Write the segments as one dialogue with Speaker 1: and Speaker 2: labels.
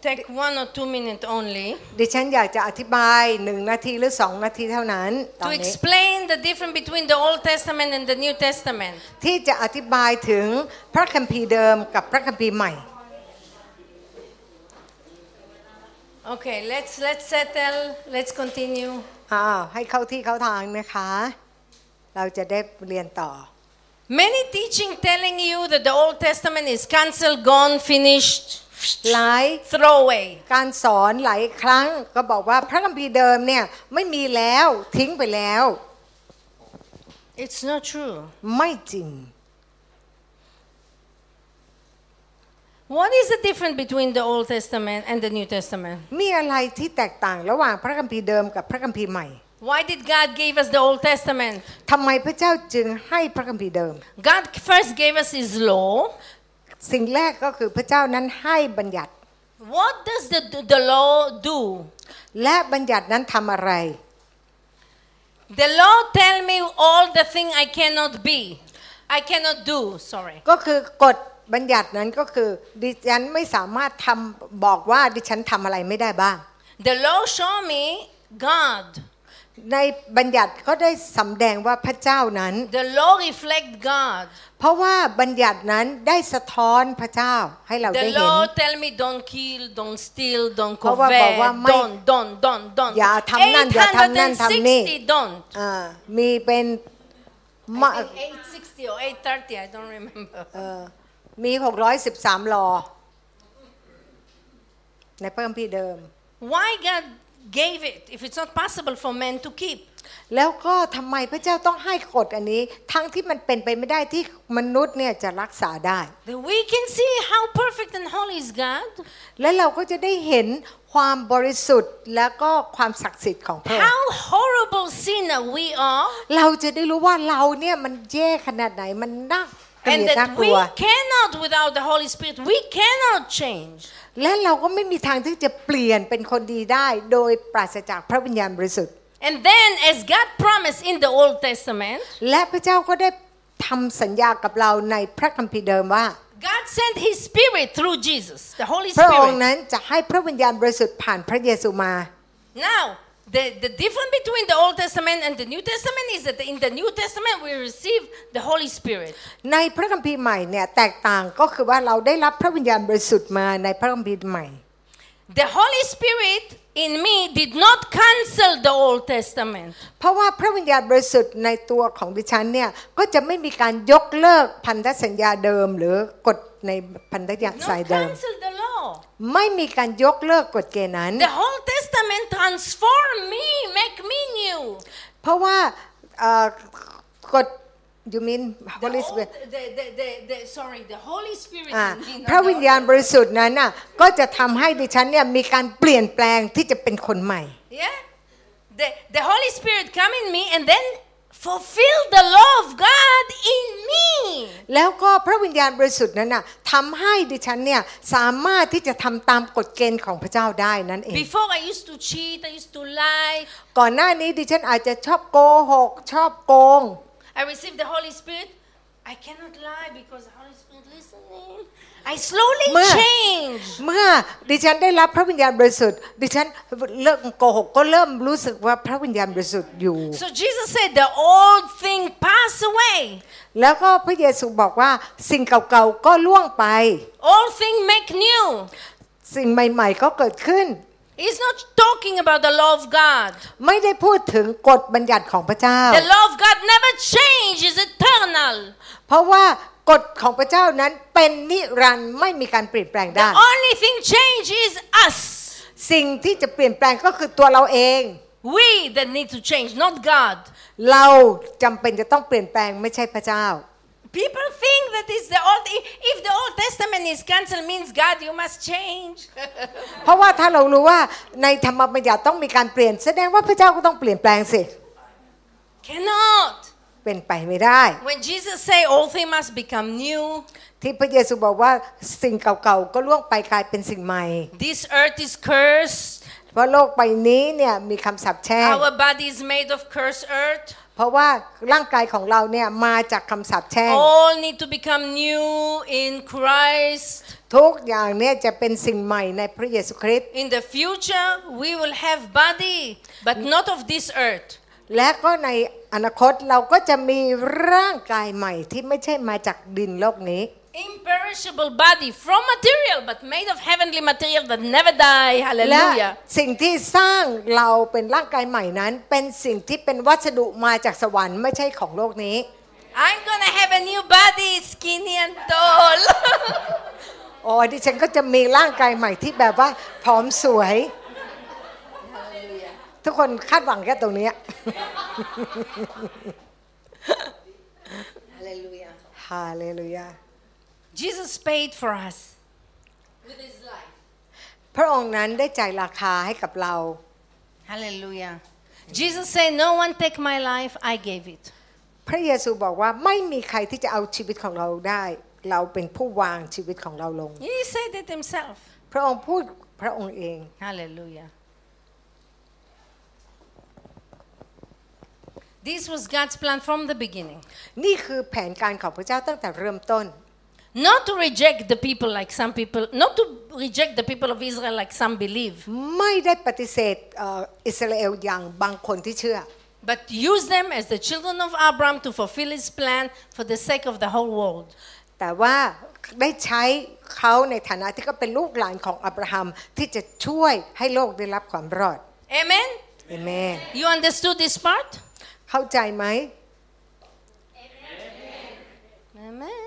Speaker 1: Take one or two minutes only
Speaker 2: ดิฉันอยากจะอธิบาย 1 นาทีหรือ 2 นาทีเท่านั้นตอน
Speaker 1: to
Speaker 2: นี้
Speaker 1: explain the difference between the Old Testament and the New Testament.
Speaker 2: ที่จะอธิบายถึงพระคัมภีร์เดิมกับพระคัมภีร์ใหม่
Speaker 1: Okay, let's let's settle. Let's continue.
Speaker 2: อ้าวให้เข้าที่เข้าทางนะคะ เราจะได้เรียนต่อ
Speaker 1: Many teaching telling you that the Old Testament is cancelled, gone, finished,
Speaker 2: หลาย
Speaker 1: throw away.
Speaker 2: การสอนหลายครั้งก็บอกว่าพระคัมภีร์เดิมเนี่ยไม่มีแล้วทิ้งไปแล้ว
Speaker 1: It's not true.
Speaker 2: ไม่จริง
Speaker 1: What is the difference between the Old Testament and the New Testament?
Speaker 2: มีอะไรที่แตกต่างระหว่างพระคัมภีร์เดิมกับพระคัมภีร์ใหม่
Speaker 1: Why did God give us the Old Testament?
Speaker 2: ทำไมพระเจ้าจึงให้พระคัมภีร์เดิม
Speaker 1: God first gave us His law.
Speaker 2: สิ่งแรกก็คือพระเจ้านั้นให้บัญญัติ
Speaker 1: What does the, the law do?
Speaker 2: และบัญญัตินั้นทำอะไร
Speaker 1: The law tell me all the thing I cannot be. I cannot do, sorry.
Speaker 2: ก็คือกฎบัญญัตินั้นก็คือดิฉันไม่สามารถทำบอกว่าดิฉันทำอะไรไม่ได้บ้าง
Speaker 1: The law show me God.
Speaker 2: ในบัญญัติก็ได้สำแดงว่าพระเจ้านั้น
Speaker 1: The law reflect God.
Speaker 2: เพราะว่าบัญญัตินั้นได้สะท้อนพระเจ้าให้เราได้
Speaker 1: The
Speaker 2: เห็น
Speaker 1: law tell me don't kill, don't steal, don't
Speaker 2: เพราะว่าบอกว่าไม่
Speaker 1: covet, don't, don't, don't, don't.
Speaker 2: อย่าทำนั่นอย่าทำนั่นทำนี่
Speaker 1: 860 don't.
Speaker 2: อ่ามีเป็นมะ
Speaker 1: I think 860 or 830, I don't remember.
Speaker 2: เอ่อมี 613 ลอ ในพระคัมภีร์เดิม
Speaker 1: Why God gave it if it's not possible for men to keep?
Speaker 2: แล้วก็ทำไมพระเจ้าต้องให้กฎอันนี้ ทั้งที่มันเป็นไปไม่ได้ที่มนุษย์เนี่ยจะรักษาได้
Speaker 1: That we can see how perfect and holy is God.
Speaker 2: และเราก็จะได้เห็นความบริสุทธิ์และก็ความศักดิ์สิทธิ์ของพระองค์
Speaker 1: How horrible sinner we are.
Speaker 2: เราจะได้รู้ว่าเราเนี่ยมันแย่ขนาดไหนมันน่าเกลี
Speaker 1: And
Speaker 2: ยดน่า
Speaker 1: that
Speaker 2: ก
Speaker 1: we
Speaker 2: ลัว
Speaker 1: cannot, without the Holy Spirit, we cannot change.
Speaker 2: และเราก็ไม่มีทางที่จะเปลี่ยนเป็นคนดีได้ โดยปราศจากพระวิญญาณบริสุทธิ์
Speaker 1: And then, as God promised in the Old Testament,
Speaker 2: และพระเจ้าก็ได้ทำสัญญากับเราในพระคัมภีร์เดิมว่า
Speaker 1: God sent His Spirit through Jesus, the Holy
Speaker 2: พระองค์
Speaker 1: Spirit.
Speaker 2: นั้นจะให้พระวิญญาณบริสุทธิ์ผ่านพระเยซูมา
Speaker 1: Now, the, the difference between the Old Testament and the New Testament is that in the New Testament we receive the Holy Spirit.
Speaker 2: ในพระคัมภีร์ใหม่เนี่ยแตกต่างก็คือว่าเราได้รับพระวิญญาณบริสุทธิ์มาในพระคัมภีร์ใหม่
Speaker 1: The Holy Spirit in me did not cancel the Old Testament.
Speaker 2: เพราะว่าพระวิญญาณบริสุทธิ์ในตัวของดิฉันเนี่ยก็จะไม่มีการยกเลิกพันธสัญญาเดิม หรือกฎในพันธสัญญา
Speaker 1: Not
Speaker 2: สายเดิม
Speaker 1: cancel the law.
Speaker 2: ไม่มีการยกเลิกกฎเกณฑ์นั้น
Speaker 1: The whole testament transform me, make me new.
Speaker 2: เพราะว่าเอ่อกฎยูมิน
Speaker 1: The,
Speaker 2: บริสุท
Speaker 1: old, Oh, the, the, the, the, sorry, the Holy Spirit
Speaker 2: อ่ะ
Speaker 1: in Ah, me, not
Speaker 2: พระวิญ
Speaker 1: the
Speaker 2: ญาณบริสุทธิ์นั้นน่ะก็จะทำให้ดิฉันเนี่ยมีการเปลี่ยนแปลงที่จะเป็นคนใหม่
Speaker 1: old- Yeah? The, the Holy Spirit come in me and then fulfill the law of God in me.
Speaker 2: แล้วก็พระวิญญาณบริสุทธิ์นั้นน่ะทำให้ดิฉันเนี่ยสามารถที่จะทำตามกฎเกณฑ์ของพระเจ้าได้นั่นเอง
Speaker 1: Before I used to cheat, I used to lie.
Speaker 2: ก่อนหน้านี้ดิฉันอาจจะชอบโกหก ชอบโกง
Speaker 1: I received the Holy Spirit. I cannot lie because the Holy Spirit listening. I slowly
Speaker 2: เมื่อ
Speaker 1: change.
Speaker 2: เมื่อดิฉันได้รับพระวิญญาณบริสุทธิ์ดิฉันเลิกโกหกก็เริ่มรู้สึกว่าพระวิญญาณบริสุทธิ์อยู่
Speaker 1: So Jesus said the old thing pass away.
Speaker 2: แล้วก็พระเยซูบอกว่าสิ่งเก่าๆก็ล่วงไป
Speaker 1: All things make new.
Speaker 2: สิ่งใหม่ๆก็เกิดขึ้น
Speaker 1: He's not talking about the law of God.
Speaker 2: ไม่ได้พูดถึงกฎบัญญัติของพระเจ้า
Speaker 1: The law of God never changes, it's eternal.
Speaker 2: เพราะว่ากฎของพระเจ้านั้นเป็นนิรันดร์ไม่มีการเปลี่ยนแปลง
Speaker 1: The
Speaker 2: ได้
Speaker 1: only thing change is us.
Speaker 2: สิ่งที่จะเปลี่ยนแปลงก็คือตัวเราเอง
Speaker 1: We that need to change, not God.
Speaker 2: เราจำเป็นจะต้องเปลี่ยนแปลงไม่ใช่พระเจ้า
Speaker 1: People think that it's the old if if the Old Testament is cancelled means God you must change.
Speaker 2: เพราะว่าถ้าเรารู้ว่าในธรรมบัญญัติต้องมีการเปลี่ยน แสดงว่าพระเจ้าก็ต้องเปลี่ยนแปลงสิ
Speaker 1: Cannot.
Speaker 2: เป็นไปไม่ได้
Speaker 1: When Jesus say all things must become new,
Speaker 2: ที่พระเยซูบอกว่าสิ่งเก่าๆก็ล่วงไปกลายเป็นสิ่งใหม่
Speaker 1: this earth is cursed,
Speaker 2: เพราะโลกใบนี้เนี่ยมีคำสาปแช่ง
Speaker 1: our body is made of cursed earth.
Speaker 2: เพราะว่าร่างกายของเราเนี่ยมาจากคำสาปแช่ง
Speaker 1: All need to become new in Christ.
Speaker 2: ทุกอย่างเนี่ยจะเป็นสิ่งใหม่ในพระเยซูคริสต์
Speaker 1: In the future, we will have body, but not of this earth.
Speaker 2: และก็ในอนาคตเราก็จะมีร่างกายใหม่ที่ไม่ใช่มาจากดินโลกนี้
Speaker 1: Imperishable body from material, but made of heavenly material that never die.
Speaker 2: และ
Speaker 1: Hallelujah.
Speaker 2: สิ่งที่สร้างเราเป็นร่างกายใหม่นั้น เป็นสิ่งที่เป็นวัสดุมาจากสวรรค์ไม่ใช่ของโลกนี้
Speaker 1: I'm gonna have a new body, skinny and tall.
Speaker 2: อ๋อดิฉันก็จะมีร่างกายใหม่ที่แบบว่าผอมสวย ทุกคนคาดหวังแค่ตรงเนี้
Speaker 1: Hallelujah.
Speaker 2: ฮาเลลูยา
Speaker 1: Jesus paid for us with his life.
Speaker 2: พระองค์นั้นได้จ่ายราคาให้กับเรา
Speaker 1: Hallelujah. Mm-hmm. Jesus said, No one take my life, I gave it.
Speaker 2: พระเยซูบอกว่าไม่มีใครที่จะเอาชีวิตของเราได้ เราเป็นผู้วางชีวิตของเราลง
Speaker 1: He said it himself.
Speaker 2: พระองค์พูดพระองค์เอง
Speaker 1: Hallelujah. This was God's plan from the beginning.
Speaker 2: นี่คือแผนการของพระเจ้าตั้งแต่เริ่มต้น
Speaker 1: Not to reject the people like some people, not to reject the people of Israel like some believe,
Speaker 2: ไม่ได้ปฏิเสธเอ่ออิสราเอลอย่างบางคนที่เชื่อ
Speaker 1: but use them as the children of Abraham to fulfill his plan for the sake of the whole world.
Speaker 2: แต่ว่าได้ใช้เขาในฐานะที่ก็เป็นลูกหลานของอับราฮัมที่จะช่วยให้โลกได้รับความรอด
Speaker 1: Amen?
Speaker 2: เอเมน
Speaker 1: You understood this part?
Speaker 2: เข้าใจไหม
Speaker 1: Amen.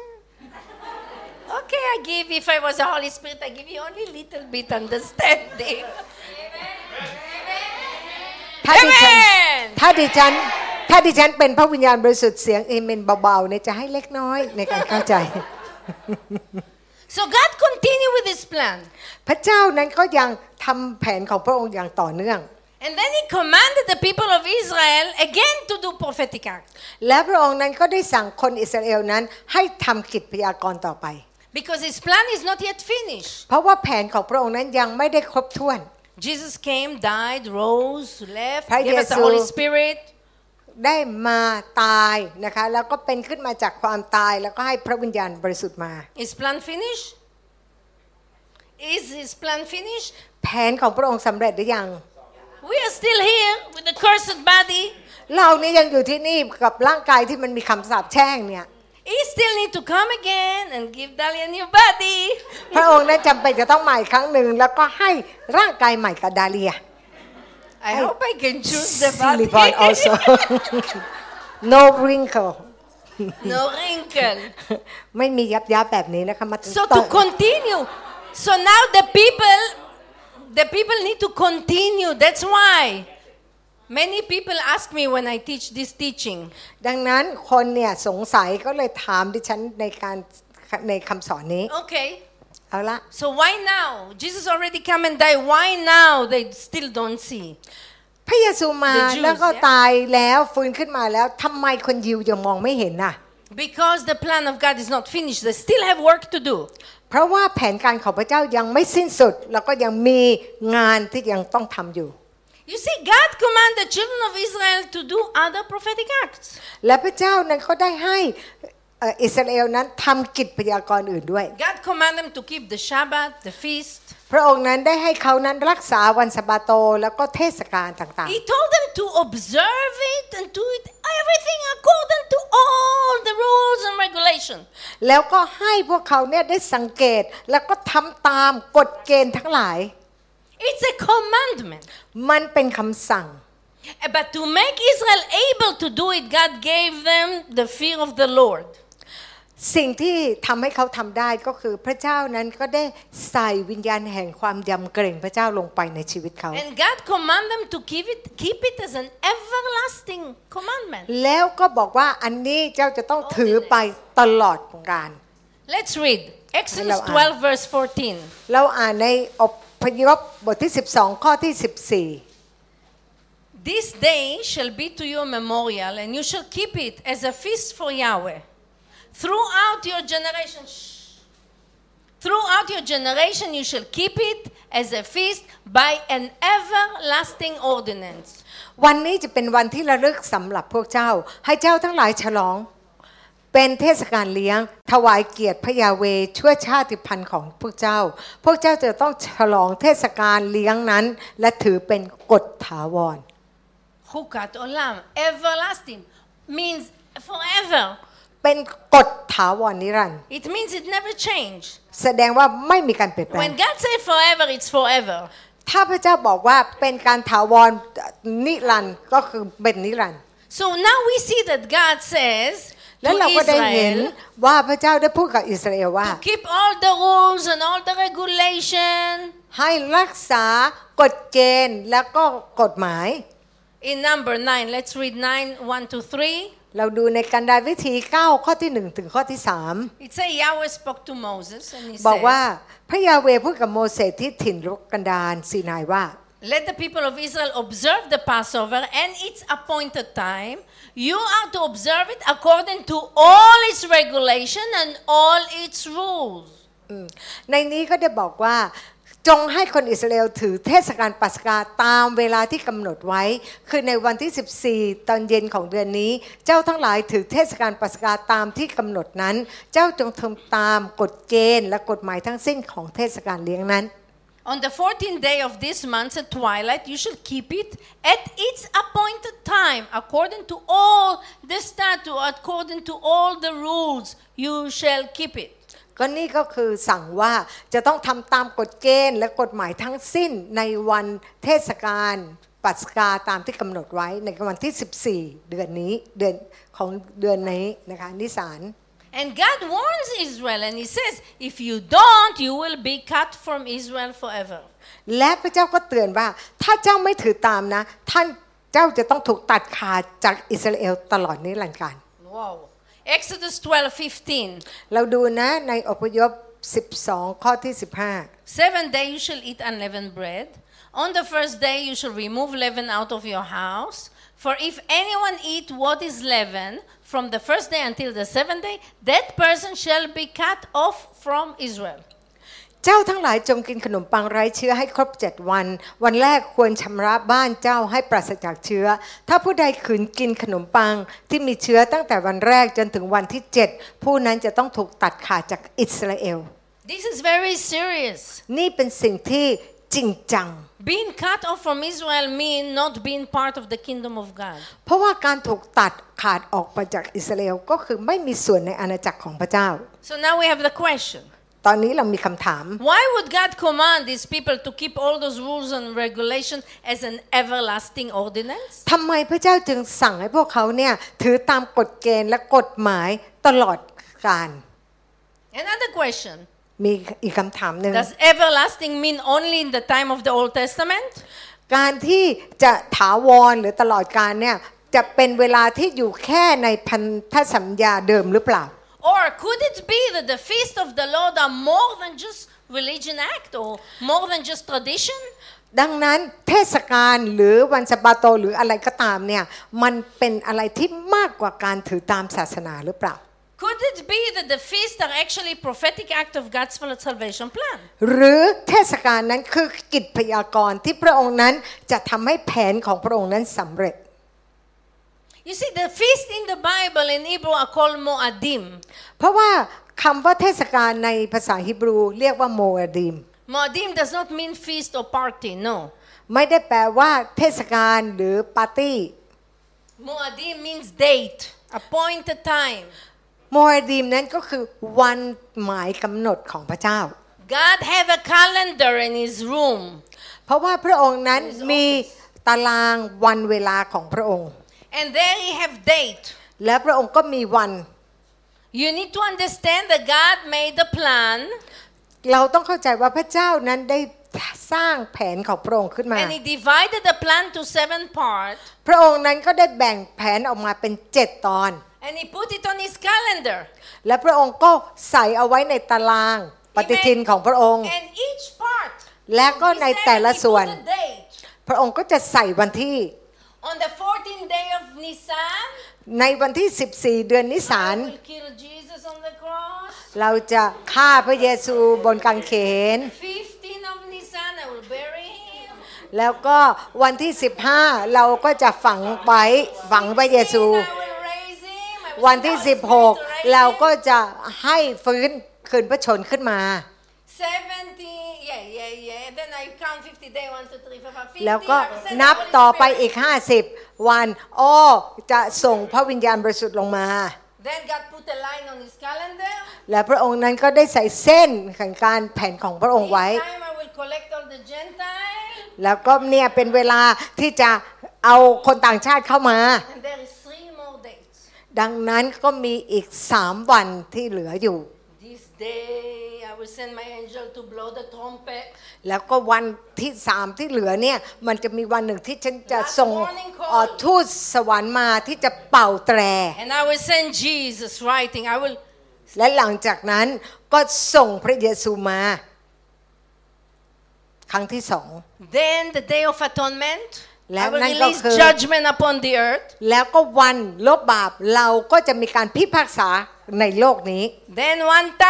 Speaker 1: Okay, I give, if I was the Holy Spirit, I give you only little bit understanding.
Speaker 2: ถ้าดิฉัน
Speaker 1: Amen
Speaker 2: ถ้าดิฉัน ถ้าดิฉันเป็นพระวิญญาณบริสุทธิ์เสียงเอเมนเบาๆเนี่ยจะให้เล็กน้อยในการเข้าใจ
Speaker 1: So God continue with his plan.
Speaker 2: พระเจ้านั้นก็ยังทำแผนของพระองค์อย่างต่อเนื่อง
Speaker 1: And then he commanded the people of Israel again to do prophetic act
Speaker 2: และพระองค์นั้นก็ได้สั่งคนอิสราเอลนั้นให้ทำกิจพยากรณ์ต่อไป
Speaker 1: because his plan is not yet finished.
Speaker 2: เพราะว่าแผนของพระองค์นั้นยังไม่ได้ครบถ้วน
Speaker 1: Jesus came, died, rose, left,
Speaker 2: Pray
Speaker 1: gave us the
Speaker 2: Jesus.
Speaker 1: Holy Spirit.
Speaker 2: ได้มาตายนะคะ แล้วก็เป็นขึ้นมาจากความตายแล้วก็ให้พระวิญญาณบริสุทธิ์มา
Speaker 1: Is plan finished? Is his plan finished?
Speaker 2: แผนของพระองค์สำเร็จหรือยัง
Speaker 1: We are still here with the cursed body.
Speaker 2: เราเนี่ยยังอยู่ที่นี่กับร่างกายที่มันมีคำสาปแช่งเนี่ย
Speaker 1: He still need to come again and give Dali a new body.
Speaker 2: พระองค์นั้นจำเป็นจะต้องมาอีกครั้งหนึ่งแล้วก็ให้ร่างกายใหม่กับดาเลีย
Speaker 1: I
Speaker 2: Hey.
Speaker 1: hope I can choose the body.
Speaker 2: Silicon also no wrinkle
Speaker 1: no wrinkle.
Speaker 2: ไม่มียับยับแบบนี้นะคะมาถึง
Speaker 1: So
Speaker 2: ตอ
Speaker 1: to
Speaker 2: น
Speaker 1: continue. So now the people, the people need to continue. That's why many people ask me when I teach this teaching.
Speaker 2: ดังนั้นคนเนี่ยสงสัยก็เลยถามดิฉันในการในคำสอนนี้
Speaker 1: Okay.
Speaker 2: เอาละ
Speaker 1: So why now? Jesus already come and died. Why now they still don't see?
Speaker 2: พระเยซูมา
Speaker 1: The Jews,
Speaker 2: แล้วก็
Speaker 1: yeah.
Speaker 2: ตายแล้วฟื้นขึ้นมาแล้วทำไมคนยิวยังมองไม่เห็นน่ะ
Speaker 1: Because the plan of God is not finished. They still have work to do.
Speaker 2: เพราะว่าแผนการของพระเจ้ายังไม่สิ้นสุด แล้วก็ยังมีงานที่ยังต้องทำอยู่
Speaker 1: You see, God commanded the children of Israel to do other prophetic acts.
Speaker 2: และพระเจ้านั้นก็ได้ให้เอ่ออิสราเอลนั้นทำกิจพยากรณ์อื่นด้วย
Speaker 1: God commanded them to keep the Shabbat, the feast.
Speaker 2: พระองค์นั้นได้ให้เขานั้นรักษาวันสะบาโตแล้วก็เทศกาลต่าง
Speaker 1: He told them to observe it and do it everything according to all the rules and regulation.
Speaker 2: ๆ แล้วก็ให้พวกเขาเนี่ยได้สังเกตแล้วก็ทำตามกฎเกณฑ์ทั้งหลาย
Speaker 1: It's a commandment.
Speaker 2: มันเป็นคำสั่ง
Speaker 1: But to make Israel able to do it, God gave them the fear of the Lord.
Speaker 2: สิ่งที่ทำให้เขาทำได้ก็คือพระเจ้านั้นก็ได้ใส่วิญญาณแห่งความยำเกรงพระเจ้าลงไปในชีวิตเขา
Speaker 1: And God commanded them to keep it, keep it as an everlasting commandment.
Speaker 2: แล้วก็บอกว่าอันนี้เจ้าจะต้องถือไปตลอดกาล
Speaker 1: Let's read Exodus
Speaker 2: Hello, Anne.
Speaker 1: 12, verse 14.
Speaker 2: เราอ่านในอพยพบทที่ 12 ข้อที่ 14
Speaker 1: This day shall be to you a memorial, and you shall keep it as a feast for Yahweh throughout your generation. Shh. Throughout your generation, you shall keep it as a feast by an everlasting ordinance.
Speaker 2: วันนี้จะเป็นวันที่ระลึกสำหรับพวกเจ้า ให้เจ้าทั้งหลายฉลอง เป็นเทศกาลเลี้ยง ถวายเกียรติพระยาเวชั่วชาติพันธุ์ของพวกเจ้า พวกเจ้าจะต้องฉลองเทศกาลเลี้ยงนั้น และถือเป็นกฎถาวร
Speaker 1: Chukat olam, everlasting, means forever.
Speaker 2: เป็นกฎถาวรนิรันดร์
Speaker 1: It means it never changes.
Speaker 2: แสดงว่าไม่มีการเปลี่ยนแปลง
Speaker 1: When God says forever, it's forever.
Speaker 2: ถ้าพระเจ้าบอกว่าเป็นการถาวรนิรันดร์ก็คือเป็นนิรันดร์
Speaker 1: So now we see that God says
Speaker 2: และ
Speaker 1: to
Speaker 2: เราก็ได้เห็น
Speaker 1: Israel
Speaker 2: ว่าพระเจ้าได้พูดกับอิสราเอลว่า
Speaker 1: to keep all the rules and all the regulation
Speaker 2: ให้รักษากฎเกณฑ์และก็กฎหมาย
Speaker 1: in number 9. Let's read 9, 1 to 3.
Speaker 2: เราดูในการดาวิธี 9 ข้อที่ 1 ถึงข้อที่
Speaker 1: It says Yahweh spoke to Moses and he
Speaker 2: 3 บอก
Speaker 1: said,
Speaker 2: ว่าพระยาเวพูดกับโมเสสที่ถิ่นลกกันดารสีนายว่า
Speaker 1: Let the people of Israel observe the Passover and its appointed time. You are to observe it according to all its regulation and all its rules.
Speaker 2: อืมในนี้ก็ได้บอกว่า จงให้คนอิสราเอลถือเทศกาลปัสกาตามเวลาที่กำหนดไว้ คือในวันที่ 14 ตอนเย็นของเดือนนี้ เจ้าทั้งหลายถือเทศกาลปัสกาตามที่กำหนดนั้น เจ้าจงทำตามกฎเกณฑ์และกฎหมายทั้งสิ้นของเทศกาลเลี้ยงนั้น
Speaker 1: On the 14th day of this month at twilight, you shall keep it at its appointed time, according to all the statute, according to all the rules. You shall keep it.
Speaker 2: ก็นี่ก็คือสั่งว่าจะต้องทำตามกฎเกณฑ์และกฎหมายทั้งสิ้นในวันเทศกาลปัสกาตามที่กำหนดไว้ในวันที่ 14 เดือนนี้เดือนของเดือนนี้นะคะนิสาน
Speaker 1: And God warns Israel and He says, if you don't, you will be cut from Israel forever.
Speaker 2: และพระเจ้าก็เตือนว่า ถ้าเจ้าไม่ถือตามนะ ท่านเจ้าจะต้องถูกตัดขาดจากอิสราเอลตลอดนิรันดร์การ
Speaker 1: Wow. Exodus 12 15.
Speaker 2: เราดูนะในอพยพ 12 ข้อที่ 15
Speaker 1: Seven day you shall eat unleavened bread. On the first day you shall remove leaven out of your house. For if anyone eat what is leaven from the first day until the seventh day, that person shall be cut off from Israel.
Speaker 2: เจ้าทั้งหลายจงกินขนมปังไร้เชื้อให้ครบ 7 วัน วันแรกควรชำระบ้านเจ้าให้ปราศจากเชื้อ ถ้าผู้ใดขืนกินขนมปังที่มีเชื้อตั้งแต่วันแรกจนถึงวันที่ 7 ผู้นั้นจะต้องถูกตัดขาดจากอิสราเอล
Speaker 1: This is very serious.
Speaker 2: นี่เป็นสิ่งที่จริงจัง
Speaker 1: Being cut off from Israel means not being part of the kingdom of God.
Speaker 2: เพราะว่าการถูกตัดขาดออกไปจากอิสราเอลก็คือไม่มีส่วนในอาณาจักรของพระเจ้า
Speaker 1: So now we have the question.
Speaker 2: ตอนนี้เรามีคำถาม
Speaker 1: Why would God command these people to keep all those rules and regulations as an everlasting ordinance?
Speaker 2: ทำไมพระเจ้าจึงสั่งให้พวกเขาเนี่ยถือตามกฎเกณฑ์และกฎหมายตลอดการ
Speaker 1: Another question.
Speaker 2: มีอีกคำถามหนึ่ง
Speaker 1: Does everlasting mean only in the time of the Old Testament?
Speaker 2: การที่จะถาวรหรือตลอดการเนี่ยจะเป็นเวลาที่อยู่แค่ในพันธสัญญาเดิมหรือเปล่า
Speaker 1: Or could it be that the feast of the Lord are more than just religion act or more than just tradition?
Speaker 2: ดังนั้นเทศกาลหรือวันสะบาโตหรืออะไรก็ตามเนี่ยมันเป็นอะไรที่มากกว่าการถือตามศาสนาหรือเปล่า
Speaker 1: Could it be that the feasts are actually prophetic act of God's salvation plan?
Speaker 2: หรือเทศกาลนั้นคือกิจพยากรณ์ที่พระองค์นั้นจะทำให้แผนของพระองค์นั้นสำเร็จ
Speaker 1: You see, the feast in the Bible in Hebrew are called Moadim.
Speaker 2: เพราะว่าคำว่าเทศกาลในภาษาฮิบรูเรียกว่าโมอาดิม
Speaker 1: Moadim does not mean feast or party, no.
Speaker 2: ไม่ได้แปลว่าเทศกาลหรือปาร์ตี้
Speaker 1: Moadim means date, appointed time.
Speaker 2: โมอาดิมนั้นก็คือวันหมายกำหนดของพระเจ้า
Speaker 1: God have a calendar in his room.
Speaker 2: เพราะว่าพระองค์นั้นมีตารางวันเวลาของพระองค์
Speaker 1: And there you have date.
Speaker 2: และพระองค์ก็มีวัน
Speaker 1: You need to understand that God made a plan
Speaker 2: เราต้องเข้าใจว่าพระเจ้านั้นได้สร้างแผนของพระองค์ขึ้นมา
Speaker 1: and he divided the plan to seven parts
Speaker 2: พระองค์นั้นก็ได้แบ่งแผนออกมาเป็น 7 ตอน
Speaker 1: and he put it on his calendar.
Speaker 2: และพระองค์ก็ใส่เอาไว้ในตารางปฏิทินของพระองค์
Speaker 1: And each part
Speaker 2: และก็ใน
Speaker 1: he
Speaker 2: แต่
Speaker 1: said
Speaker 2: ละ
Speaker 1: he
Speaker 2: ส่วน
Speaker 1: put a date.
Speaker 2: พระองค์ก็จะใส่วันที่
Speaker 1: On the 14th day of Nisan,
Speaker 2: ในวันที่ 14 เดือนนิสาน
Speaker 1: I will kill Jesus on the cross.
Speaker 2: เราจะฆ่าพระเยซูบนกางเขน
Speaker 1: 15 of Nisan, I will bury him.
Speaker 2: แล้วก็วันที่ 15 เราก็จะฝังไว้ฝังพระเยซู
Speaker 1: 16, I will raise him. I will
Speaker 2: วันที่
Speaker 1: send the Holy Spirit to raise
Speaker 2: 16 เราก็
Speaker 1: him.
Speaker 2: จะให้ฟื้นคืนพระชนขึ้นมา
Speaker 1: 70 yeah yeah yeah then I count 50 day 1 2 3 4 5 50
Speaker 2: แล้วก็
Speaker 1: I will send the
Speaker 2: นับ
Speaker 1: Holy
Speaker 2: ต่อไป
Speaker 1: Spirit.
Speaker 2: อีก 50 วันอ้อจะส่งพระวิญญาณบริสุทธิ์ลงมา
Speaker 1: Then God put a line on his calendar.
Speaker 2: และพระองค์นั้นก็ได้ใส่เส้นของการแผนของพระอง
Speaker 1: This
Speaker 2: ค์ไว้
Speaker 1: time I will collect all the Gentiles.
Speaker 2: แล้วก็เนี่ยเป็นเวลาที่จะเอาคนต่างชาติเข้ามา
Speaker 1: And there is three more dates.
Speaker 2: ดังนั้นก็มีอีก 3 วันที่เหลืออยู่
Speaker 1: This day I will send my angel to blow the trumpet.
Speaker 2: แล้วก็วันที่สามที่เหลือเนี่ย มันจะมีวันหนึ่งที่ฉันจะส่ง
Speaker 1: Last morning call
Speaker 2: เอ่อทูตสวรรค์มาที่จะเป่าแตร
Speaker 1: And I will send Jesus writing. I will
Speaker 2: และหลังจากนั้นก็ส่งพระเยซูมา ครั้งที่สอง
Speaker 1: then the day of atonement. I will
Speaker 2: แล้วนั่นก็
Speaker 1: release
Speaker 2: คือ
Speaker 1: judgment upon the earth.
Speaker 2: แล้วก็วันลบบาปเราก็จะมีการพิพากษาในโลกนี้
Speaker 1: Then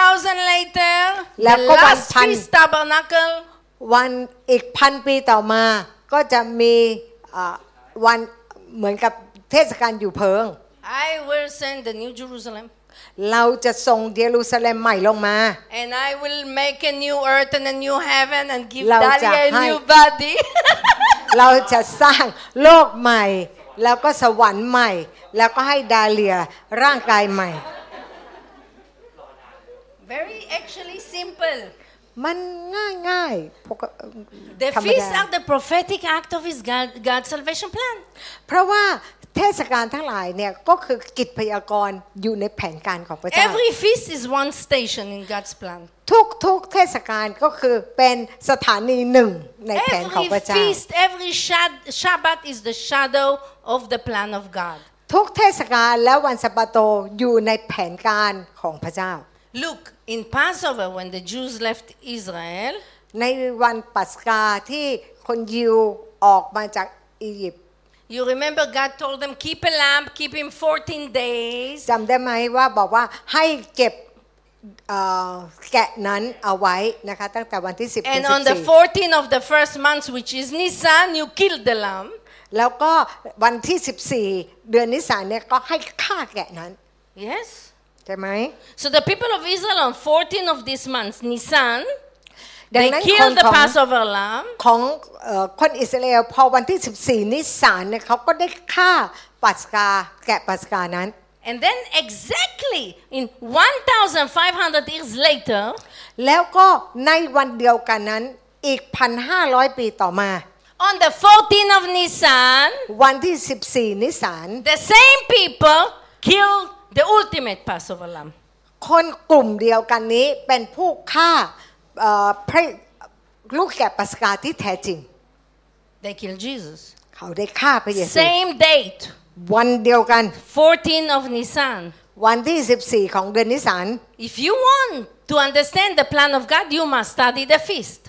Speaker 1: 1,000 later, the
Speaker 2: แล้วก็วัน
Speaker 1: last
Speaker 2: พัน
Speaker 1: feast tabernacle.
Speaker 2: วันอีกพันปีต่อมาก็จะมีเอ่อวันเหมือนกับเทศกาลอยู่เพิง
Speaker 1: I will send the new Jerusalem.
Speaker 2: เราจะส่งเยรูซาเล็มใหม่ลงมา
Speaker 1: And I will make a new earth and a new heaven and give
Speaker 2: Lau
Speaker 1: Dalia a
Speaker 2: cha hai.
Speaker 1: new body.
Speaker 2: เราจะสร้างโลกใหม่ แล้วก็สวรรค์ใหม่ แล้วก็ให้ดาเลียร่างกายใหม่
Speaker 1: Very actually simple.
Speaker 2: มันง่ายง่ายๆปก
Speaker 1: The
Speaker 2: ธรรม
Speaker 1: feasts
Speaker 2: ดา
Speaker 1: are the prophetic act of his God, God's salvation plan.
Speaker 2: เพราะว่าเทศกาลทั้งหลายเนี่ย ก็คือกิจพยากรณ์อยู่ในแผนการของพระเจ้า
Speaker 1: Every feast is one station in God's plan.
Speaker 2: ทุกทุกๆเทศกาลก็คือเป็นสถานีหนึ่งในแผนของพ
Speaker 1: Every
Speaker 2: ระเจ้า
Speaker 1: feast, every shad- Shabbat is the shadow of the plan of God.
Speaker 2: ทุกเทศกาลและวันสะบาโตอยู่ในแผนการของพระเจ้า
Speaker 1: Look, in Passover, when the Jews left Israel,
Speaker 2: ในวันปัสกาที่คนยิวออกมาจากอียิปต์
Speaker 1: you remember God told them, keep a lamb, keep him 14 days.
Speaker 2: จำได้ไหมว่าบอกว่าให้เก็บเอ่อแกะนั้นเอาไว้นะคะตั้งแต่วันที่ 10 ถึง
Speaker 1: And on the
Speaker 2: 14
Speaker 1: 14th of the first month, which is Nisan, you kill the lamb.
Speaker 2: แล้วก็วันที่ 14 เดือนนิสานเนี่ยก็ให้ฆ่าแกะนั้น
Speaker 1: Yes?
Speaker 2: ใช่ไหม
Speaker 1: So the people of Israel on 14th of this month, Nisan,
Speaker 2: ดัง
Speaker 1: they
Speaker 2: นั้นคน
Speaker 1: killed the
Speaker 2: ของ
Speaker 1: Passover lamb.
Speaker 2: ของเอ่อคนอิสราเอลพอวันที่ 14 นิสานเนี่ยเขาก็ได้ฆ่าปัสกาแกะปัสกานั้น
Speaker 1: And then exactly in 1,500 years later,
Speaker 2: แล้วก็ในวันเดียวกันนั้นอีก 1,500 ปีต่อมา
Speaker 1: on the 14th of Nisan,
Speaker 2: วันที่ 14 นิสาน
Speaker 1: the same people killed the ultimate Passover lamb.
Speaker 2: คนกลุ่มเดียวกันนี้เป็นผู้ฆ่าเอ่อพระลูกแกะปัสกาที่แท้จริง
Speaker 1: They killed Jesus.
Speaker 2: เขาได้ฆ่าพระเยซู
Speaker 1: Same date,
Speaker 2: วันเดียวกัน
Speaker 1: 14th of Nisan.
Speaker 2: วันที่ 14 ของเดือนนิสาน
Speaker 1: If you want to understand the plan of God, you must study the feast.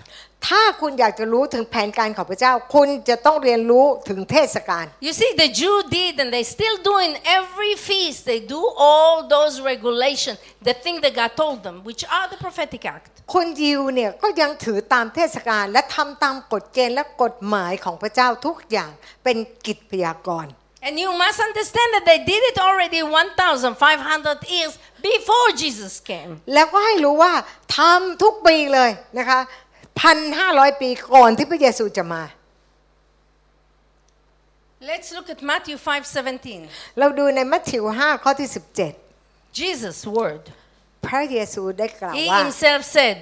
Speaker 2: ถ้าคุณอยากจะรู้ถึงแผนการของพระเจ้า คุณจะต้องเรียนรู้ถึงเทศกาล
Speaker 1: You see, the Jew did, and they still do in every feast, they do all those regulations, the thing that God told them, which are the prophetic act.
Speaker 2: คนยิวเนี่ยก็ยังถือตามเทศกาลและทำตามกฎเกณฑ์และกฎหมายของพระเจ้าทุกอย่างเป็นกิจพยากรณ์
Speaker 1: And you must understand that they did it already 1,500 years before Jesus came.
Speaker 2: แล้วก็ให้รู้ว่าทำทุกปีเลยนะคะ1,500 ปีก่อนที่พระเยซูจะมา
Speaker 1: Let's look at Matthew 5:17.
Speaker 2: เราดูในมัทธิว 5 ข้อที่
Speaker 1: Jesus' word.
Speaker 2: 17 พระเยซูได้กล่าว
Speaker 1: He
Speaker 2: ว่า
Speaker 1: himself said,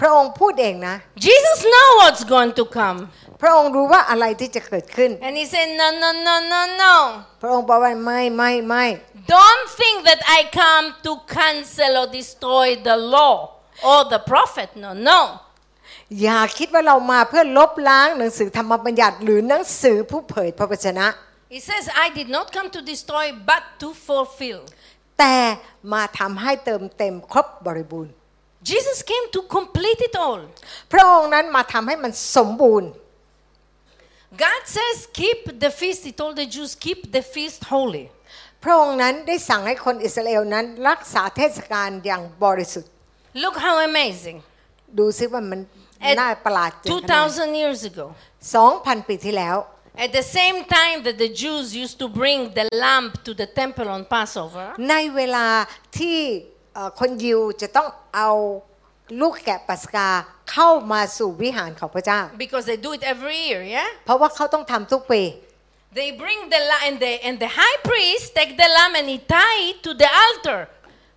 Speaker 2: พระองค์พูดเองนะ
Speaker 1: Jesus know what's going to come.
Speaker 2: พระองค์รู้ว่าอะไรที่จะเกิดขึ้น
Speaker 1: And he said, no, no, no, no, no.
Speaker 2: พระองค์บอกว่าไม่ไม่ไม่
Speaker 1: Don't think that I come to cancel or destroy the law or the prophet. No, no.
Speaker 2: อย่าคิดว่าเรามาเพื่อลบล้างหนังสือธรรมบัญญัติ หรือหนังสือผู้เผยพระวจนะ
Speaker 1: He says, I did not come to destroy, but to fulfill.
Speaker 2: แต่มาทำให้เติมเต็มครบบริบูรณ์
Speaker 1: Jesus came to complete it all.
Speaker 2: พระองค์นั้นมาทำให้มันสมบูรณ์
Speaker 1: God says, keep the feast. He told the Jews, keep the feast holy.
Speaker 2: พระองค์นั้นได้สั่งให้คนอิสราเอลนั้นรักษาเทศกาลอย่างบริสุทธิ์
Speaker 1: Look how amazing.
Speaker 2: ดูซิว่ามัน
Speaker 1: เอ็ด
Speaker 2: น่าประหลาดจริง
Speaker 1: 2,000 years ago,
Speaker 2: สองพันปีที่แล้ว
Speaker 1: at the same time that the Jews used to bring the lamb to the temple on Passover,
Speaker 2: ในเวลาที่เอ่อคนยิวจะต้องเอาลูกแกะปัสกาเข้ามาสู่วิหารของพระเจ้า
Speaker 1: because they do it every year, yeah?
Speaker 2: เพราะว่าเขาต้องทำทุกปี
Speaker 1: They bring the lamb, and the, and the high priest take the lamb and he tie it to the altar.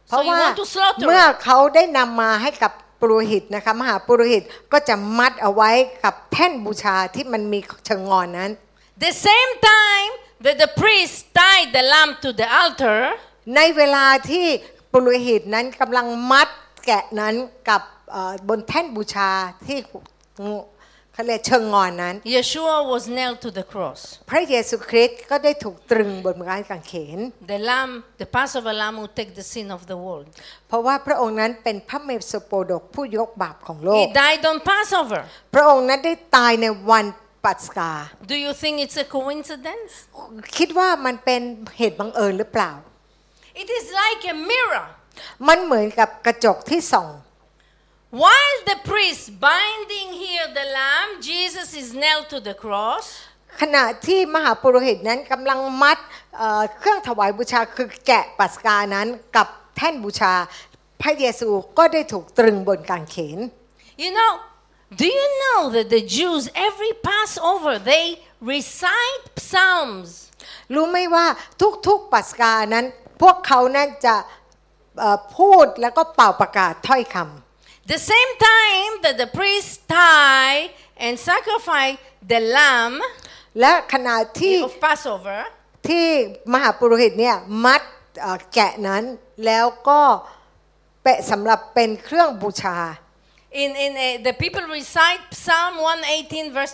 Speaker 2: เพ
Speaker 1: So
Speaker 2: ราะ
Speaker 1: you
Speaker 2: ว่า
Speaker 1: want to slaughter
Speaker 2: เมื่อ
Speaker 1: it.
Speaker 2: เขาได้นำมาให้กับปุโรหิตนะคะมหาปุโรหิตก็จะมัดเอาไว้กับแท่นบูชาที่มันมีเชิงงอนนั้น
Speaker 1: The same time that the priest tied the lamb to the altar,
Speaker 2: ในเวลาที่ปุโรหิตนั้นกำลังมัดแกะนั้นกับเอ่อบนแท่นบูชาที่เขาเรียกเชิงงอนนั้น
Speaker 1: Yeshua was nailed to the cross.
Speaker 2: พระเยซูคริสต์ก็ได้ถูกตรึงบนไม้กางเขน
Speaker 1: The lamb, the Passover lamb who take the sin of the world.
Speaker 2: เพราะว่าพระองค์นั้นเป็นพระเมสโปดกผู้ยกบาปของโลก
Speaker 1: He died on Passover.
Speaker 2: พระองค์นั้นได้ตายในวันปัสกา
Speaker 1: Do you think it's a coincidence?
Speaker 2: คิดว่ามันเป็นเหตุบังเอิญหรือเปล่า
Speaker 1: It is like a mirror.
Speaker 2: มันเหมือนกับกระจกที่ส่อง
Speaker 1: While the priest binding here the lamb, Jesus is nailed to the cross.
Speaker 2: ขณะที่มหาปุโรหิตนั้นกำลังมัดเอ่อเครื่องถวายบูชาคือแกะปัสกานั้นกับแท่นบูชา พระเยซูก็ได้ถูกตรึงบนกางเขน
Speaker 1: You know, do you know that the Jews every Passover they recite psalms?
Speaker 2: รู้ไหมว่าทุกๆปัสกานั้น พวกเขานั้นจะเอ่อพูดแล้วก็เป่าประกาศถ้อยคำ
Speaker 1: The same time that the priest tie and sacrifice the lamb
Speaker 2: และขณะที่
Speaker 1: of Passover,
Speaker 2: ที่มหาปุโรหิตเนี่ยมัดเอ่อแกะนั้นแล้วก็เปะสำหรับเป็นเครื่องบูชา
Speaker 1: in, in uh, the people recite Psalm 118 verse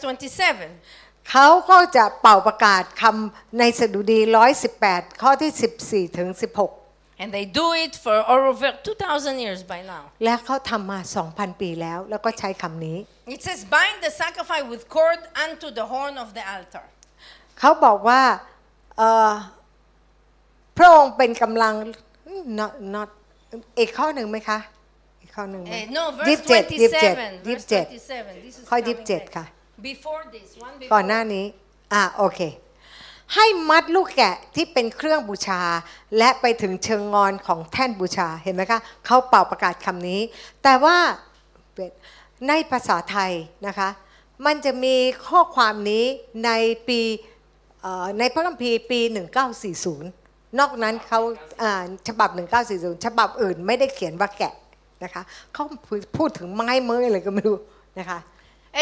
Speaker 1: 27.
Speaker 2: เขาก็จะเป่าประกาศคำในสดุดี 118 ข้อที่ 14 ถึง
Speaker 1: And they do it for over 2,000 years by now.
Speaker 2: 16 และเขาทำมา 2,000 ปีแล้ว แล้วก็ใช้คำนี้
Speaker 1: It says, bind the sacrifice with cord unto the horn of the altar.
Speaker 2: เขาบอกว่าเอ่อพระองค์เป็นกำลัง not not อีกข้อหนึ่งไหมคะ อีกข้อหนึ่งไหม
Speaker 1: Uh, no,
Speaker 2: ยี่
Speaker 1: verse
Speaker 2: สิบเจ็ดยี่สิบเจ็ด
Speaker 1: 27.
Speaker 2: ยี่
Speaker 1: Verse
Speaker 2: สิบเจ็ด
Speaker 1: 27. This is
Speaker 2: Call
Speaker 1: coming
Speaker 2: Deep Jet
Speaker 1: back.
Speaker 2: ค่ะ
Speaker 1: Before this, one
Speaker 2: ก่อ
Speaker 1: before.
Speaker 2: นหน้านี้อ่ะโอเค ให้มัดลูกแกะที่เป็นเครื่องบูชา และไปถึงเชิงงอนของแท่นบูชาเห็นไหมคะเขาเป่าประกาศคำนี้ แต่ว่าในภาษาไทยนะคะ มันจะมีข้อความนี้ในปีเอ่อในพระคัมภีร์ปี 1940 นอกนั้นเขาอ่าฉบับ 1940 ฉบับอื่นไม่ได้เขียนว่าแกะนะคะเขาพูดถึงไม้เมื่อยอะไรก็ไม่รู้นะคะ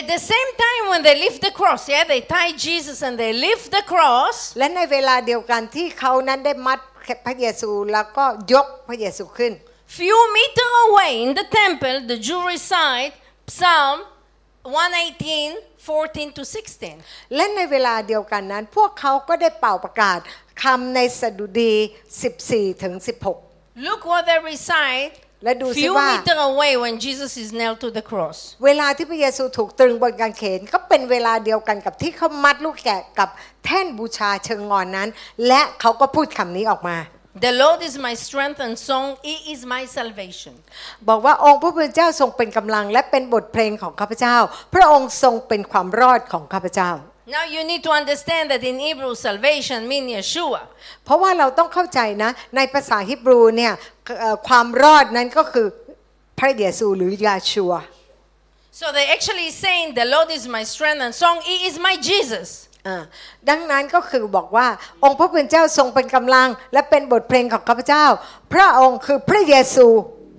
Speaker 1: At the same time, when they lift the cross, yeah, they tie Jesus and they lift the cross.
Speaker 2: และในเวลาเดียวกันที่เขานั้นได้มัดพระเยซูแล้วก็ยกพระเยซูขึ้น
Speaker 1: Few meter away in the temple, the Jew recite Psalm 118, 14 to 16.
Speaker 2: และในเวลาเดียวกันนั้น พวกเขาก็ได้เป่าประกาศคำในสดุดี 14 ถึง 16
Speaker 1: Look what they recite.
Speaker 2: และดูสิ
Speaker 1: Few
Speaker 2: ว่า
Speaker 1: meter away when Jesus is nailed to the cross.
Speaker 2: เวลาที่พระเยซูถูกตรึงบนกางเขน ก็เป็นเวลาเดียวกันกับที่เขามัดลูกแกะกับแท่นบูชาเชิงงอนนั้น และเขาก็พูดคำนี้ออกมา
Speaker 1: The Lord is my strength and song. He is my salvation.
Speaker 2: บอกว่าองค์พระผู้เป็นเจ้าทรงเป็นกำลัง และเป็นบทเพลงของข้าพเจ้า พระองค์ทรงเป็นความรอดของข้าพเจ้า
Speaker 1: Now you need to understand that in Hebrew, salvation means Yeshua.
Speaker 2: เพราะว่าเราต้องเข้าใจนะ ในภาษาฮิบรูเนี่ยเอ่อความรอดนั้นก็คือพระเยซูหรือยาชัว
Speaker 1: So they actually saying, The Lord is my strength and song. He is my Jesus.
Speaker 2: อ่าดังนั้นก็คือบอกว่า องค์พระผู้เป็นเจ้าทรงเป็นกำลัง และเป็นบทเพลงของข้าพเจ้า พระองค์คือพระเยซู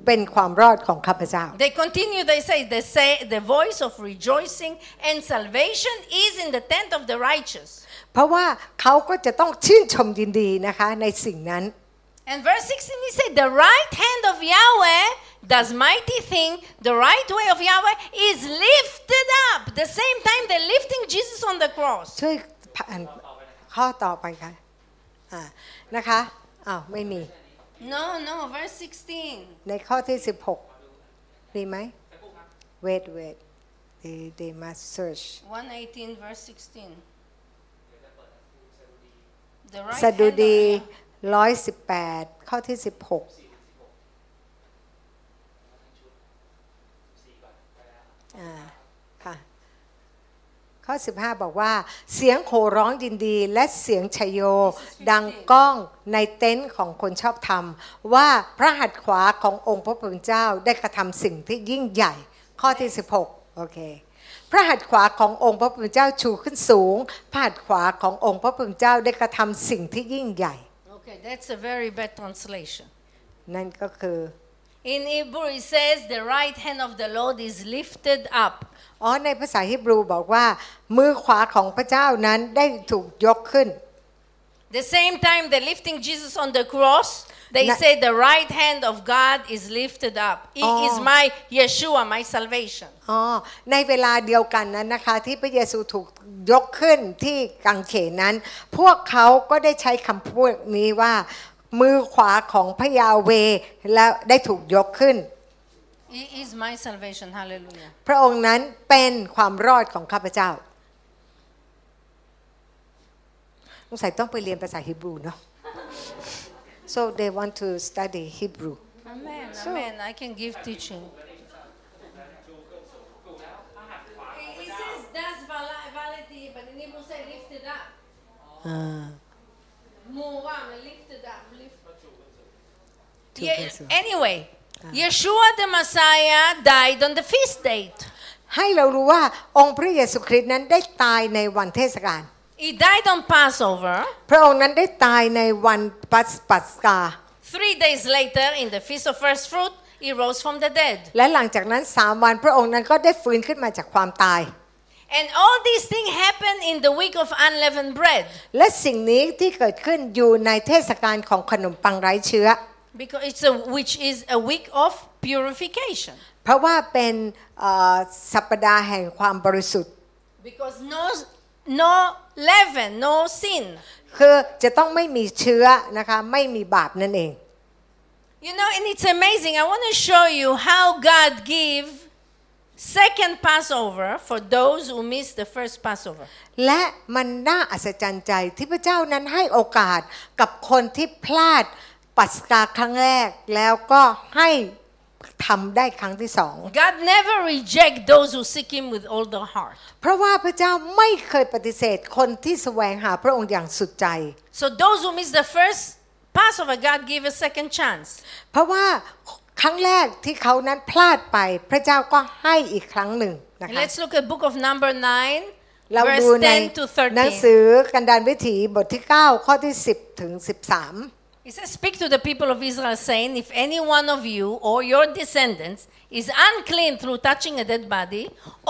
Speaker 2: เป็นความรอดของข้าพเจ้า
Speaker 1: They continue, they say, they say the voice of rejoicing and salvation is in the tent of the righteous.
Speaker 2: เพราะว่าเขาก็จะต้องชื่นชมยินดีนะคะในสิ่งนั้น
Speaker 1: And verse 16, he said, The right hand of Yahweh does mighty thing. The right way of Yahweh is lifted up. The same time they're lifting Jesus on the cross.
Speaker 2: ช่วยผ่านข้อต่อไปค่ะอ่านะคะอ้าวไม่มี
Speaker 1: No, no, verse 16.
Speaker 2: ในข้อที่ 16 มีไหม wait wait they they must search
Speaker 1: 118 verse 16. The
Speaker 2: สดุ
Speaker 1: hand of
Speaker 2: ดี
Speaker 1: Yahweh.
Speaker 2: 118 ข้อที่ 16อ่าค่ะ ข้อ 15 บอกว่า เสียงโห่ร้องยินดี และเสียงชโย ดังก้องในเต็นท์ของคนชอบธรรม ว่าพระหัตถ์ขวาขององค์พระผู้เป็นเจ้าได้กระทำสิ่งที่ยิ่งใหญ่ ข้อที่ 16 โอเค พระหัตถ์ขวาขององค์พระผู้เป็นเจ้าชูขึ้นสูง พระหัตถ์ขวาขององค์พระผู้เป็นเจ้าได้กระทำสิ่งที่ยิ่งใหญ่
Speaker 1: Okay, that's a very bad translation.
Speaker 2: นั่นก็คือ
Speaker 1: In Hebrew, it says, The right hand of the Lord is lifted up.
Speaker 2: อ๋อในภาษาฮิบรูบอกว่า มือขวาของพระเจ้านั้นได้ถูกยกขึ้น
Speaker 1: The same time they're lifting Jesus on the cross, they
Speaker 2: Na-
Speaker 1: say, The right hand of God is lifted up. He
Speaker 2: Oh.
Speaker 1: is my Yeshua, my salvation.
Speaker 2: อ๋อในเวลาเดียวกันนั้นนะคะ ที่พระเยซูถูกยกขึ้นที่กังเขนนั้น พวกเขาก็ได้ใช้คำพูดนี้ว่า มือขวาของพระยาเวและได้ถูกยกขึ้น
Speaker 1: He is my salvation. Hallelujah.
Speaker 2: พระองค์นั้นเป็นความรอดของข้าพเจ้าสงสัยต้องไปเรียนภาษาฮิบรูเนาะ so they want to study Hebrew
Speaker 1: Amen. Amen. I can give teaching. It says, Das validity, but in Hebrew, say lifted up.
Speaker 2: อ่า
Speaker 1: Muram, lifted up, lifted
Speaker 2: Two
Speaker 1: Yeah,
Speaker 2: vessels.
Speaker 1: anyway, Yeshua the Messiah died on the feast date.
Speaker 2: ให้เรารู้ว่าองค์พระเยซูคริสต์นั้นได้ตายในวันเทศกาล
Speaker 1: He died on Passover.
Speaker 2: พระองค์นั้นได้ตายในวันปัสปัสกา
Speaker 1: Three days later, in the feast of first fruit, he rose from the dead.
Speaker 2: และหลังจากนั้นสามวันพระองค์นั้นก็ได้ฟื้นขึ้นมาจากความตาย
Speaker 1: And all these things happened in the week of unleavened bread.
Speaker 2: และสิ่งนี้ที่เกิดขึ้นอยู่ในเทศกาลของขนมปังไร้เชื้อ
Speaker 1: Because it's a, which is a week of purification.
Speaker 2: เพราะว่าเป็นเอ่อสัปดาห์แห่งความบริสุทธิ์
Speaker 1: Because no, no leaven, no sin.
Speaker 2: คือจะต้องไม่มีเชื้อนะคะไม่มีบาปนั่นเอง
Speaker 1: You know, and it's amazing. I want to show you how God give second Passover for those who miss the first Passover.
Speaker 2: และมันน่าอัศจรรย์ใจที่พระเจ้านั้นให้โอกาสกับคนที่พลาดปัสกาครั้งแรก แล้วก็ให้ทำได้ครั้งที่สอง
Speaker 1: God never reject those who seek Him with all their heart.
Speaker 2: เพราะว่าพระเจ้าไม่เคยปฏิเสธคนที่แสวงหาพระองค์อย่างสุดใจ
Speaker 1: So those who miss the first Passover, God give a second chance.
Speaker 2: เพราะว่าครั้งแรกที่เขานั้นพลาดไป พระเจ้าก็ให้อีกครั้งหนึ่งนะ
Speaker 1: And
Speaker 2: คะ
Speaker 1: let's look at Book of Number nine,
Speaker 2: เราดู
Speaker 1: verse
Speaker 2: ใน
Speaker 1: 10 to
Speaker 2: หนัง
Speaker 1: 13.
Speaker 2: สือกันดารวิถีบทที่ 9 ข้อที่ 10 ถึง 13
Speaker 1: It says, Speak to the people of Israel, saying, If any one of you or your descendants is unclean through touching a dead body,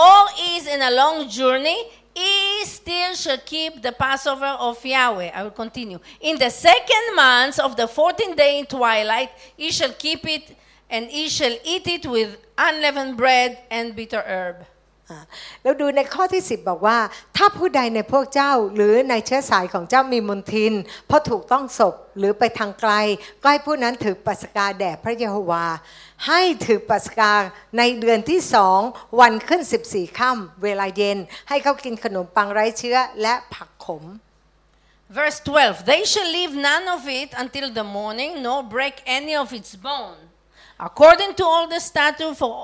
Speaker 1: or is in a long journey, he still shall keep the Passover of Yahweh. I will continue. In the second month of the 14th day in twilight, he shall keep it, and he shall eat it with unleavened bread and bitter herb.
Speaker 2: อ่าแล้วดูในข้อที่ 10 บอกว่า ถ้าผู้ใดในพวกเจ้าหรือในเชื้อสายของเจ้ามีมนทิน เพราะถูกต้องศพหรือไปทางไกล ก็ให้ผู้นั้นถือปัสกาแด่พระเยโฮวา ให้ถือปัสกาในเดือนที่สองวันขึ้น 14ค่ำเวลาเย็น ให้เขากินขนมปังไร้เชื้อและผักขม
Speaker 1: Verse 12 They shall leave none of it until the morning, nor break any of its bone. According to all the statute for,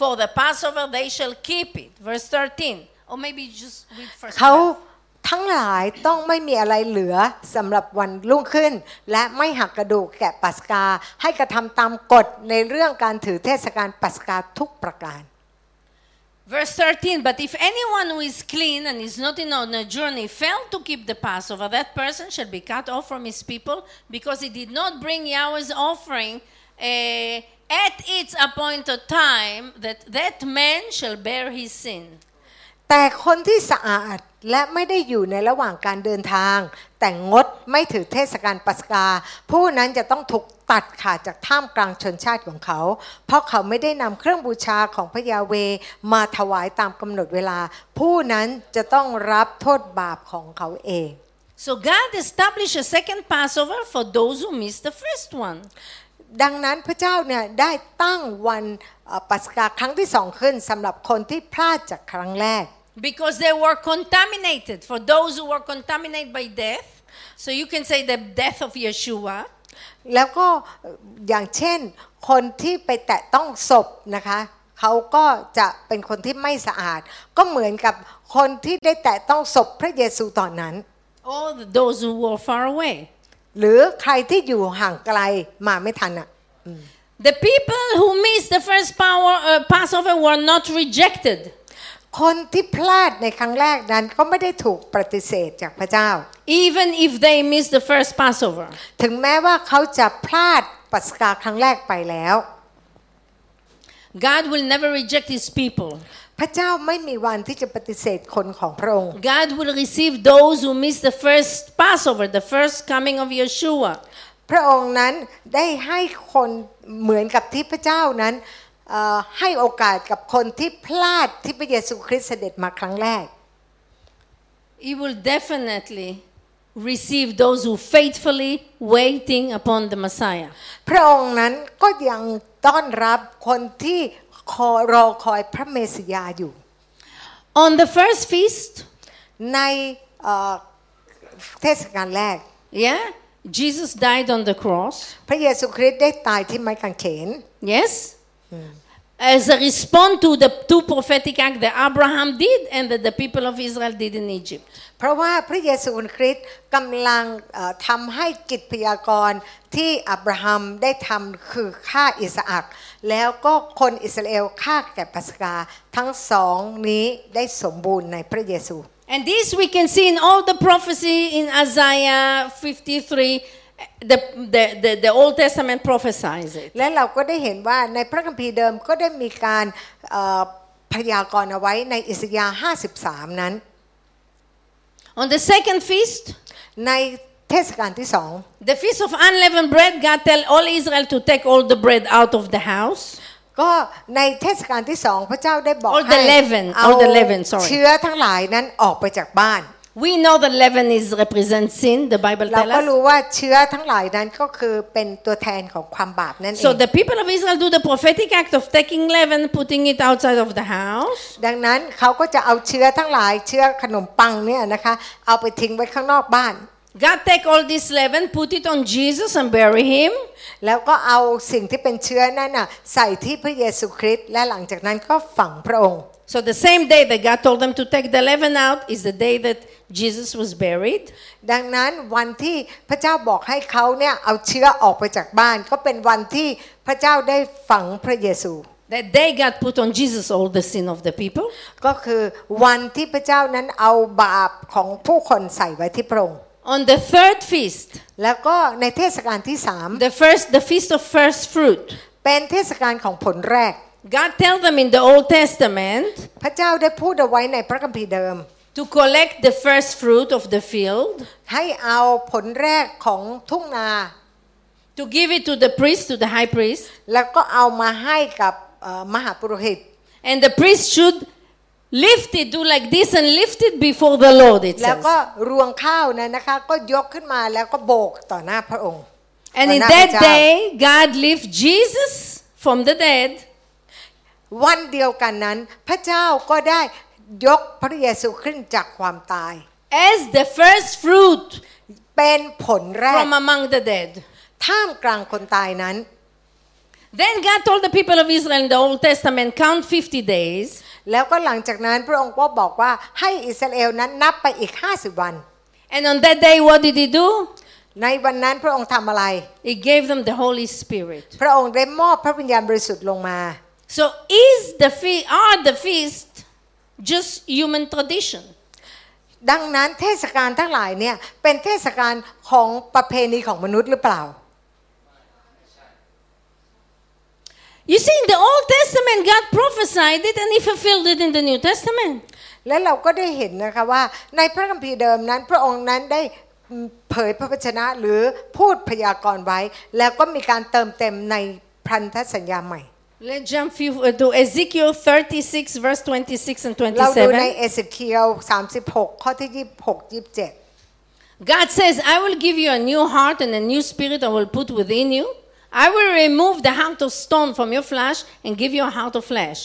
Speaker 1: for the Passover, they shall keep it. Verse 13. Or maybe just read first.
Speaker 2: เขา
Speaker 1: 12.
Speaker 2: ทั้งหลายต้องไม่มีอะไรเหลือสำหรับวันรุ่งขึ้น และไม่หักกระดูกแกะปัสกา ให้กระทำตามกฎในเรื่องการถือเทศกาลปัสกาทุกประการ
Speaker 1: Verse 13. But if anyone who is clean and is not in on a journey failed to keep the Passover, that person shall be cut off from his people because he did not bring Yahweh's offering eh, at its appointed time, that that man shall bear his sin.
Speaker 2: แต่คนที่สะอาดและไม่ได้อยู่ในระหว่างการเดินทาง แต่งดไม่ถือเทศกาลปัสกา ผู้นั้นจะต้องถูกตัดขาดจากท่ามกลางชนชาติของเขา เพราะเขาไม่ได้นำเครื่องบูชาของพระยาเวมาถวายตามกำหนดเวลา ผู้นั้นจะต้องรับโทษบาปของเขาเอง
Speaker 1: So God established a second Passover for those who missed the first one.
Speaker 2: ดังนั้นพระเจ้าเนี่ยได้ตั้งวันเอ่อปัสกาครั้งที่สองขึ้นสำหรับคนที่พลาดจากครั้งแรก
Speaker 1: Because they were contaminated. For those who were contaminated by death, So you can say the death of Yeshua.
Speaker 2: แล้วก็เอ่ออย่างเช่น คนที่ไปแตะต้องศพนะคะเขาก็จะเป็นคนที่ไม่สะอาด ก็เหมือนกับคนที่ได้แตะต้องศพพระเยซูตอนนั้น
Speaker 1: All th- those who were far away.
Speaker 2: หรือใครที่อยู่ห่างไกลมาไม่ทันอ่ะ
Speaker 1: The people who missed the first power, uh, Passover were not rejected.
Speaker 2: คนที่พลาดในครั้งแรกนั้นก็ไม่ได้ถูกปฏิเสธจากพระเจ้า
Speaker 1: Even if they missed the first Passover.
Speaker 2: ถึงแม้ว่าเขาจะพลาดปัสกาครั้งแรกไปแล้ว
Speaker 1: God will never reject his people.
Speaker 2: พระเจ้าไม่มีวันที่จะปฏิเสธคนของพระองค์
Speaker 1: God will receive those who missed the first Passover, the first coming of Yeshua.
Speaker 2: พระองค์นั้นได้ให้คนเหมือนกับที่พระเจ้านั้นเอ่อให้โอกาสกับคนที่พลาดที่พระเยซูคริสต์เสด็จมาครั้งแรก
Speaker 1: He will definitely receive those who faithfully waiting upon the Messiah.
Speaker 2: พระองค์นั้นก็ยังต้อนรับคนที่คอยรอคอยพระเมสยาอยู่
Speaker 1: On the first feast,
Speaker 2: ในเอ่อเทศกาลแรก
Speaker 1: yeah, Jesus died on the cross.
Speaker 2: พระเยซูคริสต์ได้ตายที่ไม้กางเขน
Speaker 1: Yes? As a response to the two prophetic acts that Abraham did and that the people of Israel did in Egypt.
Speaker 2: เพราะว่าพระเยซูคริสต์กำลังเอ่อทำให้กิจพยากรณ์ที่อับราฮัมได้ทำคือฆ่าอิสอักแล้วก็คนอิสราเอลฆ่าแกะปัสกา ทั้งสองนี้ได้สมบูรณ์ในพระเยซู
Speaker 1: And this we can see in all the prophecy in Isaiah 53. The, the, the, the Old Testament prophesies it.
Speaker 2: และเราก็ได้เห็นว่าในพระคัมภีร์เดิมก็ได้มีการเอ่อพยากรณ์เอาไว้ในอิสยาห์53 นั้น
Speaker 1: On the second feast,
Speaker 2: ในเทศกาลที่สอง
Speaker 1: the feast of unleavened bread, God tell all Israel to take all the bread out of the house.
Speaker 2: ก็ในเทศกาลที่สองพระเจ้าได้บอกให้
Speaker 1: All the leaven,
Speaker 2: เอา
Speaker 1: all the leaven, sorry.
Speaker 2: เชื้อทั้งหลายนั้นออกไปจากบ้าน
Speaker 1: We know the leaven is represents sin. The Bible
Speaker 2: เรา
Speaker 1: tells
Speaker 2: ก็
Speaker 1: us.
Speaker 2: รู้ว่าเชื้อทั้งหลายนั้นก็คือเป็นตัวแทนของความบาปนั่นเอ
Speaker 1: So
Speaker 2: ง
Speaker 1: the people of Israel do the prophetic act of taking leaven, putting it outside of the house.
Speaker 2: ดังนั้นเขาก็จะเอาเชื้อทั้งหลายเชื้อขนมปังเนี่ยนะคะเอาไปทิ้งไว้ข้างนอกบ้าน
Speaker 1: God take all this leaven, put it on Jesus, and bury him.
Speaker 2: แล้วก็เอาสิ่งที่เป็นเชื้อนั่นน่ะใส่ที่พระเยซูคริสต์และหลังจากนั้นก็ฝังพระองค์
Speaker 1: So the same day that God told them to take the leaven out is the day that Jesus was buried.
Speaker 2: ดังนั้นวันที่พระเจ้าบอกให้เขาเนี่ยเอาเชื้อออกไปจากบ้าน ก็เป็นวันที่พระเจ้าได้ฝังพระเยซู
Speaker 1: That day God put on Jesus all the sin of the people.
Speaker 2: ก็คือวันที่พระเจ้านั้นเอาบาปของผู้คนใส่ไว้ที่พระองค์
Speaker 1: On the third feast,
Speaker 2: แล้วก็ในเทศกาลที่สาม
Speaker 1: the first the feast of first fruit.
Speaker 2: เป็นเทศกาลของผลแรก
Speaker 1: God tell them in the Old Testament
Speaker 2: พระเจ้าได้พูดเอาไว้ในพระคัมภีร์เดิม
Speaker 1: to collect the first fruit of the field,
Speaker 2: ให้เอาผลแรกของทุ่งนา
Speaker 1: to give it to the priest, to the high priest,
Speaker 2: แล้วก็เอามาให้กับเอ่อมหาปุโรหิต
Speaker 1: and the priest should lift it, do like this and lift it before the Lord. It
Speaker 2: แล้ว
Speaker 1: says.
Speaker 2: ก็รวงข้าวนะนะคะ ก็ยกขึ้นมาแล้วก็โบกต่อหน้าพระองค์
Speaker 1: And
Speaker 2: ต่อ
Speaker 1: in
Speaker 2: หน้าพระ
Speaker 1: that
Speaker 2: เจ้า
Speaker 1: day, God lift Jesus from the dead.
Speaker 2: วันเดียวกันนั้น พระเจ้าก็ได้ยกพระเยซูขึ้นจากความตาย
Speaker 1: as the first fruit
Speaker 2: เป็นผลแรก
Speaker 1: from among the dead.
Speaker 2: ท่ามกลางคนตายนั้น
Speaker 1: Then God told the people of Israel in the Old Testament, count 50 days,
Speaker 2: แล้วก็หลังจากนั้นพระองค์ก็บอกว่าให้อิสราเอลนั้นนับไปอีก 50 วัน
Speaker 1: and on that day, what did He do?
Speaker 2: ในวันนั้นพระองค์ทำอะไร
Speaker 1: He gave them the Holy Spirit.
Speaker 2: พระองค์ได้มอบพระวิญญาณบริสุทธิ์ลงมา
Speaker 1: So, is the fe- are the feast just human tradition?
Speaker 2: ดังนั้นเทศกาลทั้งหลายเนี่ยเป็นเทศกาลของประเพณีของมนุษย์หรือเปล่า
Speaker 1: You see, in the Old Testament, God prophesied it and He fulfilled it in the New Testament.
Speaker 2: และเราก็ได้เห็นนะคะว่าในพระคัมภีร์เดิมนั้น พระองค์นั้นได้เผยพระวจนะหรือพูดพยากรณ์ไว้ แล้วก็มีการเติมเต็มในพันธสัญญาใหม่
Speaker 1: Let's jump few, uh, to Ezekiel 36, verse 26 and
Speaker 2: เราดูใน
Speaker 1: 27.
Speaker 2: เอสเคียว36 ข้อที่ 26 27
Speaker 1: God says, I will give you a new heart and a new spirit I will put within you. I will remove the heart of stone from your flesh and give you a heart of flesh.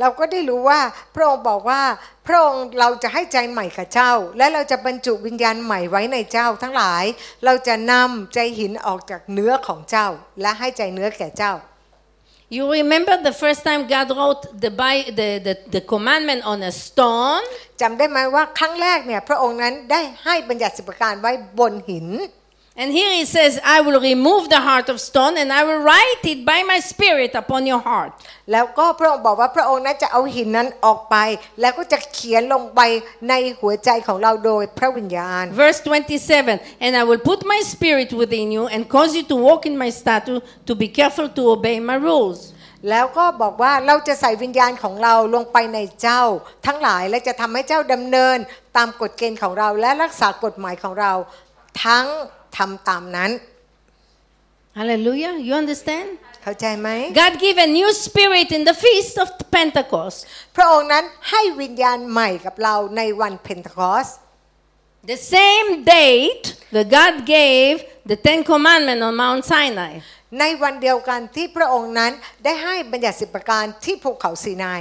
Speaker 2: เราก็ได้รู้ว่าพระองค์บอกว่าพระองค์เราจะให้ใจใหม่กับเจ้า และเราจะบรรจุวิญญาณใหม่ไว้ในเจ้าทั้งหลาย เราจะนำใจหินออกจากเนื้อของเจ้า และให้ใจเนื้อแก่เจ้า
Speaker 1: You remember the first time God wrote the, Bi- the, the, the commandment on a stone?
Speaker 2: จำได้ไหมว่าครั้งแรกเนี่ยพระองค์นั้นได้ให้บัญญัติสิบประการไว้บนหิน
Speaker 1: And here he says, I will remove the heart of stone and I will write it by my spirit upon your heart.
Speaker 2: แล้วก็พระองค์บอกว่าพระองค์นั้นจะเอาหินนั้นออกไป แล้วก็จะเขียนลงไปในหัวใจของเราโดยพระวิญญาณ
Speaker 1: Verse 27 And I will put my spirit within you and cause you to walk in my statute, to be careful to obey my rules.
Speaker 2: แล้วก็บอกว่าเราจะใส่วิญญาณของเราลงไปในเจ้า ทั้งหลายและจะทำให้เจ้าดำเนินตามกฎเกณฑ์ของเราและรักษากฎหมายของเรา ทั้งทำตามนั้น
Speaker 1: Hallelujah. You understand?
Speaker 2: เข้าใจไหม
Speaker 1: God gave a new spirit in the feast of Pentecost.
Speaker 2: พระองค์นั้นให้วิญญาณใหม่กับเราในวันเพนทคอส
Speaker 1: The same date that God gave the Ten Commandments on Mount Sinai.
Speaker 2: ในวันเดียวกันที่พระองค์นั้นได้ให้บัญญัติสิบประการที่ภูเขาซีนาย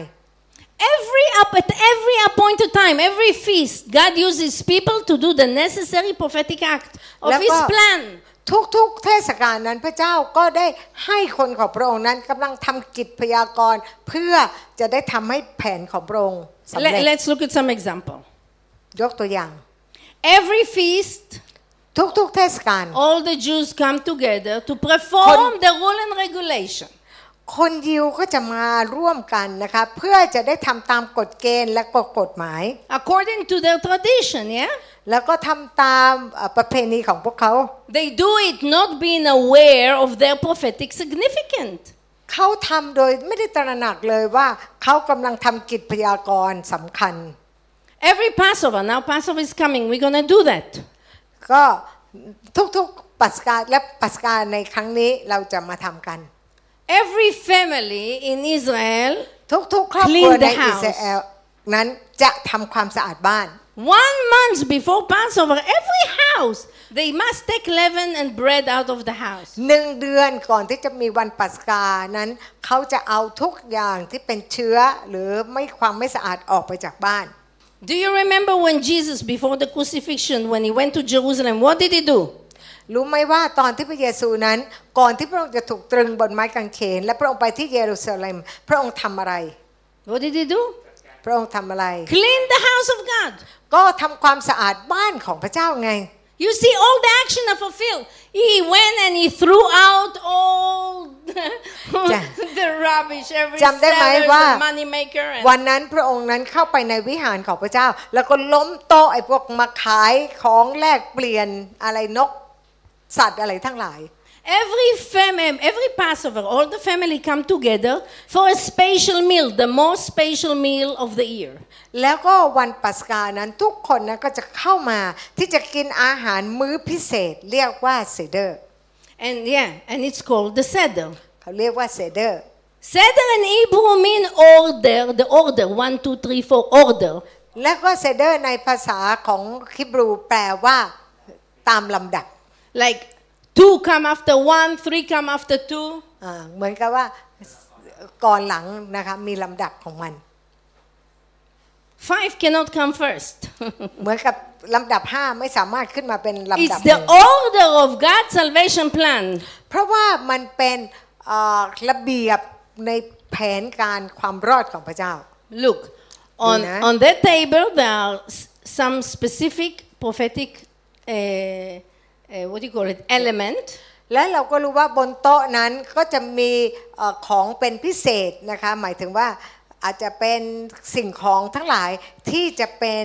Speaker 1: Every up at every appointed time, every feast, God uses people to do the necessary prophetic act of
Speaker 2: Lepo.
Speaker 1: His plan.
Speaker 2: ทุกๆ เทศกาลนั้นพระเจ้าก็ได้ให้คนของพระองค์นั้นกำลังทำกิจพยากรณ์เพื่อจะได้ทำให้แผนของพระองค์
Speaker 1: Le-
Speaker 2: สำเร็จ
Speaker 1: let's look at some example.
Speaker 2: ยกตัวอย่าง
Speaker 1: Every feast,
Speaker 2: ทุกๆ เทศกาล
Speaker 1: all the Jews come together to perform the rule and regulation.
Speaker 2: คนยิวก็จะมาร่วมกันนะคะเพื่อจะได้ทำตามกฎเกณฑ์และกฎกฎหมาย
Speaker 1: According to their tradition, yeah?
Speaker 2: แล้วก็ทำตามเอ่อประเพณีของพวกเขา
Speaker 1: They do it not being aware of their prophetic significance.
Speaker 2: เขาทำโดยไม่ได้ตระหนักเลยว่าเขากำลังทำกิจพยากรณ์สำคัญ
Speaker 1: Every Passover, now Passover is coming, we're going to do that.
Speaker 2: ก็ทุกๆปัสกาและปัสกาในครั้งนี้เราจะมาทำกัน
Speaker 1: Every family in Israel
Speaker 2: ทุกๆ ครอบครัว
Speaker 1: Clean
Speaker 2: ใน
Speaker 1: the
Speaker 2: อิ
Speaker 1: house
Speaker 2: สราเอลนั้นจะทำความสะอาดบ้าน
Speaker 1: One month before Passover, every house, they must take leaven and bread out of the house.
Speaker 2: หนึ่งเดือนก่อนที่จะมีวันปัสกานั้น เขาจะเอาทุกอย่างที่เป็นเชื้อหรือไม่ความไม่สะอาดออกไปจากบ้าน
Speaker 1: Do you remember when Jesus, before the crucifixion, when he went to Jerusalem, what did he do?
Speaker 2: รู้ไหมว่าตอนที่พระเยซูนั้น ก่อนที่พระองค์จะถูกตรึงบนไม้กางเขน และพระองค์ไปที่เยรูซาเล็ม พระองค์ทำอะไร
Speaker 1: What did he do?
Speaker 2: พระองค์ทำอะไร
Speaker 1: Clean the house of God.
Speaker 2: ก็ทำความสะอาดบ้านของพระเจ้าไง
Speaker 1: You see, all the action are fulfilled. He went and he threw out all the, the rubbish, every
Speaker 2: จำได้ไหม
Speaker 1: sellers
Speaker 2: ว่า
Speaker 1: and money maker. And
Speaker 2: วันนั้นพระองค์นั้นเข้าไปในวิหารของพระเจ้า แล้วก็ล้มโต๊ะไอ้พวกมาขายของแลกเปลี่ยนอะไรนก สัตว์อะไรทั้งหลาย
Speaker 1: every family, every Passover, all the family come together for a special meal, the most special meal of the year.
Speaker 2: แล้วก็วันปัสกานั้นทุกคนนั้นก็จะเข้ามาที่จะกินอาหารมื้อพิเศษ เรียกว่าเซเดอร์
Speaker 1: And yeah, and it's called the Seder.
Speaker 2: เขาเรียกว่าเซเดอร์
Speaker 1: Seder in Hebrew mean order, the order, one, two, three, four, order.
Speaker 2: แล้วก็เซเดอร์ในภาษาของคิบรูแปลว่าตามลำดับ
Speaker 1: Like two come after one, three come after two.
Speaker 2: อ่าเหมือนกับว่าก่อนหลังนะคะมีลำดับของมัน
Speaker 1: Five cannot come first.
Speaker 2: เหมือนกับลำดับ 5 ไม่สามารถขึ้นมาเป็นลำดั
Speaker 1: it's
Speaker 2: บห
Speaker 1: the
Speaker 2: นึ่ง
Speaker 1: order of God's salvation plan.
Speaker 2: เพราะว่ามันเป็นเอ่อระเบียบในแผนการความรอดของพระเจ้า
Speaker 1: Look, on,
Speaker 2: Una.
Speaker 1: on that table there are s- some specific prophetic, uh, uh, what do you call it, element.
Speaker 2: และเราก็รู้ว่าบนโต๊ะนั้นก็จะมีเอ่อของเป็นพิเศษนะคะหมายถึงว่าอาจจะเป็นสิ่งของทั้งหลายที่จะเป็น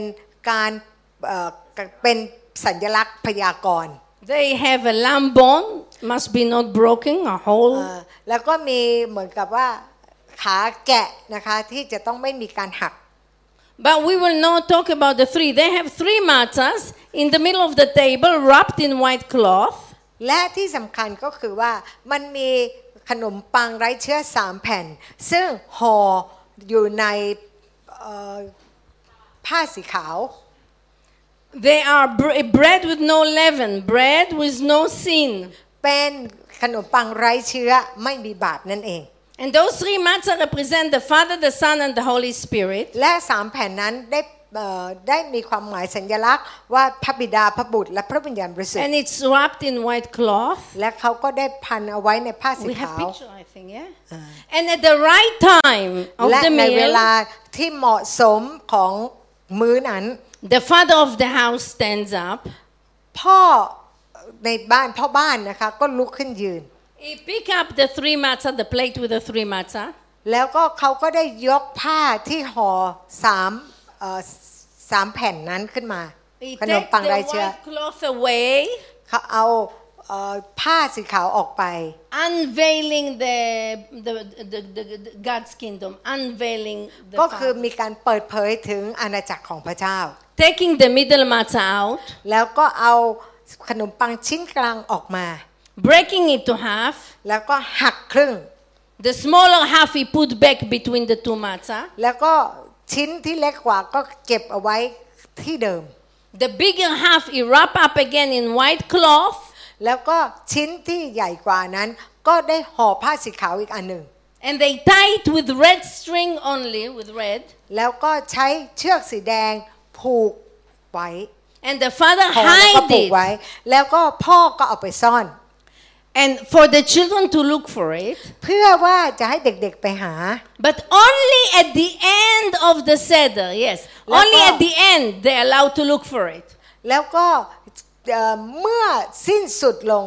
Speaker 2: การเอ่อเป็นสัญลักษณ์พยากรณ์
Speaker 1: They have a lamb bone, must be not broken, a whole.
Speaker 2: เอ่อแล้วก็มีเหมือนกับว่าขาแกะนะคะที่จะต้องไม่มีการหัก
Speaker 1: But we will not talk about the three. They have three matzahs in the middle of the table, wrapped in white cloth.
Speaker 2: และที่สำคัญก็คือว่ามันมีขนมปังไร้เชื้อสามแผ่น ซึ่งห่ออยู่ในเอ่อผ้าสีขาว
Speaker 1: They are br- bread with no leaven, bread with no sin.
Speaker 2: เป็นขนมปังไร้เชื้อไม่มีบาปนั่นเอง
Speaker 1: And those three matzah represent the Father, the Son, and the Holy Spirit.
Speaker 2: และสามแผ่นนั้นได้เอ่อได้มีความหมายสัญลักษณ์ว่าพระบิดาพระบุตรและพระวิญญาณบริสุทธิ์
Speaker 1: And it's wrapped in white cloth.
Speaker 2: และเขาก็ได้พันเอาไว้ในผ้าสี
Speaker 1: We have
Speaker 2: ขาว
Speaker 1: picture, I think, yeah? And at the right time of
Speaker 2: และ
Speaker 1: the
Speaker 2: ในเว
Speaker 1: meal,
Speaker 2: ลาที่เหมาะสมของมื้อนั้น
Speaker 1: the father of the house stands up.
Speaker 2: พ่อในบ้านพ่อบ้านนะคะก็ลุกขึ้นยืน
Speaker 1: He pick up the three matzah, the plate with the three matzah,
Speaker 2: แล้วก็เขาก็ได้ยกผ้าที่ห่อสามเอ่อสามแผ่นนั้นขึ้นมา
Speaker 1: He
Speaker 2: ขนม
Speaker 1: take
Speaker 2: ปัง
Speaker 1: the
Speaker 2: ไรเชื้อ
Speaker 1: white cloth away,
Speaker 2: เขาเอาเอ่อผ้าสีขาวออกไป
Speaker 1: unveiling the, the, the, the, the God's kingdom, unveiling
Speaker 2: ก็
Speaker 1: the
Speaker 2: คือ
Speaker 1: Father.
Speaker 2: มีการเปิดเผยถึงอาณาจักรของพระเจ้า
Speaker 1: Taking the middle matzah out,
Speaker 2: แล้วก็เอาขนมปังชิ้นกลางออกมา
Speaker 1: breaking it to half.
Speaker 2: แล้วก็หักครึ่ง
Speaker 1: The smaller half he put back between the two matzah.
Speaker 2: แล้วก็ชิ้นที่เล็กกว่าก็เก็บเอาไว้ที่เดิม
Speaker 1: The bigger half he wrap up again in white cloth.
Speaker 2: แล้วก็ชิ้นที่ใหญ่กว่านั้น ก็ได้ห่อผ้าสีขาวอีกอันหนึ่ง
Speaker 1: And they tie it with red string only, with red.
Speaker 2: แล้วก็ใช้เชือกสีแดงผูกไว้
Speaker 1: And the father
Speaker 2: ห่อแล้วก็
Speaker 1: hide
Speaker 2: ผูก
Speaker 1: it.
Speaker 2: ไว้ แล้วก็พ่อก็เอาไปซ่อน
Speaker 1: And for the children to look for it.
Speaker 2: เพื่อว่าจะให้เด็กๆไปหา
Speaker 1: But only at the end of the seder, yes.
Speaker 2: Like
Speaker 1: only
Speaker 2: that.
Speaker 1: at the end they're allowed to look for it.
Speaker 2: แล้วก็เอ่อเมื่อสิ้นสุดลง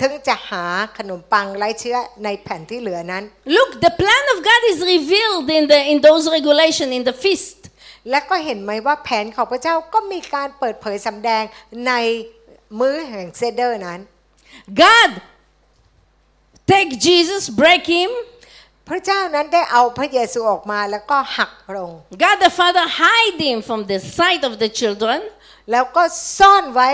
Speaker 2: ถึงจะหาขนมปังไร้เชื้อในแผ่นที่เหลือนั้น
Speaker 1: Look, the plan of God is revealed in the in those regulation in the feast.
Speaker 2: และก็เห็นไหมว่าแผนของพระเจ้าก็มีการเปิดเผยสำแดงในมื้อแห่งเซเดอร์นั้น
Speaker 1: God take Jesus, break him.
Speaker 2: พระเจ้านั้นได้เอาพระเยซูออกมาแล้วก็หักลง
Speaker 1: God the Father hide him from the sight of the children.
Speaker 2: แล้วก็ซ่อนไว้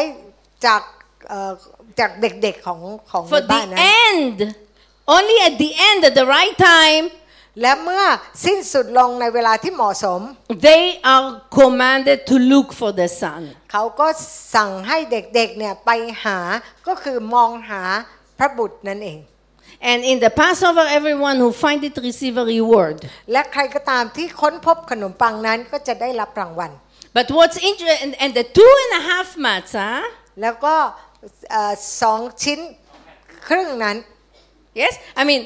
Speaker 2: จากเอ่อจากเด็กๆของของใน
Speaker 1: For
Speaker 2: บ้าน
Speaker 1: the
Speaker 2: นั้น
Speaker 1: end, only at the end, at the right time,
Speaker 2: และเมื่อสิ้นสุดลงในเวลาที่เหมาะสม
Speaker 1: they are commanded to look for the son.
Speaker 2: เขาก็สั่งให้เด็กๆเนี่ยไปหาก็คือมองหาพระบุตรนั่นเอง
Speaker 1: And in the Passover, everyone who find it receive a reward.
Speaker 2: และใครก็ตามที่ค้นพบขนมปังนั้นก็จะได้รับรางวัล
Speaker 1: But what's interesting, and, and the two and a half matzah,
Speaker 2: แล้วก็เอ่อสองชิ้นครึ่งนั้น
Speaker 1: yes, I mean,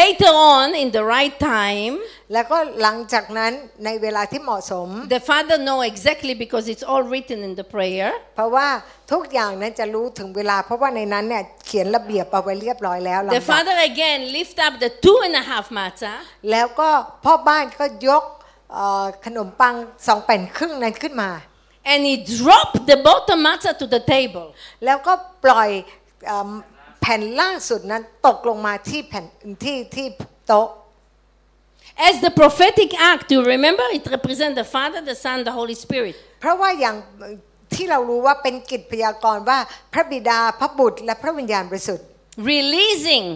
Speaker 1: later on in the right time,
Speaker 2: แล้วก็หลังจากนั้นในเวลาที่เหมาะสม
Speaker 1: the father know exactly because it's all written in the prayer.
Speaker 2: เพราะว่าทุกอย่างนั้นจะรู้ถึงเวลา เพราะว่าในนั้นเนี่ยเขียนระเบียบเอาไว้เรียบร้อยแล้วลำ
Speaker 1: The
Speaker 2: ดับ
Speaker 1: father again lift up the two and a half matzah
Speaker 2: แล้วก็พ่อบ้านก็ยกเอ่อขนมปังสองแผ่นครึ่งนั้นขึ้นมา
Speaker 1: and he drop the bottom matzah to the table.
Speaker 2: แล้วก็ปล่อยเอมแผ่นล่างสุดนั้นตกลงมาที่แผ่นที่ที่โต๊ะ
Speaker 1: As the prophetic act, you remember it represents the Father, the Son, the Holy Spirit.
Speaker 2: เพราะว่าอย่างที่เรารู้ว่าเป็นกิจพยากรณ์ว่าพระบิดาพระบุตรและพระวิญญาณบริสุทธิ์
Speaker 1: Releasing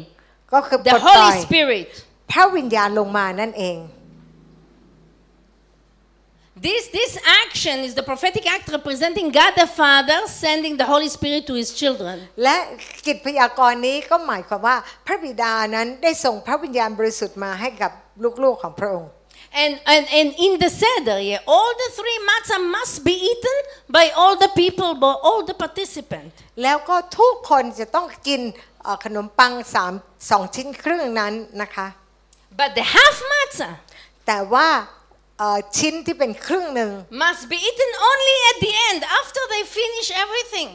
Speaker 2: ก็คือปล
Speaker 1: the
Speaker 2: ดปล่อย
Speaker 1: Holy Spirit.
Speaker 2: พระวิญญาณลงมานั่นเอง
Speaker 1: This, this action is the prophetic act representing God the Father sending the Holy Spirit to his children.
Speaker 2: และกิจพยากรณ์นี้ก็หมายความว่าพระบิดานั้นได้ส่งพระวิญญาณบริสุทธิ์มาให้กับลูกๆของพระองค์
Speaker 1: And, and, and in the Seder, yeah, all the three matzah must be eaten by all the people, by all the participants.
Speaker 2: แล้วก็ทุกคนจะต้องกินเอ่อขนมปังสามสองชิ้นครึ่งนั้นนะคะ
Speaker 1: But the half matzah
Speaker 2: แต่ว่าเอ่อชิ้นที่เป็นครึ่งหนึ่ง
Speaker 1: must be eaten only at the end, after they finish everything.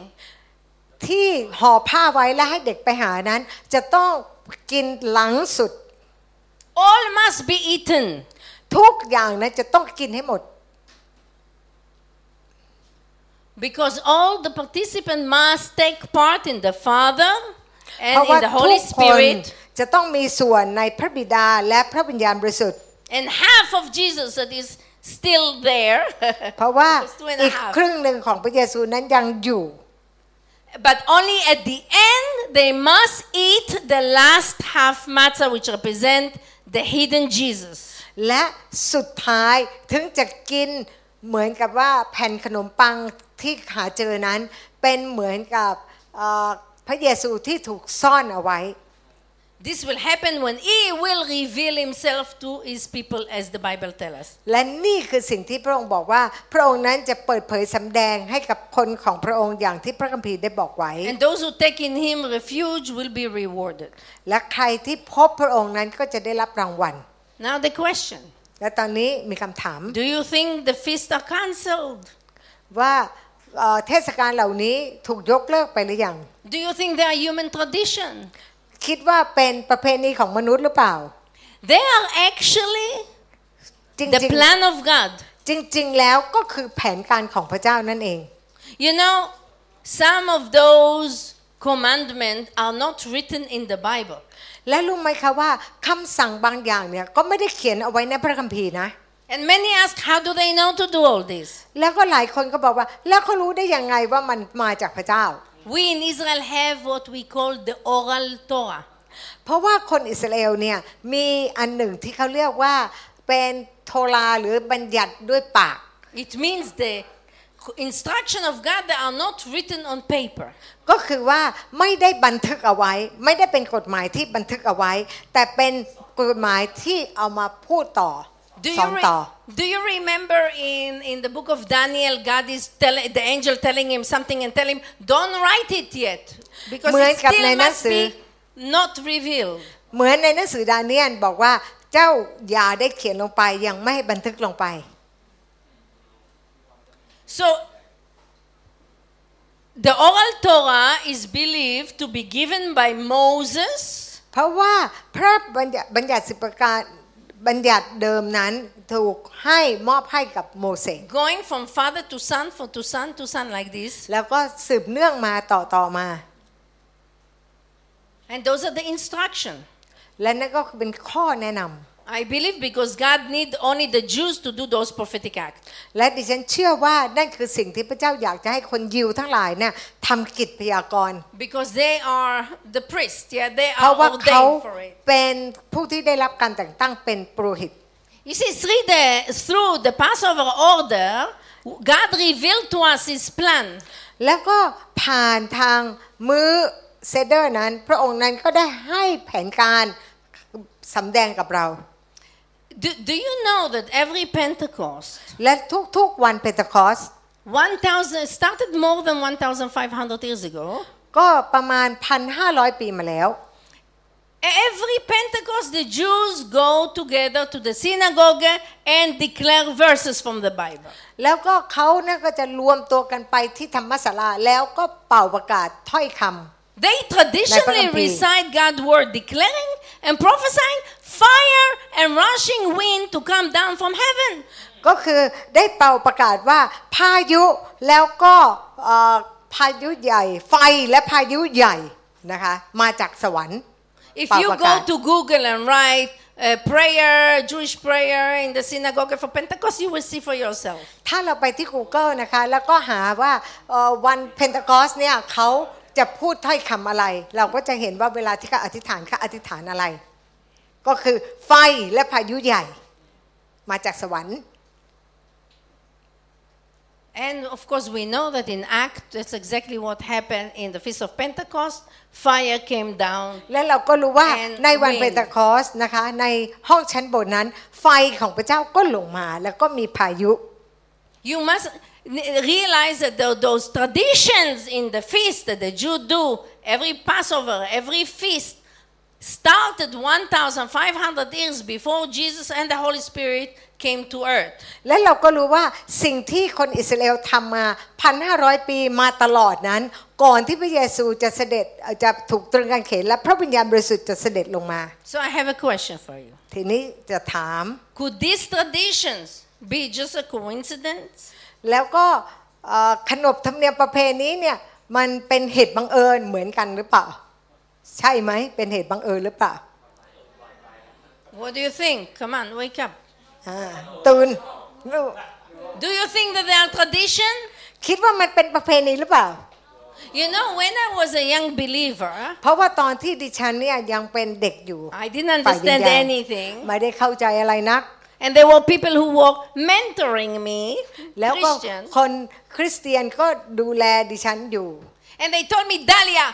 Speaker 2: ที่ห่อผ้าไว้และให้เด็กไปหานั้น จะต้องกินหลังสุด
Speaker 1: All must be eaten.
Speaker 2: ทุกอย่างนะจะต้องกินให้หมด
Speaker 1: Because all the participants must take part in the Father
Speaker 2: เพราะ
Speaker 1: and
Speaker 2: ว่า
Speaker 1: in the
Speaker 2: ทุ
Speaker 1: Holy
Speaker 2: กคน
Speaker 1: Spirit
Speaker 2: จะต้องมีส่วนในพระบิดาและพระวิญญาณบริสุทธิ์
Speaker 1: and half of Jesus that is still there.
Speaker 2: เพราะว่า
Speaker 1: Just two and a
Speaker 2: อีก
Speaker 1: half.
Speaker 2: ครึ่งหนึ่งของพระเยซูนั้นยังอยู่
Speaker 1: But only at the end they must eat the last half matzah which represent the hidden Jesus.
Speaker 2: และสุดท้ายถึงจะกินเหมือนกับว่าแผ่นขนมปังที่หาเจอนั้น เป็นเหมือนกับเอ่อพระเยซูที่ถูกซ่อนเอาไว้
Speaker 1: This will happen when he will reveal himself to his people as the Bible tells us.
Speaker 2: และนี่คือสิ่งที่พระองค์บอกว่า พระองค์นั้นจะเปิดเผยสำแดงให้กับคนของพระองค์อย่างที่พระคัมภีร์ได้บอกไว้
Speaker 1: And those who take in him refuge will be rewarded.
Speaker 2: และใครที่พบพระองค์นั้นก็จะได้รับรางวัล
Speaker 1: Now the question,
Speaker 2: และตอนนี้มีคำถาม
Speaker 1: do you think the feasts are cancelled?
Speaker 2: ว่าเอ่อเทศกาลเหล่านี้ถูกยกเลิกไปหรือยัง
Speaker 1: Do you think they are human tradition?
Speaker 2: คิดว่าเป็นประเพณีของมนุษย์หรือเปล่า
Speaker 1: They are actually
Speaker 2: จริง
Speaker 1: the plan of God.
Speaker 2: ๆจริง ๆ แล้วก็คือแผนการของพระเจ้านั่นเอง
Speaker 1: You know, some of those commandments are not written in the Bible.
Speaker 2: และรู้ไหมคะว่าคำสั่งบางอย่างเนี่ยก็ไม่ได้เขียนเอาไว้ในพระคัมภีร์นะ
Speaker 1: And many ask, how do they know to do all this?
Speaker 2: แล้วก็หลายคนก็บอกว่า แล้วเขารู้ได้ยังไงว่ามันมาจากพระเจ้า
Speaker 1: We in Israel have what we call the oral Torah.
Speaker 2: เพราะว่าคนอิสราเอลเนี่ยมีอันหนึ่งที่เขาเรียกว่าเป็นโทราหรือบัญญัติด้วยปาก
Speaker 1: It means the instruction of God that are not written on paper.
Speaker 2: ก็คือว่าไม่ได้บันทึกเอาไว้ ไม่ได้เป็นกฎหมายที่บันทึกเอาไว้ แต่เป็นกฎหมายที่เอามาพูดต่อ
Speaker 1: Do
Speaker 2: สอน
Speaker 1: you, re-
Speaker 2: ต่อ
Speaker 1: do you remember in, in the book of Daniel, God is tell, the angel telling him something and telling him, don't write it yet because
Speaker 2: เหมือน
Speaker 1: it
Speaker 2: กับใน
Speaker 1: still
Speaker 2: หนัง
Speaker 1: must
Speaker 2: สือ
Speaker 1: be not revealed.
Speaker 2: เหมือนในหนังสือดาเนียนบอกว่าเจ้าอย่าได้เขียนลงไปยังไม่ให้บันทึกลงไป
Speaker 1: So the oral Torah is believed to be given by Moses
Speaker 2: เพราะว่าพระบัญญัติบัญญัติสิบประการบัญญัติเดิมนั้นถูกให้มอบให้กับโมเสส
Speaker 1: going from father to son, from to son to son like this.
Speaker 2: แล้วก็สืบเนื่องมาต่อต่อมา
Speaker 1: And those are the instruction.
Speaker 2: และนั่นก็คือเป็นข้อแนะนำ
Speaker 1: I believe because God need only the Jews to do those prophetic acts.
Speaker 2: และดิฉันเชื่อว่านั่นคือสิ่งที่พระเจ้าอยากจะให้คนยิวทั้งหลายเนี่ยทำกิจพยากรณ์
Speaker 1: Because they are the priests, yeah, they
Speaker 2: เพราะ
Speaker 1: are
Speaker 2: ว่าเขา
Speaker 1: ordained for it.
Speaker 2: เป็นผู้ที่ได้รับการแต่งตั้งเป็นปุโรหิต
Speaker 1: You see, through the, through the Passover order, God revealed to us His plan.
Speaker 2: แล้วก็ผ่านทางมื้อเซเดอร์นั้น พระองค์นั้นก็ได้ให้แผนการสำแดงกับเรา
Speaker 1: Do, do you know that every Pentecost,
Speaker 2: และทุกๆวันเปนเตคอส
Speaker 1: 1000 started more than 1500 years ago
Speaker 2: ก็ประมาณ 1,500 ปีมาแล้ว
Speaker 1: E every pentecost the jews go together to the synagogue and declare verses from the bible
Speaker 2: แล้วก็เขาเนี่ยก็จะรวมตัวกันไปที่ธรรมศาลาแล้วก็เป่าประกาศถ้อยคำ
Speaker 1: they traditionally
Speaker 2: Like Pagkapi.
Speaker 1: recite god's word declaring and prophesying fire and rushing wind to come down from heaven
Speaker 2: ก็คือได้เป่าประกาศว่าพายุแล้วก็เอ่อพายุใหญ่ ไฟและพายุใหญ่นะคะมาจากสวรรค์
Speaker 1: if
Speaker 2: Pao
Speaker 1: you go
Speaker 2: Pagkat.
Speaker 1: to google and write a prayer jewish prayer in the synagogue for pentecost you will see for yourself
Speaker 2: ถ้าเราไปที่ Google นะคะแล้วก็หาว่าเอ่อวันเพนท c คอสเนี่ยเขาจะพูดถ้อยคำอะไร เราก็จะเห็นว่าเวลาที่เขาอธิษฐานเขาอธิษฐานอะไร ก็คือไฟและพายุใหญ่ มาจากสวรรค์
Speaker 1: And of course, we know that in Acts, that's exactly what happened in the Feast of Pentecost. Fire came down.
Speaker 2: และเราก็รู้ว่า
Speaker 1: And
Speaker 2: ในวัน
Speaker 1: wind.
Speaker 2: เปนท c คอสนะคะในห้องชั้นบนนั้น ไฟของพระเจ้าก็ลงมาแล้วก็มีพายุ
Speaker 1: You must n- realize that tho- those traditions in the feast that the Jew do, every Passover, every feast, started 1,500 years before Jesus and the Holy Spirit came to earth.
Speaker 2: และเราก็รู้ว่าสิ่งที่คนอิสราเอลทำมา 1,500 ปีมาตลอดนั้น ก่อนที่พระเยซูจะเสด็จเอ่อจะถูกตรึงกางเขนและพระวิญญาณบริสุทธิ์จะเสด็จลงมา
Speaker 1: So I have a question for you.
Speaker 2: ทีนี้จะถาม
Speaker 1: Could these traditions be just a coincidence?
Speaker 2: แล้วก็เอ่อขนบธรรมเนียมประเพณีเนี่ยมันเป็นเหตุบังเอิญเหมือนกันหรือเปล่า ใช่ไหมเป็นเหตุบังเอิญหรือเปล่า
Speaker 1: What do you think? Come on, wake up.
Speaker 2: อ่าตื่นรู้
Speaker 1: Do you think that they are tradition?
Speaker 2: คิดว่ามันเป็นประเพณีหรือเปล่า
Speaker 1: You know, when I was a young believer,
Speaker 2: เพราะว่าตอนที่ดิฉันเนี่ยยังเป็นเด็กอยู่
Speaker 1: I didn't
Speaker 2: ฝ่ายวิญ
Speaker 1: understand
Speaker 2: ญาณ
Speaker 1: anything.
Speaker 2: ไม่ได้เข้าใจอะไรนัก
Speaker 1: And there were people who were mentoring me, oh,
Speaker 2: แล้วก็
Speaker 1: Christian,
Speaker 2: คนคริสเตียนก็ดูแลดิฉันอยู่
Speaker 1: and they told me, Dahlia,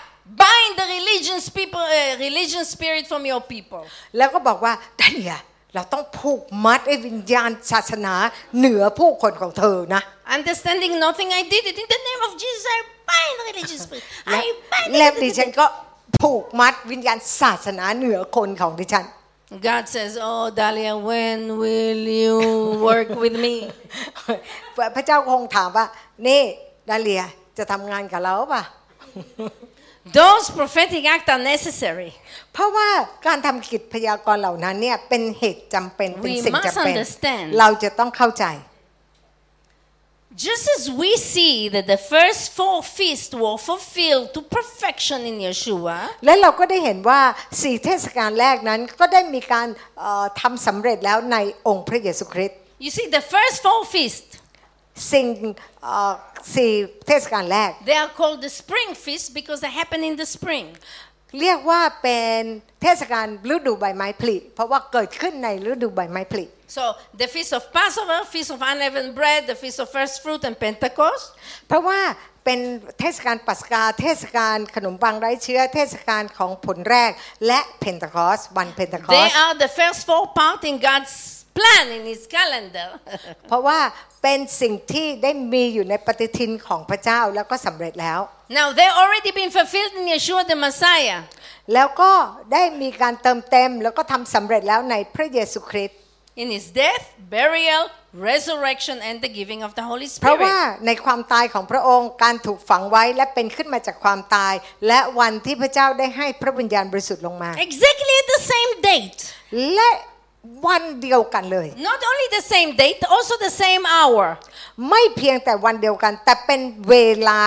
Speaker 1: bind the religious people, uh, religion spirit from your people.
Speaker 2: แล้วก็บอกว่าดาเนียเราต้องผูกมัดไอ้วิญญาณศาสนาเหนือผู้คนของเธอนะ
Speaker 1: Understanding nothing, I did it in the name of Jesus. I bind religious spirit.
Speaker 2: และ
Speaker 1: I bind.
Speaker 2: และดิฉันก็ผูกมัดวิญญาณศาสนาเหนือคนของดิฉัน
Speaker 1: God says, "Oh, Dahlia, when will you work with me?"
Speaker 2: พระเจ้าคงถามว่า นี่ดาเลียจะทำงานกับเราป่ะ
Speaker 1: Those prophetic acts are necessary.
Speaker 2: เพราะว่าการทำกิจพยากรณ์เหล่านั้นเนี่ยเป็นเหตุจำเป็น เป็น
Speaker 1: We
Speaker 2: สิ่ง
Speaker 1: must
Speaker 2: จำเป็น
Speaker 1: understand.
Speaker 2: เราจะต้องเข้าใจ
Speaker 1: Just as we see that the first four feasts were fulfilled to perfection in Yeshua,
Speaker 2: และเราก็ได้เห็นว่าสี่เทศกาลแรกนั้นก็ได้มีการเอ่อทำสำเร็จแล้วในองค์พระเยซูคริสต์
Speaker 1: you see, the first four feasts,
Speaker 2: สิ่งเอ่อสี่เทศกาลแรก
Speaker 1: they are called the spring feasts because they happen in the spring.
Speaker 2: เรียกว่าเป็นเทศกาลฤดูใบไม้ผลิ เพราะว่าเกิดขึ้นในฤดูใบไม้ผลิ
Speaker 1: So the feast of Passover, feast of unleavened bread, the feast of first fruit, and Pentecost.
Speaker 2: เพราะว่าเป็นเทศกาลปัสกา เทศกาลขนมปังไร้เชื้อ เทศกาลของผลแรก และเพนทคอสวันเพนทคอ
Speaker 1: They
Speaker 2: ส
Speaker 1: are the first four part in God's plan in His calendar.
Speaker 2: เพราะว่าเป็นสิ่งที่ได้มีอยู่ในปฏิทินของพระเจ้าแล้วก็สำเร็จแล้ว
Speaker 1: now they already been fulfilled in Yeshua the Messiah.
Speaker 2: แล้วก็ได้มีการเติมเต็มแล้วก็ทำสำเร็จแล้วในพระเยซูคริสต์
Speaker 1: in his death, burial, resurrection, and the giving of the Holy
Speaker 2: เพราะว่า
Speaker 1: Spirit.
Speaker 2: ในความตายของพระองค์การถูกฝังไว้และเป็นขึ้นมาจากความตาย และวันที่พระเจ้าได้ให้พระวิญญาณบริสุทธิ์ลงมา
Speaker 1: Exactly at the same date.
Speaker 2: และวันเดียวกันเลย
Speaker 1: Not only the same date, also the same hour.
Speaker 2: ไม่เพียงแต่วันเดียวกัน แต่เป็นเวลา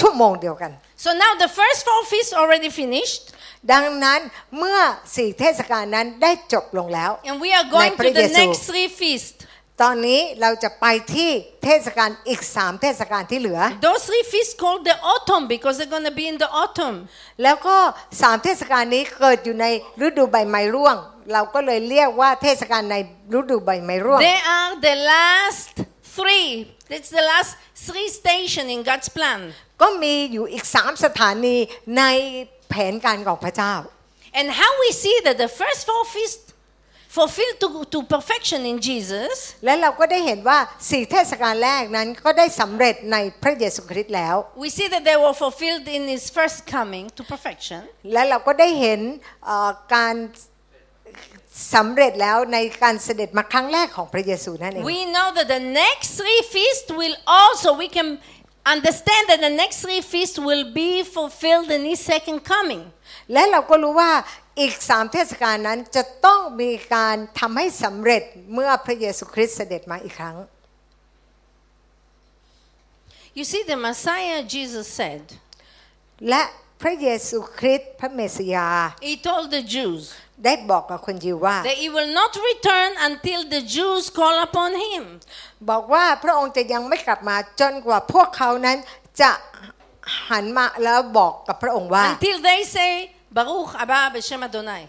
Speaker 2: ชั่วโมงเดียวกัน
Speaker 1: So now the first four feasts already finished,
Speaker 2: ดังนั้นเมื่อสี่เทศกาลนั้นได้จบลงแล้ว
Speaker 1: and we are going to
Speaker 2: prie
Speaker 1: the
Speaker 2: Gesù.
Speaker 1: next three feasts.
Speaker 2: ตอนนี้เราจะไปที่เทศกาลอีกสามเทศกาลที่เหลือ
Speaker 1: Those three feasts called the autumn because they're going to be in the autumn.
Speaker 2: แล้วก็สามเทศกาลนี้เกิดอยู่ในฤดูใบไม้ร่วง เราก็เลยเรียกว่าเทศกาลในฤดูใบไม้ร่วง
Speaker 1: They are the last three. That's the last three station in God's plan.
Speaker 2: ก็มีอยู่อีกสามสถานีในแผนการของพระเจ้า
Speaker 1: And how we see that the first four feasts fulfilled to, to perfection in Jesus,
Speaker 2: และเราก็ได้เห็นว่าสี่เทศกาลแรกนั้นก็ได้สำเร็จในพระเยซูคริสต์แล้ว
Speaker 1: We see that they were fulfilled in his first coming to perfection.
Speaker 2: และเราก็ได้เห็นเอ่อการสำเร็จแล้วในการเสด็จมาครั้งแรกของพระเยซูนั่นเอง
Speaker 1: We know that the next three feasts will also, we can understand that the next three feasts will be fulfilled in his second coming.
Speaker 2: และเราก็รู้ว่าอีกสามเทศกาลนั้นจะต้องมีการทำให้สำเร็จเมื่อพระเยซูคริสต์เสด็จมาอีกครั้ง
Speaker 1: You see, the Messiah Jesus said,
Speaker 2: และพระเยซูคริสต์พระเมสสยา
Speaker 1: He told the Jews
Speaker 2: ได้บอกกับคนยิวว่า
Speaker 1: that He will not return until the Jews call upon Him.
Speaker 2: บอกว่าพระองค์จะยังไม่กลับมาจนกว่าพวกเขานั้นจะหันมาแล้วบอกกับพระองค์ว่า
Speaker 1: Until they say, Baruch Abba B'Shem Adonai.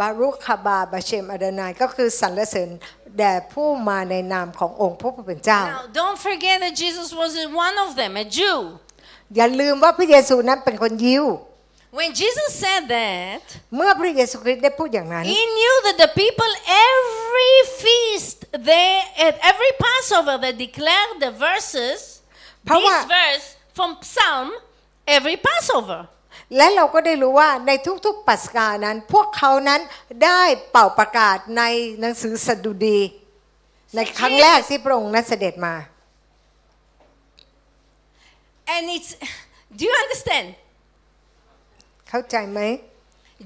Speaker 2: บารุคบาบาเชมอดานายก็คือสรรเสริญแด่ผู้มาในนามขององค์พระผู้เป็นเจ้า
Speaker 1: Now, don't forget that Jesus was one of them, a Jew.
Speaker 2: อย่าลืมว่าพระเยซูนั้นเป็นคนยิว
Speaker 1: When Jesus said that,
Speaker 2: เมื่อพระเยซูคริสต์ได้พูดอย่างนั้น
Speaker 1: He knew that the people every feast they at every Passover they declared the verses
Speaker 2: เพราะว่า
Speaker 1: this verse from Psalm every Passover
Speaker 2: และเราก็ได้รู้ว่าในทุกๆปัสกานั้น พวกเขานั้นได้เป่าประกาศในหนังสือสดุดี ในครั้งแรกที่พระองค์นั้นเสด็จมา
Speaker 1: and it's do you understand
Speaker 2: เข้าใจไหม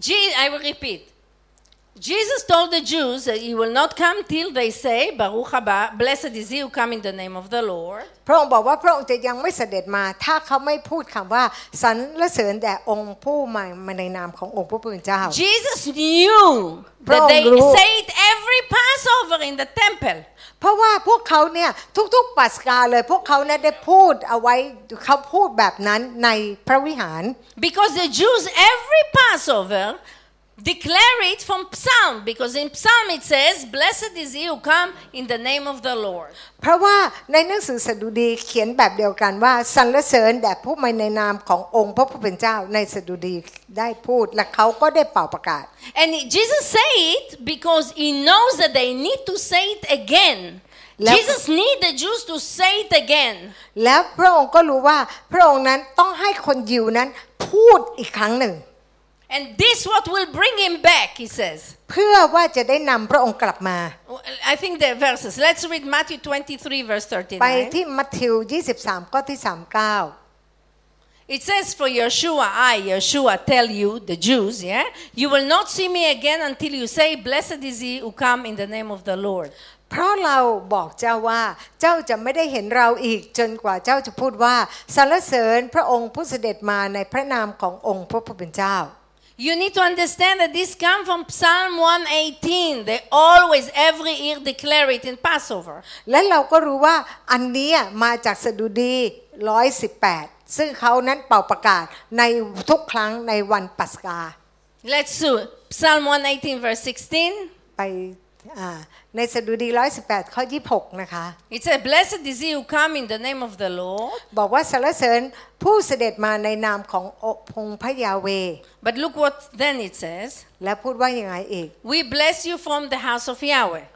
Speaker 1: Je- I will repeat Jesus told the Jews that he will not come till they say Baruch haba blessed is he who come in the name of the Lord
Speaker 2: พระองค์บอกว่าพระองค์จะยังไม่เสด็จมา ถ้าเขาไม่พูดคำว่าสรรเสริญแด่องค์ผู้มาในนามขององค์พระผู้เป็นเจ้า
Speaker 1: Jesus knew Oh. that they
Speaker 2: Prongru.
Speaker 1: say it every Passover in the temple
Speaker 2: เพราะว่าพวกเขาเนี่ยทุกๆปัสกาเลย พวกเขาเนี่ยได้พูดเอาไว้เขาพูดแบบนั้นในพระวิหาร
Speaker 1: Because the Jews every Passover Declare it from Psalm, because in Psalm it says, Blessed is he who come in the name of the Lord.
Speaker 2: เพราะว่าในหนังสือสดุดีเขียนแบบเดียวกันว่าสรรเสริญแด่ผู้มาในนามขององค์พระผู้เป็นเจ้าในสดุดีได้พูด และเขาก็ได้เป่าประกาศ
Speaker 1: And Jesus say it because he knows that they need to say it again.
Speaker 2: Love-
Speaker 1: Jesus need the Jews to say it again.
Speaker 2: แล้วพระองค์ก็รู้ว่าพระองค์นั้นต้องให้คนยิวนั้นพูดอีกครั้งหนึ่ง
Speaker 1: And this what will bring him back, he says.
Speaker 2: เพื่อว่าจะได้นำพระองค์กลับมา
Speaker 1: Well, I think the verses. Let's read Matthew 23 verse
Speaker 2: ไป
Speaker 1: 39.
Speaker 2: ที่มัทธิว 23 ข้อที่ 39
Speaker 1: It says, For Yeshua, I, Yeshua, tell you, the Jews, yeah, you will not see me again until you say, Blessed is he who come in the name of the Lord.
Speaker 2: เพราะเราบอกเจ้าว่าเจ้าจะไม่ได้เห็นเราอีกจนกว่าเจ้าจะพูดว่าสรรเสริญพระองค์ผู้เสด็จมาในพระนามขององค์พระผู้เป็นเจ้า
Speaker 1: You need to understand that this comes from Psalm 118. They always, every year, declare it in Passover.
Speaker 2: และเราก็รู้ว่าอันเนี้ยมาจากสดุดี 118 ซึ่งเขานั้นเป่าประกาศในทุกครั้งในวันปัสกา
Speaker 1: Let's do it. Psalm 118, verse 16.
Speaker 2: ไปอ่าในสดุดี 118 ข้อ 26 นะคะ
Speaker 1: It says, Blessed is he who come in the name of the Lord.
Speaker 2: บอกว่าสรรเสริญผู้เสด็จมาในนามขององค์พระยาเว
Speaker 1: But look what then it says.
Speaker 2: และพูดว่ายังไงอีก
Speaker 1: We bless you from the house of Yahweh.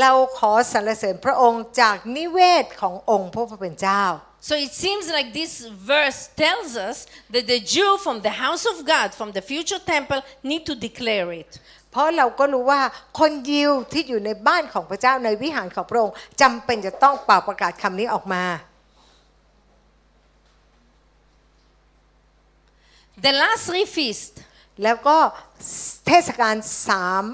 Speaker 2: เราขอสรรเสริญพระองค์จากนิเวศขององค์พระผู้เป็นเจ้า
Speaker 1: So it seems like this verse tells us that the Jew from the house of God, from the future temple, need to declare it.
Speaker 2: เพราะเราก็รู้ว่าคนยิวที่อยู่ในบ้านของพระเจ้าในวิหารของพระองค์จำเป็นจะต้องเป่าประกาศคำนี้ออกมา
Speaker 1: The last three feasts,
Speaker 2: แล้วก็เทศกาลสาม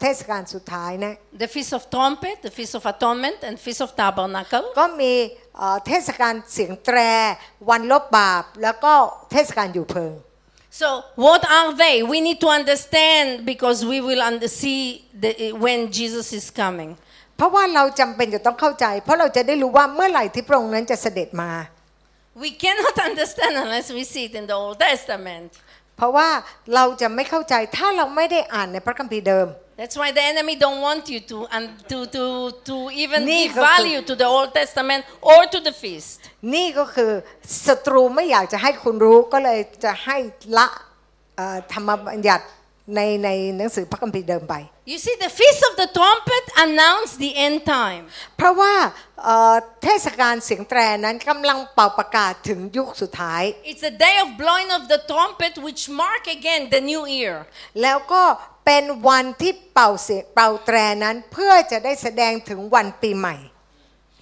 Speaker 2: เทศกาลสุดท้ายนะ
Speaker 1: the Feast of Trumpet, the Feast of Atonement, and Feast of Tabernacle,
Speaker 2: ก็มีเอ่อเทศกาลเสียงแตร วันลบบาป แล้วก็เทศกาลอยู่เพิง
Speaker 1: So, what are they? We need to understand because we will under see the, when Jesus is coming.
Speaker 2: เพราะว่าเราจำเป็นจะต้องเข้าใจ เพราะเราจะได้รู้ว่าเมื่อไหร่ที่พระองค์นั้นจะเสด็จมา
Speaker 1: We cannot understand unless we see it in the Old Testament.
Speaker 2: เพราะว่าเราจะไม่เข้าใจถ้าเราไม่ได้อ่านในพระคัมภีร์เดิม
Speaker 1: That's why the enemy don't want you to and to to to even
Speaker 2: Ni
Speaker 1: give
Speaker 2: kako-
Speaker 1: value to the Old Testament or to the feast.
Speaker 2: นี่ก็คือศัตรูไม่อยากจะให้คุณรู้ก็เลยจะให้ละเอ่อธรรมบัญญัติในในหนังสือพระคัมภีร์เดิมไป
Speaker 1: You see, the feast of the trumpet announced the end time.
Speaker 2: เพราะว่าเอ่อเทศกาลเสียงแตรนั้นกำลังเป่าประกาศถึงยุคสุดท้าย
Speaker 1: It's the day of blowing of the trumpet, which mark again the new year.
Speaker 2: แล้วก็เป็นวันที่เป่าเสียงเป่าแตรนั้นเพื่อจะได้แสดงถึงวันปีใหม่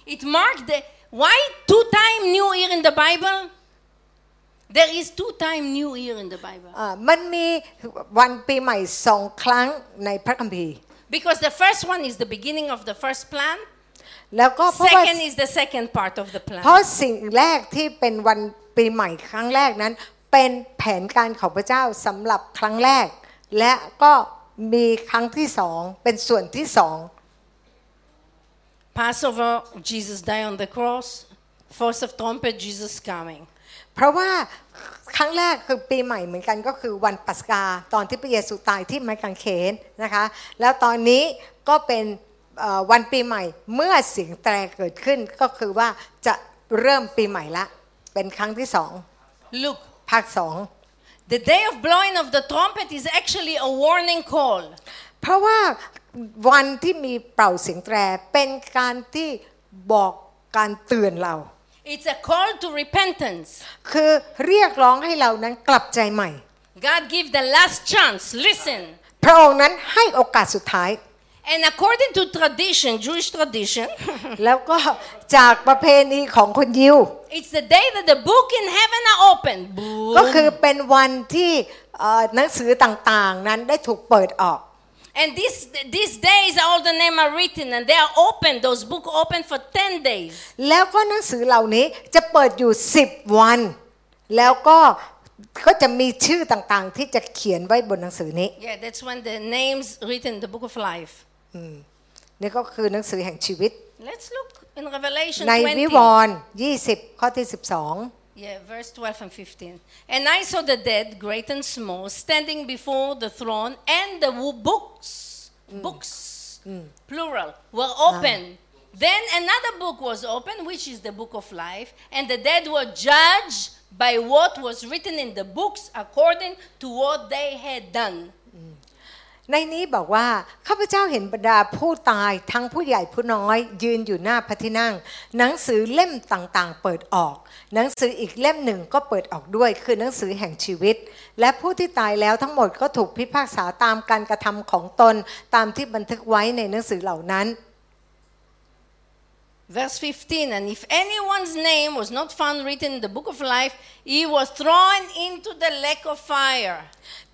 Speaker 1: It marked the why two time new year in the Bible? There is two time new year in the Bible.
Speaker 2: เอ่อมันมีวันปีใหม่สองครั้งในพระคัมภีร์
Speaker 1: Because the first one is the beginning of the first plan,
Speaker 2: แล้วก็เพราะว่า
Speaker 1: second is the second part of the
Speaker 2: เพราะ
Speaker 1: plan.
Speaker 2: สิ่งแรกที่เป็นวันปีใหม่ครั้งแรกนั้น เป็นแผนการของพระเจ้าสำหรับครั้งแรก และก็มีครั้งที่สองเป็นส่วนที่สอง
Speaker 1: Passover, Jesus died on the cross. First of trumpet, Jesus coming.
Speaker 2: เพราะว่าครั้งแรกคือปีใหม่เหมือนกันก็คือวันปัสกาตอนที่พระเยซูตายที่ไม้กางเขนนะคะ แล้วตอนนี้ก็เป็นเอ่อวันปีใหม่เมื่อเสียงแตรเกิดขึ้นก็คือว่าจะเริ่มปีใหม่ละ เป็นครั้งที่สอง
Speaker 1: Look,
Speaker 2: ภาคสอง
Speaker 1: the day of blowing of the trumpet is actually a warning call.
Speaker 2: เพราะว่าวันที่มีเป่าเสียงแตรเป็นการที่บอกการเตือนเรา
Speaker 1: It's a call to repentance.
Speaker 2: คือเรียกร้องให้เรานั้นกลับใจใหม่
Speaker 1: God give the last chance. Listen.
Speaker 2: พระองค์นั้นให้โอกาสสุดท้าย
Speaker 1: And according to tradition, Jewish tradition,
Speaker 2: แล้วก็จากประเพณีของคนยิว
Speaker 1: it's the day that the book in heaven are open. Boom.
Speaker 2: ก็คือเป็นวันที่เอ่อหนังสือต่างๆนั้นได้ถูกเปิดออก
Speaker 1: And this, these days, all the names are written and they are open. Those books open for 10 days.
Speaker 2: แล้วก็หนังสือเหล่านี้จะเปิดอยู่ 10 วัน แล้วก็ก็จะมีชื่อต่างๆ ที่จะเขียนไว้บนหนังสือนี้
Speaker 1: Yeah, that's when the names written in the book of life.
Speaker 2: นี่ก็คือหนังสือแห่งชีวิต
Speaker 1: Let's look in Revelation
Speaker 2: ในวิ
Speaker 1: 20.
Speaker 2: วรณ์20 ข้อที่
Speaker 1: Yeah, verse 12 and 15. And I saw the dead, great and small, standing before the throne, and the wo- books, books, plural, were open. Then another book was opened, which is the book of life, and the dead were judged by what was written in the books according to what they had done.
Speaker 2: ในนี้บอกว่าข้าพเจ้าเห็นบรรดาผู้ตายทั้งผู้ใหญ่ผู้น้อย ยืนอยู่หน้าพระที่นั่ง หนังสือเล่มต่างๆ เปิดออก หนังสืออีกเล่มหนึ่งก็เปิดออกด้วย คือหนังสือแห่งชีวิต และผู้ที่ตายแล้วทั้งหมดก็ถูกพิพากษาตามการกระทำของตนตามที่บันทึกไว้ในหนังสือเหล่านั้น
Speaker 1: Verse 15 And if anyone's name was not found written in the book of life, he was thrown into the lake of fire.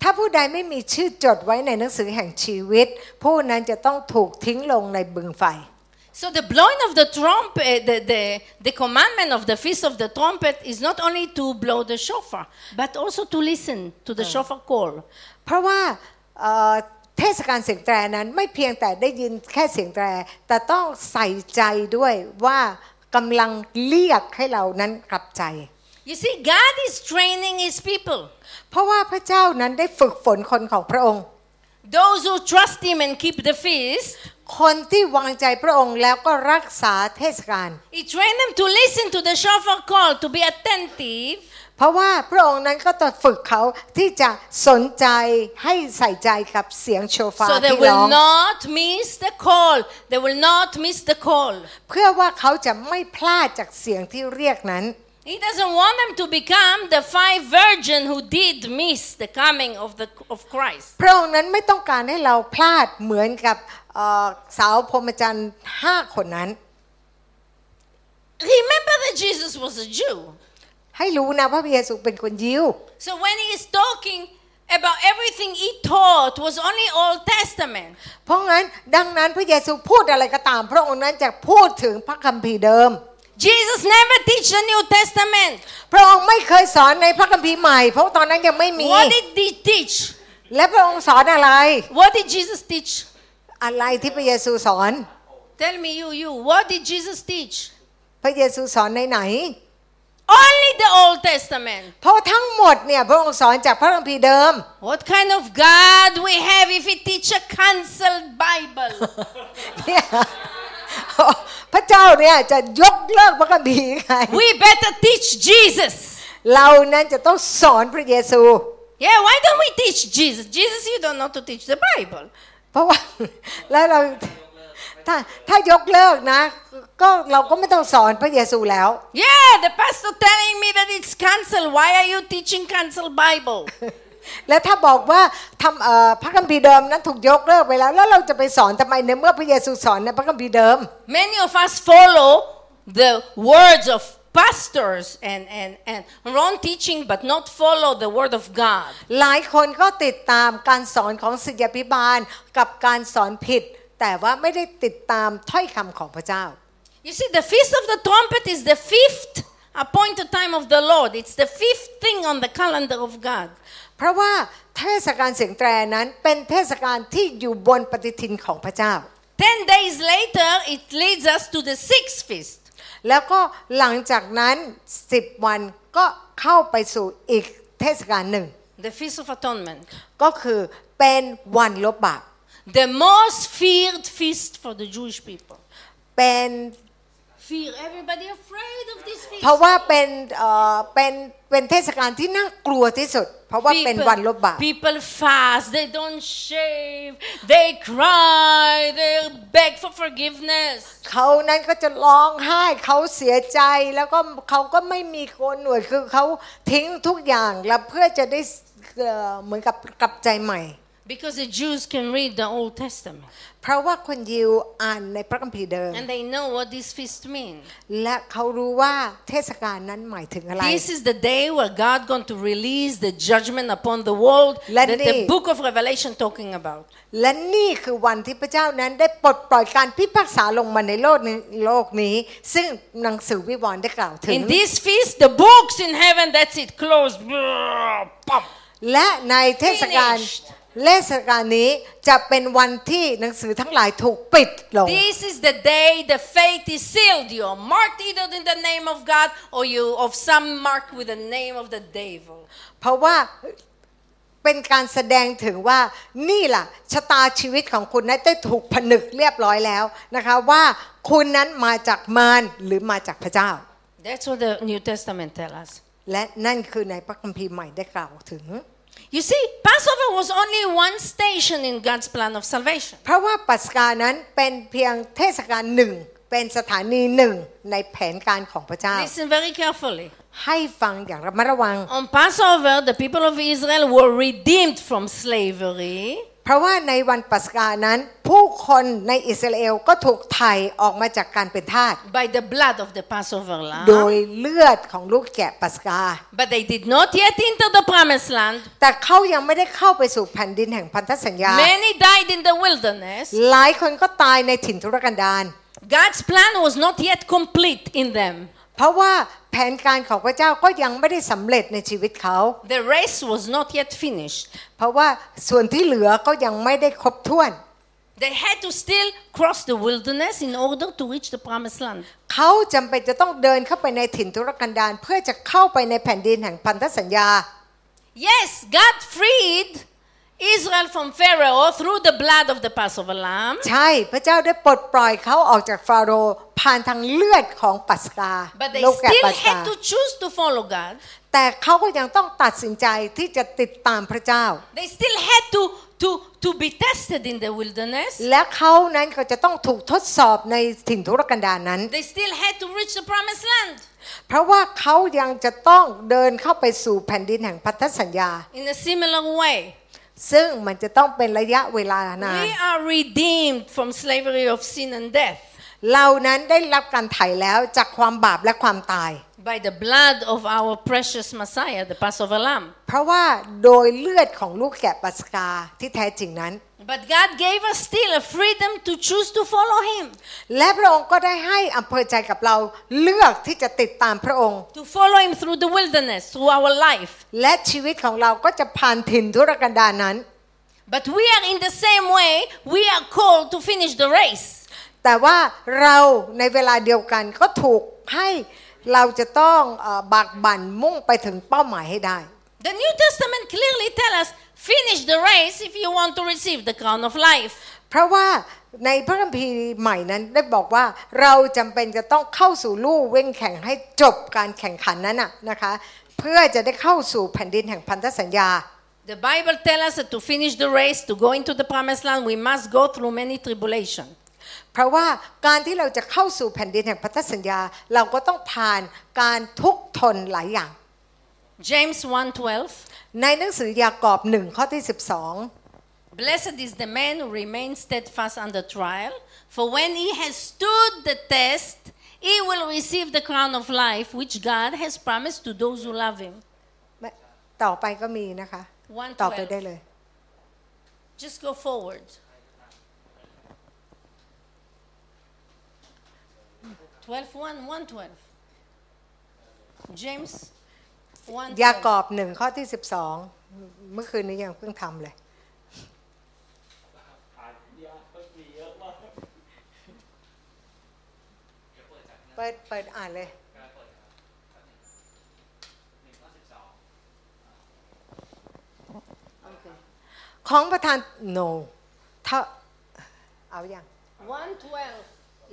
Speaker 2: ถ้าผู้ใดไม่มีชื่อจดไว้ในหนังสือแห่งชีวิต ผู้นั้นจะต้องถูกทิ้งลงในบึงไฟ
Speaker 1: So the blowing of the trumpet, eh, the, the, the commandment of the feast of the trumpet is not only to blow the shofar, but also to listen to the shofar call.
Speaker 2: เพราะว่าเอ่อเทศกาลเสียงแตรนั้นไม่เพียงแต่ได้ยินแค่เสียงแตร แต่ต้องใส่ใจด้วยว่ากำลังเรียกให้เรานั้นกลับใจ
Speaker 1: You see, God is training His people,
Speaker 2: เพราะว่าพระเจ้านั้นได้ฝึกฝนคนของพระองค์
Speaker 1: those who trust Him and keep the feast.
Speaker 2: คนที่วางใจพระองค์แล้วก็รักษาเทศกาล
Speaker 1: He trained them to listen to the shofar call, to be attentive,
Speaker 2: เพราะว่าพระองค์นั้นก็ต้องฝึกเขาที่จะสนใจให้ใส่ใจกับเสียงโชฟา
Speaker 1: so they
Speaker 2: ที่ร้อ
Speaker 1: will
Speaker 2: ง
Speaker 1: not miss the call. They will not miss the call.
Speaker 2: เพื่อว่าเขาจะไม่พลาดจากเสียงที่เรียกนั้น
Speaker 1: He doesn't want them to become the five virgins who did miss the coming of the of Christ.
Speaker 2: พระองค์นั้นไม่ต้องการให้เราพลาดเหมือนกับเอ่อสาวพรหมจรรย์ห้าคนนั้น
Speaker 1: Remember that Jesus was a Jew.
Speaker 2: ให้รู้นะพระเยซูเป็นคนยิว
Speaker 1: So when he is talking about everything he taught was only Old Testament.
Speaker 2: เพราะงั้นดังนั้นพระเยซูพูดอะไรก็ตาม พระองค์นั้นจะพูดถึงพระคัมภีร์เดิม
Speaker 1: Jesus never teach the New Testament.
Speaker 2: พระองค์ไม่เคยสอนในพระคัมภีร์ใหม่ เพราะตอนนั้นยังไม่มี
Speaker 1: What did he teach?
Speaker 2: และพระองค์สอนอะไร
Speaker 1: What did Jesus teach?
Speaker 2: อะไรที่พระเยซูสอน
Speaker 1: Tell me you, you, what did Jesus teach?
Speaker 2: พระเยซูสอนในไหน
Speaker 1: Only the Old Testament.
Speaker 2: เพราะทั้งหมดเนี่ยพระองค์สอนจากพระคัมภีร์เดิม
Speaker 1: What kind of God we have if he teach a cancelled Bible?
Speaker 2: เนี่ยพระเจ้าเนี่ยจะยกเลิกพระคัมภีร์ไง
Speaker 1: we better teach Jesus.
Speaker 2: เรานั้นจะต้องสอนพระเยซู
Speaker 1: Yeah, why don't we teach Jesus? Jesus, you don't know to teach the Bible.
Speaker 2: เพราะว่า แล้วเราถ้าถ้ายกเลิกนะ ก็เราก็ไม่ต้องสอนพระเยซูแล้ว
Speaker 1: Yeah, the pastor telling me that it's cancel. Why are you teaching cancel Bible?
Speaker 2: และถ้าบอกว่าทำเอ่อพระคัมภีร์เดิมนั้นถูกยกเลิกไปแล้ว แล้วเราจะไปสอนทำไมในเมื่อพระเยซูสอนในพระคัมภีร์เดิม
Speaker 1: Many of us follow the words of pastors and and and wrong teaching, but not follow the word of God.
Speaker 2: หลายคนก็ติดตามการสอนของศิษยาภิบาลกับการสอนผิด แต่ว่าไม่ได้ติดตามถ้อยคำของพระเจ้า
Speaker 1: You see, the feast of the trumpet is the fifth appointed time of the Lord. It's the fifth thing on the calendar of God.
Speaker 2: เพราะว่าเทศกาลเสียงแตรนั้นเป็นเทศกาลที่อยู่บนปฏิทินของพระเจ้า
Speaker 1: Ten days later, it leads us to the sixth feast.
Speaker 2: แล้วก็หลังจากนั้น 10 วันก็เข้าไปสู่อีกเทศกาลหนึ่ง
Speaker 1: The Feast of Atonement,
Speaker 2: ก็คือเป็นวันลบบาป
Speaker 1: the most feared feast for the Jewish people.
Speaker 2: เป็น
Speaker 1: Fear. Everybody afraid of this feast.
Speaker 2: เพราะว่าเป็นเอ่อเป็นเป็นเทศกาลที่น่ากลัวที่สุด เพราะว่าเป็นวันลบบาป
Speaker 1: people fast. They don't shave. They cry. They beg for forgiveness.
Speaker 2: เขานั้นก็จะร้องไห้เขาเสียใจแล้วก็เขาก็ไม่มีโกนหนวดคือเขาทิ้งทุกอย่างแล้วเพื่อจะได้เอ่อเหมือนกับกลับใจใหม่
Speaker 1: Because the Jews can read the Old Testament
Speaker 2: เพราะว่าคนยิวอ่านในพระคัมภีร์เดิม
Speaker 1: and they know what this feast means.
Speaker 2: และเขารู้ว่าเทศกาลนั้นหมายถึงอะไร
Speaker 1: This is the day where God going to release the judgment upon the world
Speaker 2: Let
Speaker 1: that the
Speaker 2: me-
Speaker 1: book of Revelation talking about.
Speaker 2: และนี่คือวันที่พระเจ้านั้นได้ปลดปล่อยการพิพากษาลงมาในโลกนี้โลกนี้ ซึ่งหนังสือวิวรณ์ได้กล่าวถึง
Speaker 1: In this feast, the books in heaven, that's it, closed. Brrr, pop.
Speaker 2: และในเทศกาล
Speaker 1: Finished.
Speaker 2: และสถานการณ์นี้จะเป็นวันที่หนังสือทั้งหลายถูกปิดลง
Speaker 1: This is the day the faith is sealed. You are marked either in the name of God or you of some mark with the name of the devil.
Speaker 2: เพราะว่าเป็นการแสดงถึงว่านี่ล่ะชะตาชีวิตของคุณนั้นได้ถูกผนึกเรียบร้อยแล้วนะคะว่าคุณนั้นมาจากมารหรือมาจากพระเจ้า
Speaker 1: That's what the New Testament tells us.
Speaker 2: และนั่นคือในพระคัมภีร์ใหม่ได้กล่าวถึง
Speaker 1: You see, Passover was only one station in God's plan of salvation.
Speaker 2: เพราะว่าปัสกานั้นเป็นเพียงเทศกาลหนึ่ง เป็นสถานีหนึ่งในแผนการของพระเจ้า
Speaker 1: Listen very carefully.
Speaker 2: ให้ฟังอย่างระมัดระวัง
Speaker 1: On Passover, the people of Israel were redeemed from slavery
Speaker 2: เพราะว่าในวันปัสกานั้น ผู้คนในอิสราเอลก็ถูกไถ่ออกมาจากการเป็นทาส
Speaker 1: by the blood of the Passover
Speaker 2: โดย
Speaker 1: lamb.
Speaker 2: เลือดของลูกแกะปัสกา
Speaker 1: But they did not yet enter the promised land.
Speaker 2: แต่เขายังไม่ได้เข้าไปสู่แผ่นดินแห่งพันธสัญญา
Speaker 1: Many died in the wilderness.
Speaker 2: หลายคนก็ตายในถิ่นธุรกันดาร
Speaker 1: God's plan was not yet complete in them.
Speaker 2: เพราะว่าแผนการของพระเจ้าก็ยังไม่ได้สำเร็จในชีวิตเขา
Speaker 1: The race was not yet finished.
Speaker 2: เพราะว่าส่วนที่เหลือก็ยังไม่ได้ครบถ้วน
Speaker 1: They had to still cross the wilderness in order to reach the promised land.
Speaker 2: เขาจำเป็นจะต้องเดินเข้าไปในถิ่นธุรกันดารเพื่อจะเข้าไปในแผ่นดินแห่งพันธสัญญา
Speaker 1: Yes, God freed Israel from Pharaoh through the blood of the Passover lamb.
Speaker 2: ใช่พระเจ้าได้ปลดปล่อยเขาออกจากฟาโรห์ผ่านทางเลือดของปัสกา
Speaker 1: But they
Speaker 2: ลูกแกะ
Speaker 1: still
Speaker 2: ปัสกา
Speaker 1: had to choose to follow God.
Speaker 2: แต่เขาก็ยังต้องตัดสินใจที่จะติดตามพระเจ้า
Speaker 1: They still had to, to, to be tested in the wilderness.
Speaker 2: และเขานั้นก็จะต้องถูกทดสอบในถิ่นธุรกันดารนั้น
Speaker 1: They still had to reach the promised land.
Speaker 2: เพราะว่าเขายังจะต้องเดินเข้าไปสู่แผ่นดินแห่งพันธสัญญา
Speaker 1: In a similar way,
Speaker 2: ซึ่งมันจะต้องเป็นระยะเวลานาน
Speaker 1: we are redeemed from slavery of sin and death
Speaker 2: เรานั้นได้รับการไถ่แล้วจากความบาปและความตาย
Speaker 1: by the blood of our precious Messiah, the Passover lamb.
Speaker 2: เพราะว่าโดยเลือดของลูกแกะปัสกาที่แท้จริงนั้น
Speaker 1: But God gave us still a freedom to choose to follow Him,
Speaker 2: และพระองค์ก็ได้ให้อำเภอใจกับเราเลือกที่จะติดตามพระองค์
Speaker 1: to follow Him through the wilderness, through our life.
Speaker 2: และชีวิตของเราก็จะผ่านถิ่นธุรกันดารนั้น
Speaker 1: But we are in the same way, we are called to finish the race.
Speaker 2: แต่ว่าเราในเวลาเดียวกันก็ถูกให้เราจะต้องเอ่อบากบั่นมุ่งไปถึงเป้าหมายให้ได้
Speaker 1: The New Testament clearly tells us finish the race if you want to receive the crown of life.
Speaker 2: เพราะว่าในพระคัมภีร์ใหม่นั้นได้บอกว่าเราจำเป็นจะต้องเข้าสู่ลู่เว้งแข่งให้จบการแข่งขันนั้นน่ะนะคะเพื่อจะได้เข้าสู่แผ่นดินแห่งพันธสัญญา
Speaker 1: The Bible tells us that to finish the race, to go into the promised land, we must go through many tribulation.
Speaker 2: เพราะว่าการที่เราจะเข้าสู่แผ่นดินแห่งพันธสัญญา เราก็ต้องผ่านการทุกข์ทนหลายอย่าง
Speaker 1: James 1:12
Speaker 2: ในหนังสือยากอบหนึ่งข้อที่ 12
Speaker 1: Blessed is the man who remains steadfast under trial, for when he has stood the test, he will receive the crown of life which God has promised to those who love him.
Speaker 2: ไม่ต่อไปก็มีนะคะ
Speaker 1: 112.
Speaker 2: ต่อไปได้เลย
Speaker 1: Just go forward. 12 1, 1 12. James 1
Speaker 2: ยากอบหนึ่งข้อที่ 12 เมื่อคืนนี้ยังเพิ่งทำเลย เปิดเปิดอ่านเลย ของประธาน no ถ้าเอาอย่าง
Speaker 1: 1 12.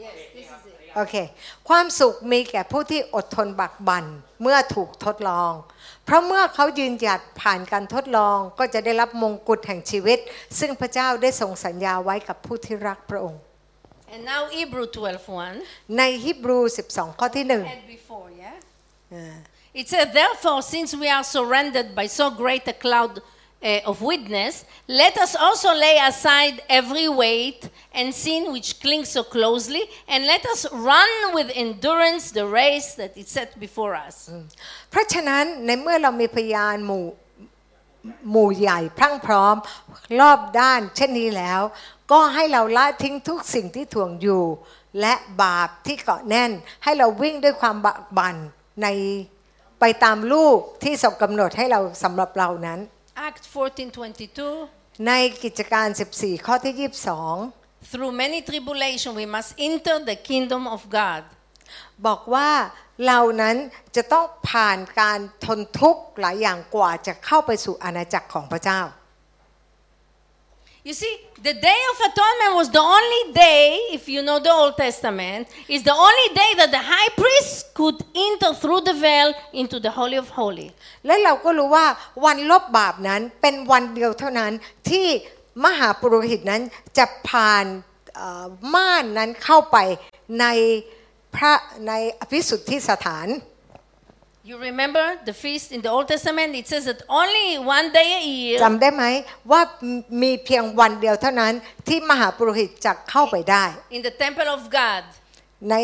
Speaker 1: Yes, this is it.
Speaker 2: โอเค ความสุขมีแก่ผู้ที่อดทนบักบัน่นเมื่อถูกทดลอง เพราะเมื่อเขายืนหยัดผ่านการทดลองก็จะได้รับมงกุฎแห่งชีวิต ซึ่งพระเจ้าได้ทรงสัญญาไว้กับผู้ที่รักพระองค์
Speaker 1: And now Hebrew 12 1.
Speaker 2: ในฮิบรู 12 ข้อที่
Speaker 1: had before, yeah?
Speaker 2: 1
Speaker 1: It said, Therefore, since we are surrounded by so great a cloud uh, of witness, let us also lay aside every weight and sin which clings so closely, and let us run with endurance the race that is set before us.
Speaker 2: เพราะฉะนั้นในเมื่อเรามีพยานหมู่หมู่ใหญ่พรั่งพร้อมรอบด้าน เช่นนี้แล้ว ก็ให้เราละทิ้งทุกสิ่งที่ถ่วงอยู่ และบาปที่เกาะแน่น ให้เราวิ่งด้วยความบักบันในไปตามลูกที่ทรงกำหนดให้เราสำหรับเรานั้น
Speaker 1: Act 14 22.
Speaker 2: ในกิจการ 14 ข้อที่
Speaker 1: Through many tribulation, we must enter the kingdom of God.
Speaker 2: 22 บอกว่าเรานั้นจะต้องผ่านการทนทุกข์หลายอย่างกว่าจะเข้าไปสู่อาณาจักรของพระเจ้า
Speaker 1: You see, the Day of Atonement was the only day, if you know the Old Testament, is the only day that the high priest could enter through the veil into the Holy of Holies.
Speaker 2: และเราก็รู้ว่าวันลบบาปนั้นเป็นวันเดียวเท่านั้นที่มหาปุโรหิตนั้นจะผ่านเอ่อม่านนั้นเข้าไปในพระในอภิสุทธิสถาน
Speaker 1: You remember the feast in the Old Testament? It says that only one day a year
Speaker 2: จำได้ไหมว่ามีเพียงวันเดียวเท่านั้นที่มหาปุโรหิตจะเข้าไปได้
Speaker 1: in the temple of God.
Speaker 2: ใน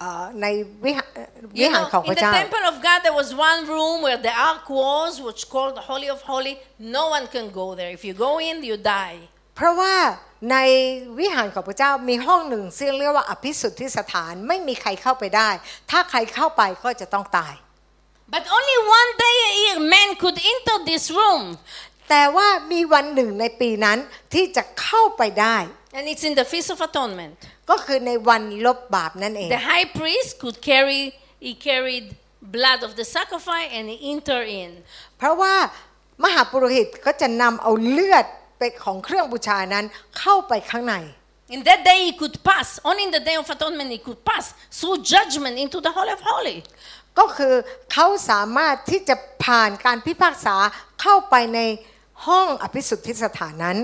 Speaker 2: เอ่อในวิหารวิ
Speaker 1: You
Speaker 2: หาร
Speaker 1: know,
Speaker 2: ของพ
Speaker 1: in
Speaker 2: ระ
Speaker 1: the
Speaker 2: เจ้า
Speaker 1: temple of God, there was one room where the ark was, which called the Holy of Holy. No one can go there. If you go in, you die.
Speaker 2: เพราะว่าในวิหารของพระเจ้ามีห้องหนึ่งซึ่งเรียกว่าอภิสุทธิสถานไม่มีใครเข้าไปได้ ถ้าใครเข้าไปก็จะต้องตาย
Speaker 1: But only one day a year, man could enter this room,
Speaker 2: แต่ว่ามีวันหนึ่งในปีนั้นที่จะเข้าไปได้
Speaker 1: and it's in the Feast of Atonement.
Speaker 2: ก็คือในวันลบบาปนั่นเอง
Speaker 1: The high priest could carry. He carried blood of the sacrifice and he entered in.
Speaker 2: เพราะว่ามหาปุโรหิตก็จะนำเอาเลือดไปของเครื่องบูชานั้นเข้าไปข้างใน
Speaker 1: In that day, he could pass. Only in the day of atonement, he could pass through judgment into the Holy of Holy.
Speaker 2: ก็คือเขาสามารถที่จะผ่านการพิพากษาเข้าไปในห้องอภิสุทธิสถานนั้น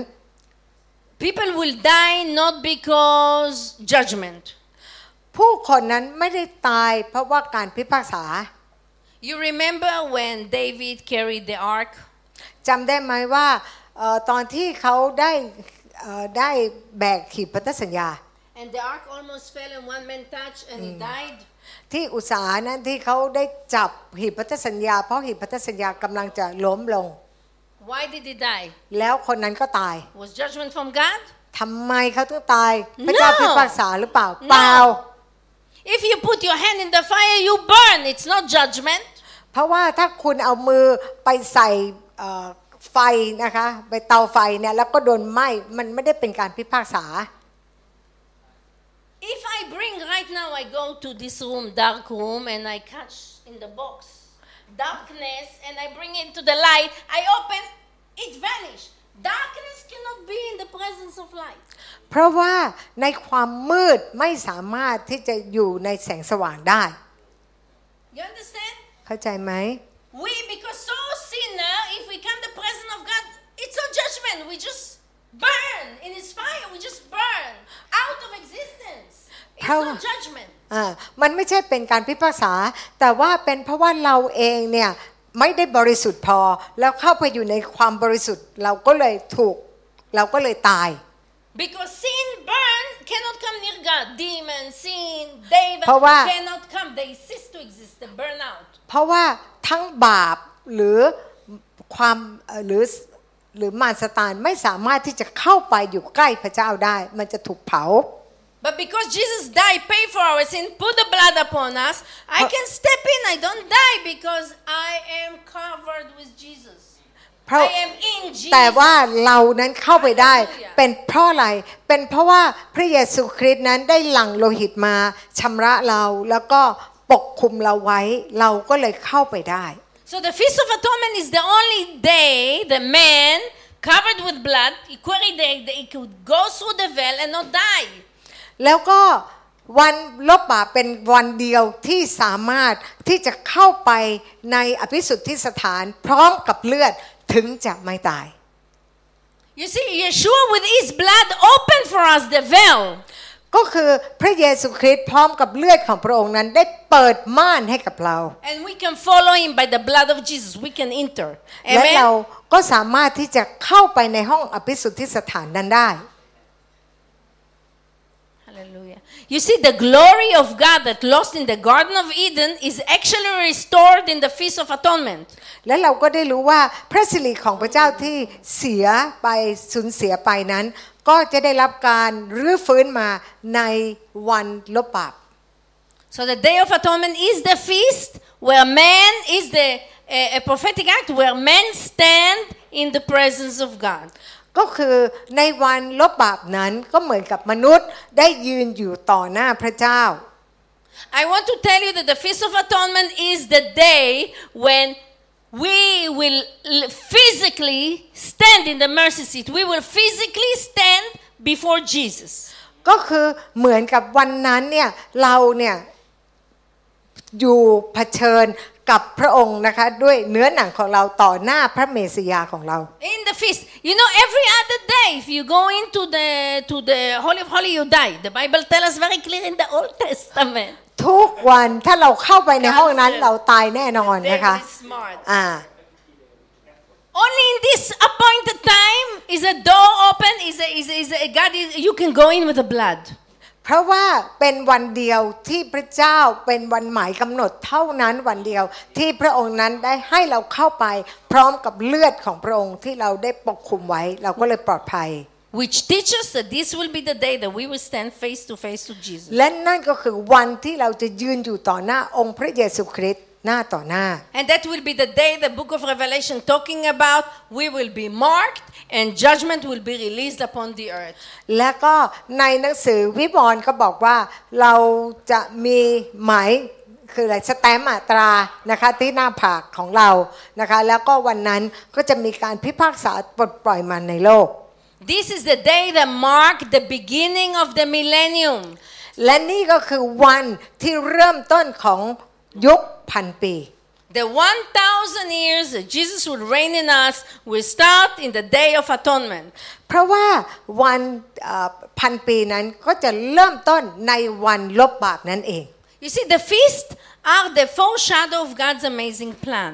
Speaker 1: People will die not because judgment.
Speaker 2: ผู้คนนั้นไม่ได้ตายเพราะว่าการพิพากษา
Speaker 1: You remember when David carried the ark?
Speaker 2: จำได้ไหมว่าเออตอนที่เขาได้เอ่อได้แบกขีปพันธสัญญา
Speaker 1: And the ark almost fell, and one man touched, and he died.
Speaker 2: ที่อุตสาหนั้นที่เขาได้จับหีบพันธสัญญา เพราะหีบพันธสัญญากำลังจะล้มลง
Speaker 1: Why did he die?
Speaker 2: แล้วคนนั้นก็ตาย
Speaker 1: Was judgment from God?
Speaker 2: ทำไมเขาถึงตายพระเจ้า
Speaker 1: No.
Speaker 2: พิพากษาหรือเปล่า
Speaker 1: No.
Speaker 2: เปล่า
Speaker 1: If you put your hand in the fire, you burn. It's not judgment.
Speaker 2: เพราะว่าถ้าคุณเอามือไปใส่เอ่อไฟนะคะ ไปเตาไฟเนี่ยแล้วก็โดนไหม้มันไม่ได้เป็นการพิพากษา
Speaker 1: If I bring right now, I go to this room, dark room, and I catch in the box darkness, and I bring it to the light. I open, it vanished. Darkness cannot be in the presence of light.
Speaker 2: เพราะว่าในความมืดไม่สามารถที่จะอยู่ในแสงสว่างได้
Speaker 1: You understand?
Speaker 2: เข้าใจไหม
Speaker 1: We, because so sinner, if we come the presence of God, it's no judgment. We just burn in His fire. We just burn out of existence. It's
Speaker 2: Power.
Speaker 1: no judgment.
Speaker 2: อ่ามันไม่ใช่เป็นการพิพากษา แต่ว่าเป็นเพราะว่าเราเองเนี่ยไม่ได้บริสุทธิ์พอ แล้วเข้าไปอยู่ในความบริสุทธิ์ เราก็เลยถูก เราก็เลยตาย
Speaker 1: Because sin, burn, cannot come near God. Demon, sin, devil
Speaker 2: เพราะว่า
Speaker 1: cannot come. They cease to exist. They burn out.
Speaker 2: เพราะว่าทั้งบาปหรือความเอ่อหรือหรือมารสตานไม่สามารถที่จะเข้าไปอยู่ใกล้พระเจ้าได้ มันจะถูกเผา
Speaker 1: But because Jesus died, paid for our sin, put the blood upon us, I
Speaker 2: Uh,
Speaker 1: can step in. I don't die because I am covered with Jesus.
Speaker 2: เพราะ
Speaker 1: I am in Jesus.
Speaker 2: แต่ว่าเรานั้นเข้าไปได้ เป็นเพราะอะไร เป็นเพราะว่าพระเยซูคริสต์นั้นได้หลั่งโลหิตมาชำระเราแล้วก็ปกคุมเราไว้ เราก็เลยเข้าไปได้
Speaker 1: So the Feast of Atonement is the only day the man covered with blood, he queried the, the, he could go through the veil and not die.
Speaker 2: แล้วก็วันลบบาปเป็นวันเดียวที่สามารถที่จะเข้าไปในอภิสุทธิสถานพร้อมกับเลือดถึงจะไม่ตาย
Speaker 1: You see, Yeshua with his blood opened for us the veil.
Speaker 2: ก็คือพระเยซูคริสต์พร้อมกับเลือดของพระองค์นั้นได้เปิดม่านให้กับเรา
Speaker 1: And we can follow him by the blood of Jesus. We can enter.
Speaker 2: และเรา
Speaker 1: Amen.
Speaker 2: ก็สามารถที่จะเข้าไปในห้องอภิสุทธิสถานนั้นได้
Speaker 1: Hallelujah. You see, the glory of God that lost in the Garden of Eden is actually restored in the Feast of Atonement.
Speaker 2: และเราก็ได้รู้ว่าพระสิริของพระเจ้าที่เสียไปสูญเสียไปนั้น ก็จะได้รับการรื้อฟื้นมาในวันลบบาป
Speaker 1: So the Day of Atonement is the feast where man is the a, a prophetic act where men stand in the presence of God.
Speaker 2: ก ก็คือในวันลบบาปนั้นก็เหมือนกับมนุษย์ได้ยืนอยู่ต่อหน้าพระเจ้า
Speaker 1: I want to tell you that the Feast of Atonement is the day when we will l- physically stand in the mercy seat. We will physically stand before Jesus.
Speaker 2: ก็คือเหมือนกับวันนั้นเนี่ยเราเนี่ยอยู่เผชิญกับพระองค์นะคะ ด้วยเนื้อหนังของเราต่อหน้าพระเมสยาของเรา
Speaker 1: In the feast, you know, every other day, if you go into the to the Holy of Holy, you die. The Bible tells us very clear in the Old Testament.
Speaker 2: ทุกวันถ้าเราเข้าไปในห้องนั้นเราตายแน่นอน
Speaker 1: They
Speaker 2: นะคะ
Speaker 1: really smart.
Speaker 2: อ่า
Speaker 1: Only in this appointed time is a door open. Is a, is a, is a God? Is, you can go in with the blood.
Speaker 2: เพราะว่าเป็นวันเดียวที่พระเจ้าเป็นวันหมายกำหนดเท่านั้นวันเดียวที่พระองค์นั้นได้ให้เราเข้าไป พร้อมกับเลือดของพระองค์ที่เราได้ปกคลุมไว้ เราก็เลยปลอดภัย
Speaker 1: which teaches that this will be the day that we will stand face to face to Jesus.
Speaker 2: และนั่นก็คือวันที่เราจะยืนอยู่ต่อหน้าองค์พระเยซูคริสต์หน้าต่อหน้า
Speaker 1: And that will be the day the book of Revelation talking about we will be marked and judgment will be released upon the earth.
Speaker 2: และก็ในหนังสือวิวรณ์ก็บอกว่าเราจะมีหมายคืออะไรสแตมป์อัตรานะคะที่หน้าผากของเรานะคะ แล้วก็วันนั้นก็จะมีการพิพากษาปลดปล่อยมันในโลก
Speaker 1: This is the day that marked the beginning of the millennium.
Speaker 2: และนี่ก็คือวันที่เริ่มต้นของยุคพันปี
Speaker 1: The 1,000 years that Jesus will reign in us will start in the day of atonement.
Speaker 2: เพราะว่าวันเอ่อพันปีนั้นก็จะเริ่มต้นในวันลบบาปนั่นเอง
Speaker 1: You see, the feasts are the foreshadow of God's amazing plan.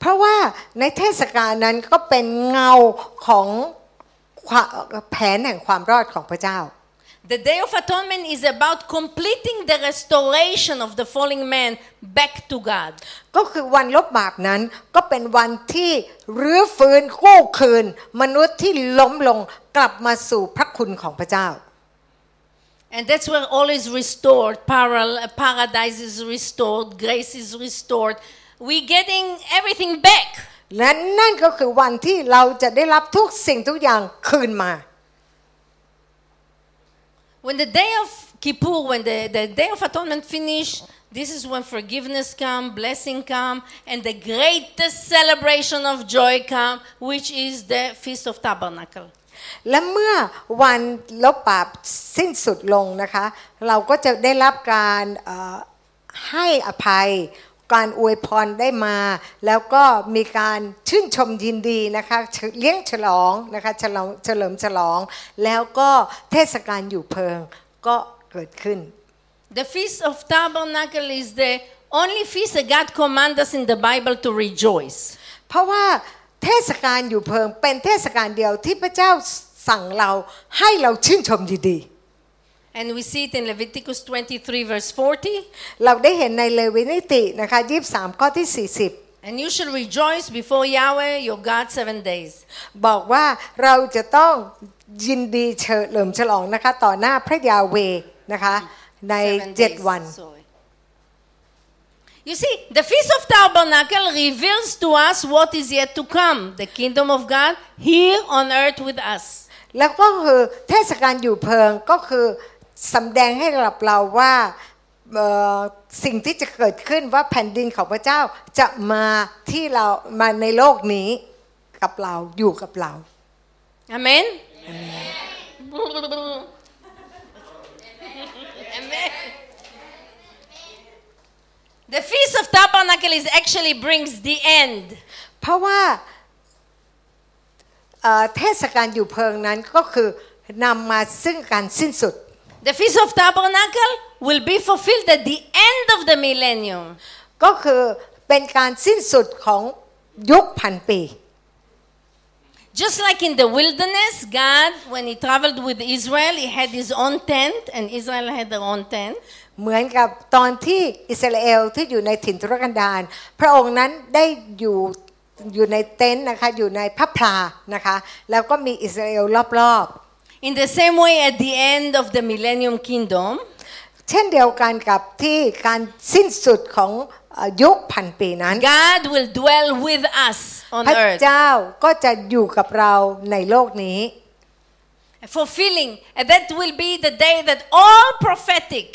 Speaker 2: เพราะว่าในเทศกาลนั้นก็เป็นเงาของความแผนแห่งความรอดของพระเจ้า
Speaker 1: The Day of Atonement is about completing the restoration of the falling man back to God.
Speaker 2: ก็คือวันลบบาปนั้นก็เป็นวันที่รื้อฟื้นกู้คืน มนุษย์ที่ล้มลงกลับมาสู่พระคุณของพระเจ้า
Speaker 1: And that's where all is restored. Paral- paradise is restored. Grace is restored. We're getting everything back.
Speaker 2: และนั่นก็คือวันที่เราจะได้รับทุกสิ่งทุกอย่างคืนมา
Speaker 1: When the Day of Kippur, when the, the Day of Atonement finish, this is when forgiveness come, blessing come, and the greatest celebration of joy come, which is the Feast of Tabernacle.
Speaker 2: และเมื่อวันลบบาปสิ้นสุดลงนะคะ เราก็จะได้รับการเอ่อให้อภัย การอวยพรได้มา แล้วก็มีการชื่นชมยินดีนะคะเลี้ยงฉลองนะคะฉลองเฉลิมฉลอง แล้วก็เทศกาลอยู่เพลิงก็เกิดขึ้น
Speaker 1: The Feast of Tabernacle is the only feast that God commands us in the Bible to rejoice.
Speaker 2: เพราะว่าเทศกาลอยู่เพลิงเป็นเทศกาลเดียวที่พระเจ้าสั่งเราให้เราชื่นชมยินดี
Speaker 1: And we see it in Leviticus 23, verse 40.
Speaker 2: เราได้เห็นในเลวินิตินะคะ23 ข้อที่ 40
Speaker 1: And you shall rejoice before Yahweh your God seven days.
Speaker 2: บอกว่าเราจะต้องยินดีเฉลิมฉลองนะคะ ต่อหน้าพระยาเวนะคะใน
Speaker 1: Seven
Speaker 2: เจ็ด
Speaker 1: days,
Speaker 2: วัน
Speaker 1: sorry. You see, the Feast of Tabernacle reveals to us what is yet to come the kingdom of God here on earth with us.
Speaker 2: แล้วก็คือเทศกาลอยู่เพลิงก็คือสำแดงให้กับเราว่าเอ่อสิ่งที่จะเกิดขึ้นว่าแผ่นดินของพระเจ้าจะมาที่เรามาในโลกนี้กับเราอยู่กับเรา
Speaker 1: Amen? Amen. The Feast of Tabernacle is actually brings the end.
Speaker 2: เพราะว่าเอ่อเทศกาลอยู่เพลิงนั้นก็คือนำมาซึ่งการสิ้นสุด
Speaker 1: The Feast of Tabernacle will be fulfilled at the end of the millennium.
Speaker 2: ก็คือเป็นการสิ้นสุดของยุคพันปี
Speaker 1: Just like in the wilderness, God, when He traveled with Israel, He had His own tent, and Israel had their own tent.
Speaker 2: เหมือนกับตอนที่อิสราเอลที่อยู่ในถิ่นทุรกันดารพระองค์นั้นได้อยู่อยู่ในเต็นท์นะคะอยู่ในพระพลานะคะ แล้วก็มีอิสราเอลรอบ
Speaker 1: In the same way, at the end of the millennium kingdom,
Speaker 2: ๆ เช่นเดียวกันกับที่การสิ้นสุดของเอ่อยุคพันปีนั้น
Speaker 1: God will dwell with us on
Speaker 2: พระ
Speaker 1: earth.
Speaker 2: เจ้าก็จะอยู่กับเราในโลกนี้
Speaker 1: fulfilling. And that will be the day that all prophetic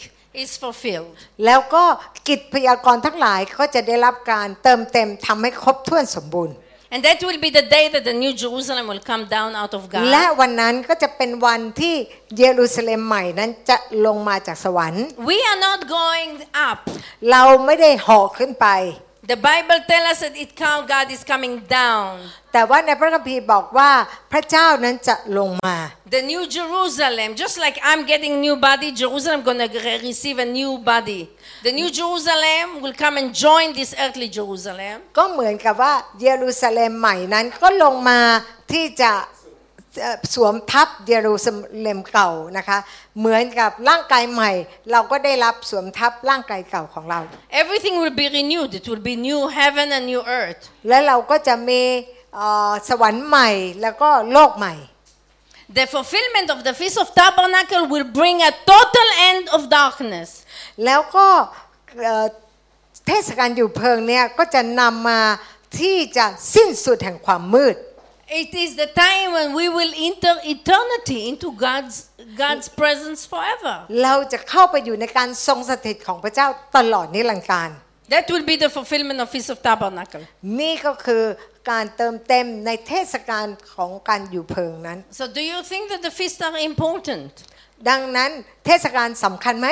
Speaker 1: is fulfilled.
Speaker 2: แล้วก็กิจพยากรณ์ทั้งหลายก็จะได้รับการเติมเต็มทำให้ครบถ้วนสมบูรณ์
Speaker 1: And that will be the day that the new Jerusalem will come down out of God.
Speaker 2: และวันนั้นก็จะเป็นวันที่เยรูซาเล็มใหม่นั้นจะลงมาจากสวรรค์
Speaker 1: we are not going up.
Speaker 2: เราไม่ได้เหาะขึ้นไป
Speaker 1: The Bible tells us that it come, God is coming down.
Speaker 2: แต่ว่าในพระคัมภีร์บอกว่าพระเจ้านั้นจะลงมา
Speaker 1: The new Jerusalem, just like I'm getting new body, Jerusalem gonna re- receive a new body. The new Jerusalem will come and join this earthly Jerusalem.
Speaker 2: ก็เหมือนกับว่าเยรูซาเล็มใหม่นั้นก็ลงมาที่จะเอ่อสวมทับเยรูซาเล็มเก่านะคะ เหมือนกับร่างกายใหม่ เราก็ได้รับสวมทับร่างกายเก่าของเรา
Speaker 1: Everything will be renewed. It will be new heaven and new earth.
Speaker 2: และเราก็จะมีเอ่อสวรรค์ใหม่แล้วก็โลกใหม่
Speaker 1: The fulfillment of the Feast of Tabernacle will bring a total end of darkness.
Speaker 2: แล้วก็เอ่อเทศกาลอยู่เพลิงเนี่ยก็จะนำมาที่จะสิ้นสุดแห่งความมืด
Speaker 1: It is the time when we will enter eternity into God's God's presence forever.
Speaker 2: เราจะเข้าไปอยู่ในการทรงสถิตของพระเจ้าตลอดนิรันดร์การ
Speaker 1: That will be the fulfillment of Feast of Tabernacle.
Speaker 2: นี่ก็คือการเติมเต็มในเทศกาลของการอยู่เพลิงนั้น
Speaker 1: So do you think that the feasts are important?
Speaker 2: ดังนั้นเทศกาลสำคัญไหม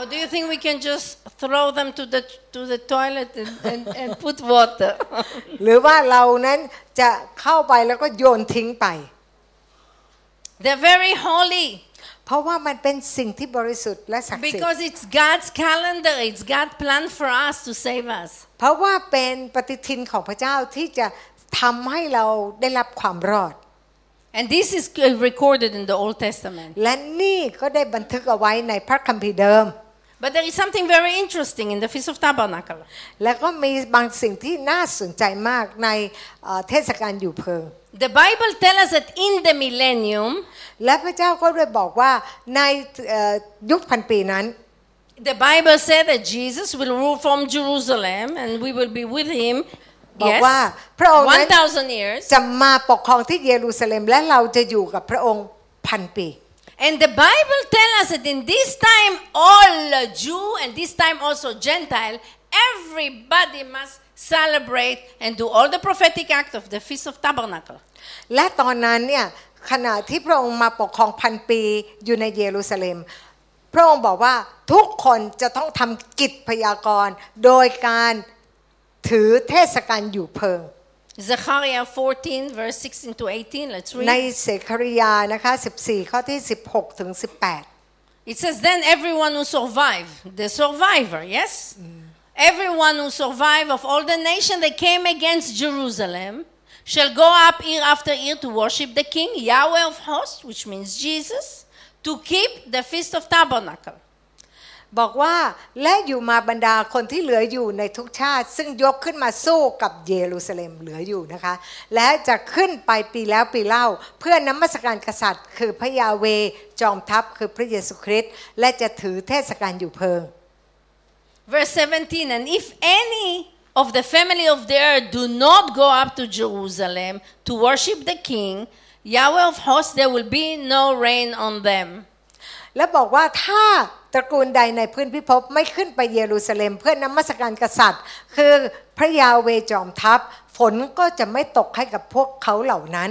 Speaker 1: Or do you think we can just throw them to the to the toilet and, and, and put water?
Speaker 2: หรือว่าเรานั้นจะเข้าไปแล้วก็โยนทิ้งไป
Speaker 1: They're very holy
Speaker 2: เพราะว่ามันเป็นสิ่งที่บริสุทธิ์และศักดิ์สิทธิ์
Speaker 1: because it's God's calendar, it's God's plan for us to save us.
Speaker 2: เพราะว่าเป็นปฏิทินของพระเจ้าที่จะทำให้เราได้รับความรอด
Speaker 1: And this is uh, recorded in the Old Testament.
Speaker 2: และนี่ก็ได้บันทึกเอาไว้ในพระคัมภีร์เดิม
Speaker 1: But there is something very interesting in the Feast of Tabernacle.
Speaker 2: และก็มีบางสิ่งที่น่าสนใจมากในเอ่อเทศกาลอยู่เพลิง
Speaker 1: The Bible tells us that in the millennium,
Speaker 2: และพระเจ้าก็ได้บอกว่าในเอ่อยุคพันปีนั้น
Speaker 1: the Bible said that Jesus will rule from Jerusalem and we will be with him.
Speaker 2: บอก
Speaker 1: Yes,
Speaker 2: ว่าพระองค์นั้น
Speaker 1: 1,000 years.
Speaker 2: จะมาปกครองที่เยรูซาเล็มและเราจะอยู่กับพระองค์พันปี
Speaker 1: And the Bible tells us that in this time, all Jew and this time also Gentile, everybody must celebrate and do all the prophetic act of the Feast of Tabernacle.
Speaker 2: และตอนนั้นเนี่ยขณะที่พระองค์มาปกครองพันปีอยู่ในเยรูซาเล็ม พระองค์บอกว่าทุกคนจะต้องทำกิจพยากรณ์ โดยการถือเทศกาลอยู่เพลิง
Speaker 1: Zechariah 14, verse 16 to 18. Let's
Speaker 2: ใน
Speaker 1: read.
Speaker 2: เสคริยานะคะ 14 ข้อที่ 16 ถึง 18
Speaker 1: It says, Then everyone who survived, the survivor, yes? Everyone who survived of all the nation that came against Jerusalem shall go up year after year to worship the king, Yahweh of hosts, which means Jesus, to keep the Feast of Tabernacle.
Speaker 2: บอกว่าและอยู่มาบรรดาคนที่เหลืออยู่ในทุกชาติ ซึ่งยกขึ้นมาสู้กับเยรูซาเล็มเหลืออยู่นะคะ และจะขึ้นไปปีแล้วปีเล่า เพื่อนมัสการกษัตริย์ คือพระยาเวจอมทัพคือพระเยซูคริสต์และจะถือเทศกาลอยู่เพลิง
Speaker 1: Verse 17 And if any of the family of the earth do not go up to Jerusalem to worship the king, Yahweh of hosts, there will be no rain on them.
Speaker 2: และบอกว่าถ้าตระกูลใดในพื้นพิภพไม่ขึ้นไปเยรูซาเล็ม เพื่อนมัสการกษัตริย์ คือพระยาเวจอมทัพ ฝนก็จะไม่ตกให้กับพวกเขาเหล่านั้น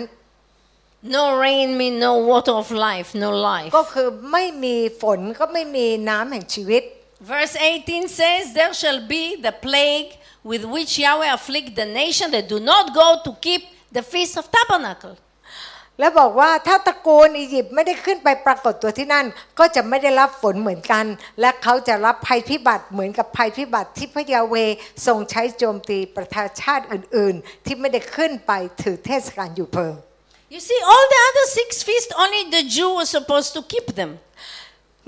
Speaker 1: No rain means no water of life, no life.
Speaker 2: ก็คือไม่มีฝนก็ไม่มีน้ำแห่งชีวิต
Speaker 1: Verse 18 says, There shall be the plague with which Yahweh afflict the nation that do not go to keep the Feast of Tabernacle.
Speaker 2: แล้วบอกว่าถ้าตระกูลอียิปต์ไม่ได้ขึ้นไปปรากฏตัวที่นั่น ก็จะไม่ได้รับฝนเหมือนกัน และเขาจะรับภัยพิบัติเหมือนกับภัยพิบัติที่พระยาเวทรงใช้โจมตีประชาชาติอื่น ๆ ที่ไม่ได้ขึ้นไปถือเทศกาลอยู่เพิง
Speaker 1: You see, all the other six feasts, only the Jew was supposed to keep them.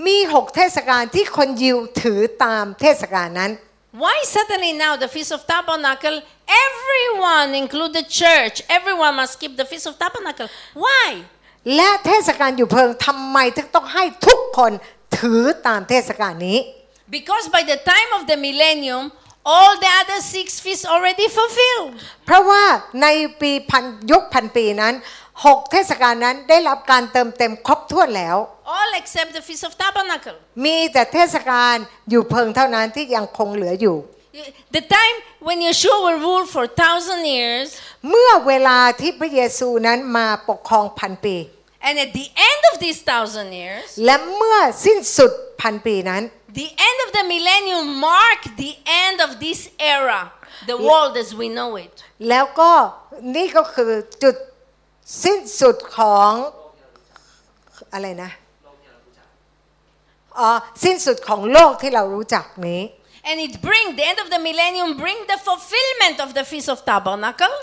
Speaker 2: มีหกเทศกาลที่คนยิวถือตามเทศกาลนั้น
Speaker 1: Why suddenly now the Feast of Tabernacle, everyone, include the church, everyone must keep the Feast of Tabernacle? Why?
Speaker 2: และเทศกาลอยู่เพิงทำไมถึงต้องให้ทุกคนถือตามเทศกาลนี้
Speaker 1: Because by the time of the millennium, all the other six feasts already fulfilled.
Speaker 2: เพราะว่าในปีพันยุคพันปีนั้น หกเทศกาลนั้นได้รับการเติมเต็มครบถ้วนแล้ว
Speaker 1: all except the Feast of Tabernacle.
Speaker 2: มีแต่เทศกาลอยู่เพิงเท่านั้นที่ยังคงเหลืออยู่
Speaker 1: You- The time when Yeshua will rule for thousand years,
Speaker 2: เมื่อเวลาที่พระเยซูนั้นมาปกครองพันปี
Speaker 1: and at the end of these thousand years,
Speaker 2: และเมื่อสิ้นสุดพันปีนั้น
Speaker 1: the end of the millennium mark the end of this era, the world as we know it.
Speaker 2: แล้วก็นี่ก็คือจุดสิ้นสุดของอะไรนะอ๋อสิ้นสุดของโลกที่เรารู้จักนี้
Speaker 1: And it bring the end of the millennium bring the fulfillment of the Feast of Tabernacle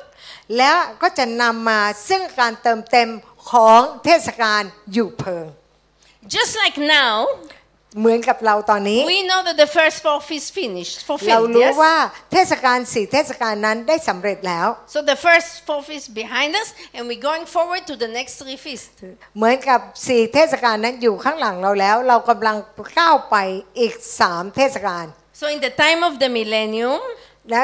Speaker 2: แล้วก็จะนำมาซึ่งการเติมเต็มของเทศกาลอยู่เพิง
Speaker 1: just like now
Speaker 2: เหมือนกับเราตอนนี้
Speaker 1: we know that the first four feasts finished
Speaker 2: เรา
Speaker 1: fulfilled
Speaker 2: รู้
Speaker 1: yes?
Speaker 2: ว่าเทศกาลสี่เทศกาลนั้นได้สำเร็จแล้ว
Speaker 1: so the first four feasts behind us and we're going forward to the next three feasts
Speaker 2: เหมือนกับสี่เทศกาลนั้นอยู่ข้างหลังเราแล้ว เรากำลังก้าวไปอีกสามเทศกาล
Speaker 1: so in the time of the millennium
Speaker 2: และ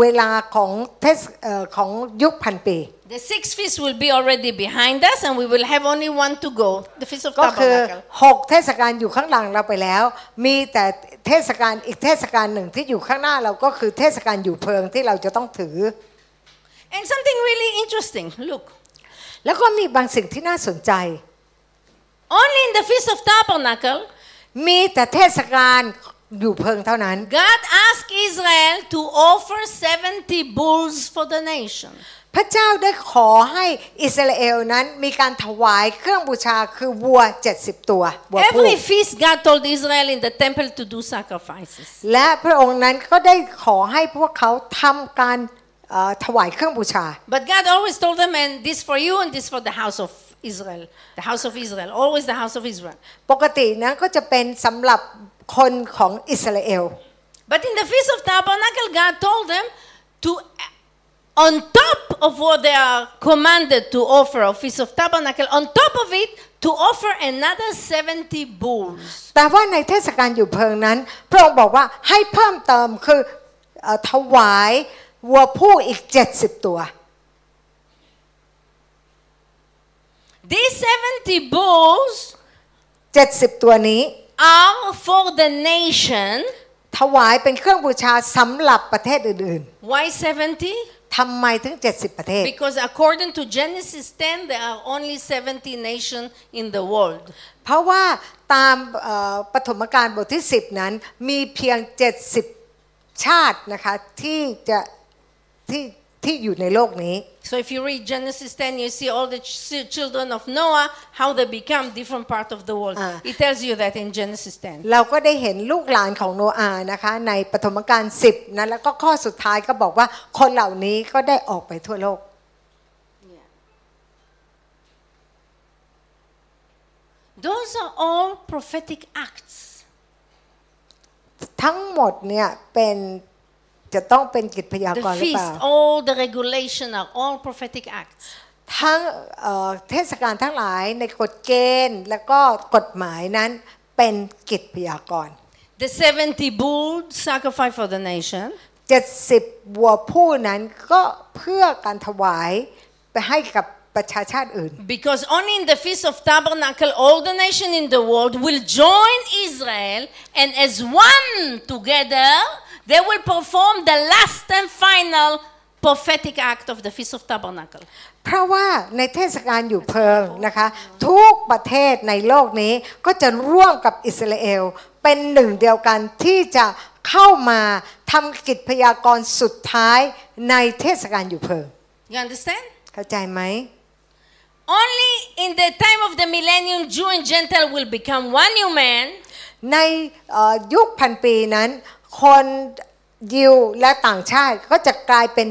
Speaker 2: เวลาของเทศเอ่อของยุคพันปี
Speaker 1: the six feasts will be already behind us and we will have only one to go the feast of
Speaker 2: ก็คือ
Speaker 1: tabernacle
Speaker 2: 6 เทศกาลอยู่ข้างหลังเราไปแล้ว มีแต่เทศกาลอีกเทศกาลหนึ่งที่อยู่ข้างหน้าเราก็คือเทศกาลอยู่เพิงที่เราจะต้องถือ
Speaker 1: and something really interesting look
Speaker 2: แล้วก็มีบางสิ่งที่น่าสนใจ
Speaker 1: only in the feast of tabernacle
Speaker 2: มีแต่เทศกาลอยู่เพิงเท่านั้น
Speaker 1: God asked Israel to offer 70 bulls for the nation.
Speaker 2: พระเจ้าได้ขอให้อิสราเอลนั้นมีการถวายเครื่องบูชาคือวัว 70 ตัววัวผู้
Speaker 1: Every feast, God told Israel in the temple to do sacrifices.
Speaker 2: และพระองค์นั้นก็ได้ขอให้พวกเขาทำการเอ่อถวายเครื่องบูชา
Speaker 1: But God always told them, and this for you, and this for the house of Israel. The house of Israel. Always the house of Israel.
Speaker 2: ปกตินั้นก็จะเป็นสำหรับคนของอิสราเอล
Speaker 1: But in the Feast of Tabernacle, God told them to, on top of what they are commanded to offer of Feast of Tabernacle, on top of it, to offer another 70 bulls.
Speaker 2: แต่ว่าในเทศกาลอยู่เพิงนั้น พระองค์บอกว่าให้เพิ่มเติมคือเอ่อถวายวัวผู้อีก 70 ตัว
Speaker 1: These 70 bulls
Speaker 2: 70 ตัวนี้
Speaker 1: are for the nation.
Speaker 2: ถวายเป็นเครื่องบูชาสำหรับประเทศอื่น
Speaker 1: Why 70?
Speaker 2: ๆทำไมถึง 70 ประเทศ
Speaker 1: Because according to Genesis 10, there are only 70 nations in the world.
Speaker 2: เพราะว่าตามเอ่อปฐมกาลบทที่ 10 นั้นมีเพียง 70 ชาตินะคะที่จะที่ที่อยู่ในโลกนี้
Speaker 1: So if you read Genesis 10, you see all the ch- children of Noah, how they become different part of the world.
Speaker 2: Ah.
Speaker 1: It tells you that in Genesis 10.
Speaker 2: เราก็ได้เห็นลูกหลานของโนอาห์นะคะในปฐมกาล10นั้นแล้วก็ข้อสุดท้ายก็บอกว่าคนเหล่านี้ก็ได้ออกไปทั่วโลก
Speaker 1: Those are all prophetic acts.
Speaker 2: ทั้งหมดเนี่ยเป็นจะต้องเป็นกิจพยา
Speaker 1: The
Speaker 2: กรณ์หรือ
Speaker 1: feast,
Speaker 2: เปล่า
Speaker 1: all the regulation are all prophetic acts.
Speaker 2: ทั้งเอ่อเทศกาลทั้งหลายในกฎเกณฑ์และก็กฎหมายนั้นเป็นกิจพยากรณ์
Speaker 1: The 70 bull sacrifice for the nation.
Speaker 2: 70วัวผู้นั้นก็เพื่อการถวายไปให้กับประชาชาติอื่น
Speaker 1: Because only in the Feast of Tabernacle, all the nation in the world will join Israel, and as one together, they will perform the last and final prophetic act of the Feast of Tabernacle.
Speaker 2: เพราะว่าในเทศกาลอยู่เพิงนะคะ ทุกประเทศในโลกนี้ก็จะร่วมกับอิสราเอล เป็นหนึ่งเดียวกันที่จะเข้ามาทำกิจพยากรณ์สุดท้ายในเทศกาลอยู่เพิง
Speaker 1: You understand?
Speaker 2: เข้าใจไหม
Speaker 1: Only in the time of the millennium, Jew and Gentile will become one new man,
Speaker 2: ในเอ่อยุคพันปีนั้น คนยิวและต่างชาติก็จะกลายเป็น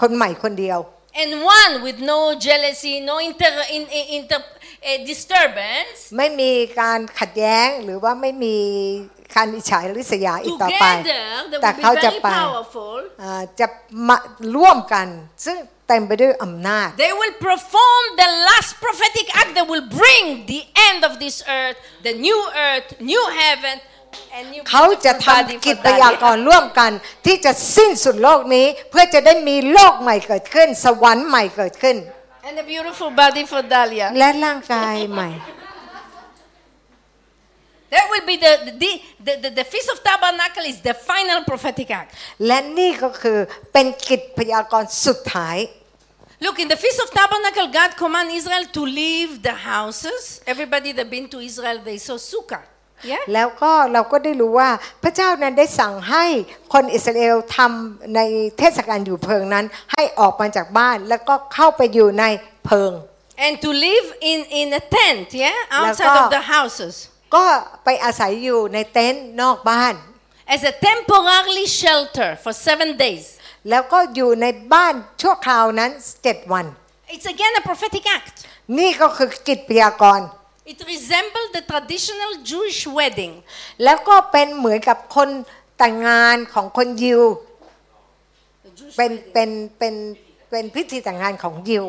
Speaker 2: คนใหม่คนเดียว
Speaker 1: and one with no jealousy, no inter, in, in- inter, uh, disturbance.
Speaker 2: ไม่มีการขัดแย้งหรือว่าไม่มีการอิจฉาริษยาอีกต่อไป
Speaker 1: Together, they
Speaker 2: แต่
Speaker 1: will be
Speaker 2: เขาจะ
Speaker 1: very
Speaker 2: ไป
Speaker 1: powerful.
Speaker 2: อ่าจะมาร่วมกัน ซึ่งเต็มไปด้วยอำนาจ
Speaker 1: They will perform the last prophetic act that will bring the end of this earth, the new earth, new heaven, and new
Speaker 2: เขาจะ
Speaker 1: beautiful body
Speaker 2: ทำ
Speaker 1: for
Speaker 2: กิจพยากร
Speaker 1: daddy.
Speaker 2: ร่วมกัน ที่จะสิ้นสุดโลกนี้ เพื่อจะได้มีโลกใหม่เกิดขึ้น สวรรค์ใหม่เกิดขึ้น
Speaker 1: and a beautiful body for Dahlia.
Speaker 2: และร่างกายใหม่
Speaker 1: That will be the the, the, the, the Feast of Tabernacle is the final prophetic act.
Speaker 2: และนี่ก็คือเป็นกิจพยากรณ์สุดท้าย
Speaker 1: Look, in the Feast of Tabernacle, God command Israel to leave the houses. Everybody that been to Israel, they saw sukkah. Yeah?
Speaker 2: แล้วก็เราก็ได้รู้ว่าพระเจ้านั้นได้สั่งให้คนอิสราเอลทำในเทศกาลอยู่เพลิงนั้น ให้ออกมาจากบ้านแล้วก็เข้าไปอยู่ในเพลิง
Speaker 1: And to live in, in a tent, yeah? Outside of the houses.
Speaker 2: ก็ไปอาศัยอยู่ในเต็นท์นอกบ้าน
Speaker 1: As a temporarily shelter for seven days.
Speaker 2: แล้วก็อยู่ในบ้านชั่วคราวนั้นเจ็ดวัน
Speaker 1: It's again a prophetic act.
Speaker 2: นี่ก็คือกิจพยากรณ์
Speaker 1: It resembles the traditional Jewish wedding.
Speaker 2: แล้วก็เป็นเหมือนกับคนแต่งงานของคนยิว
Speaker 1: The Jewish
Speaker 2: เป็นเป็นเป็นเป็นพิธีแต่งงานของยิว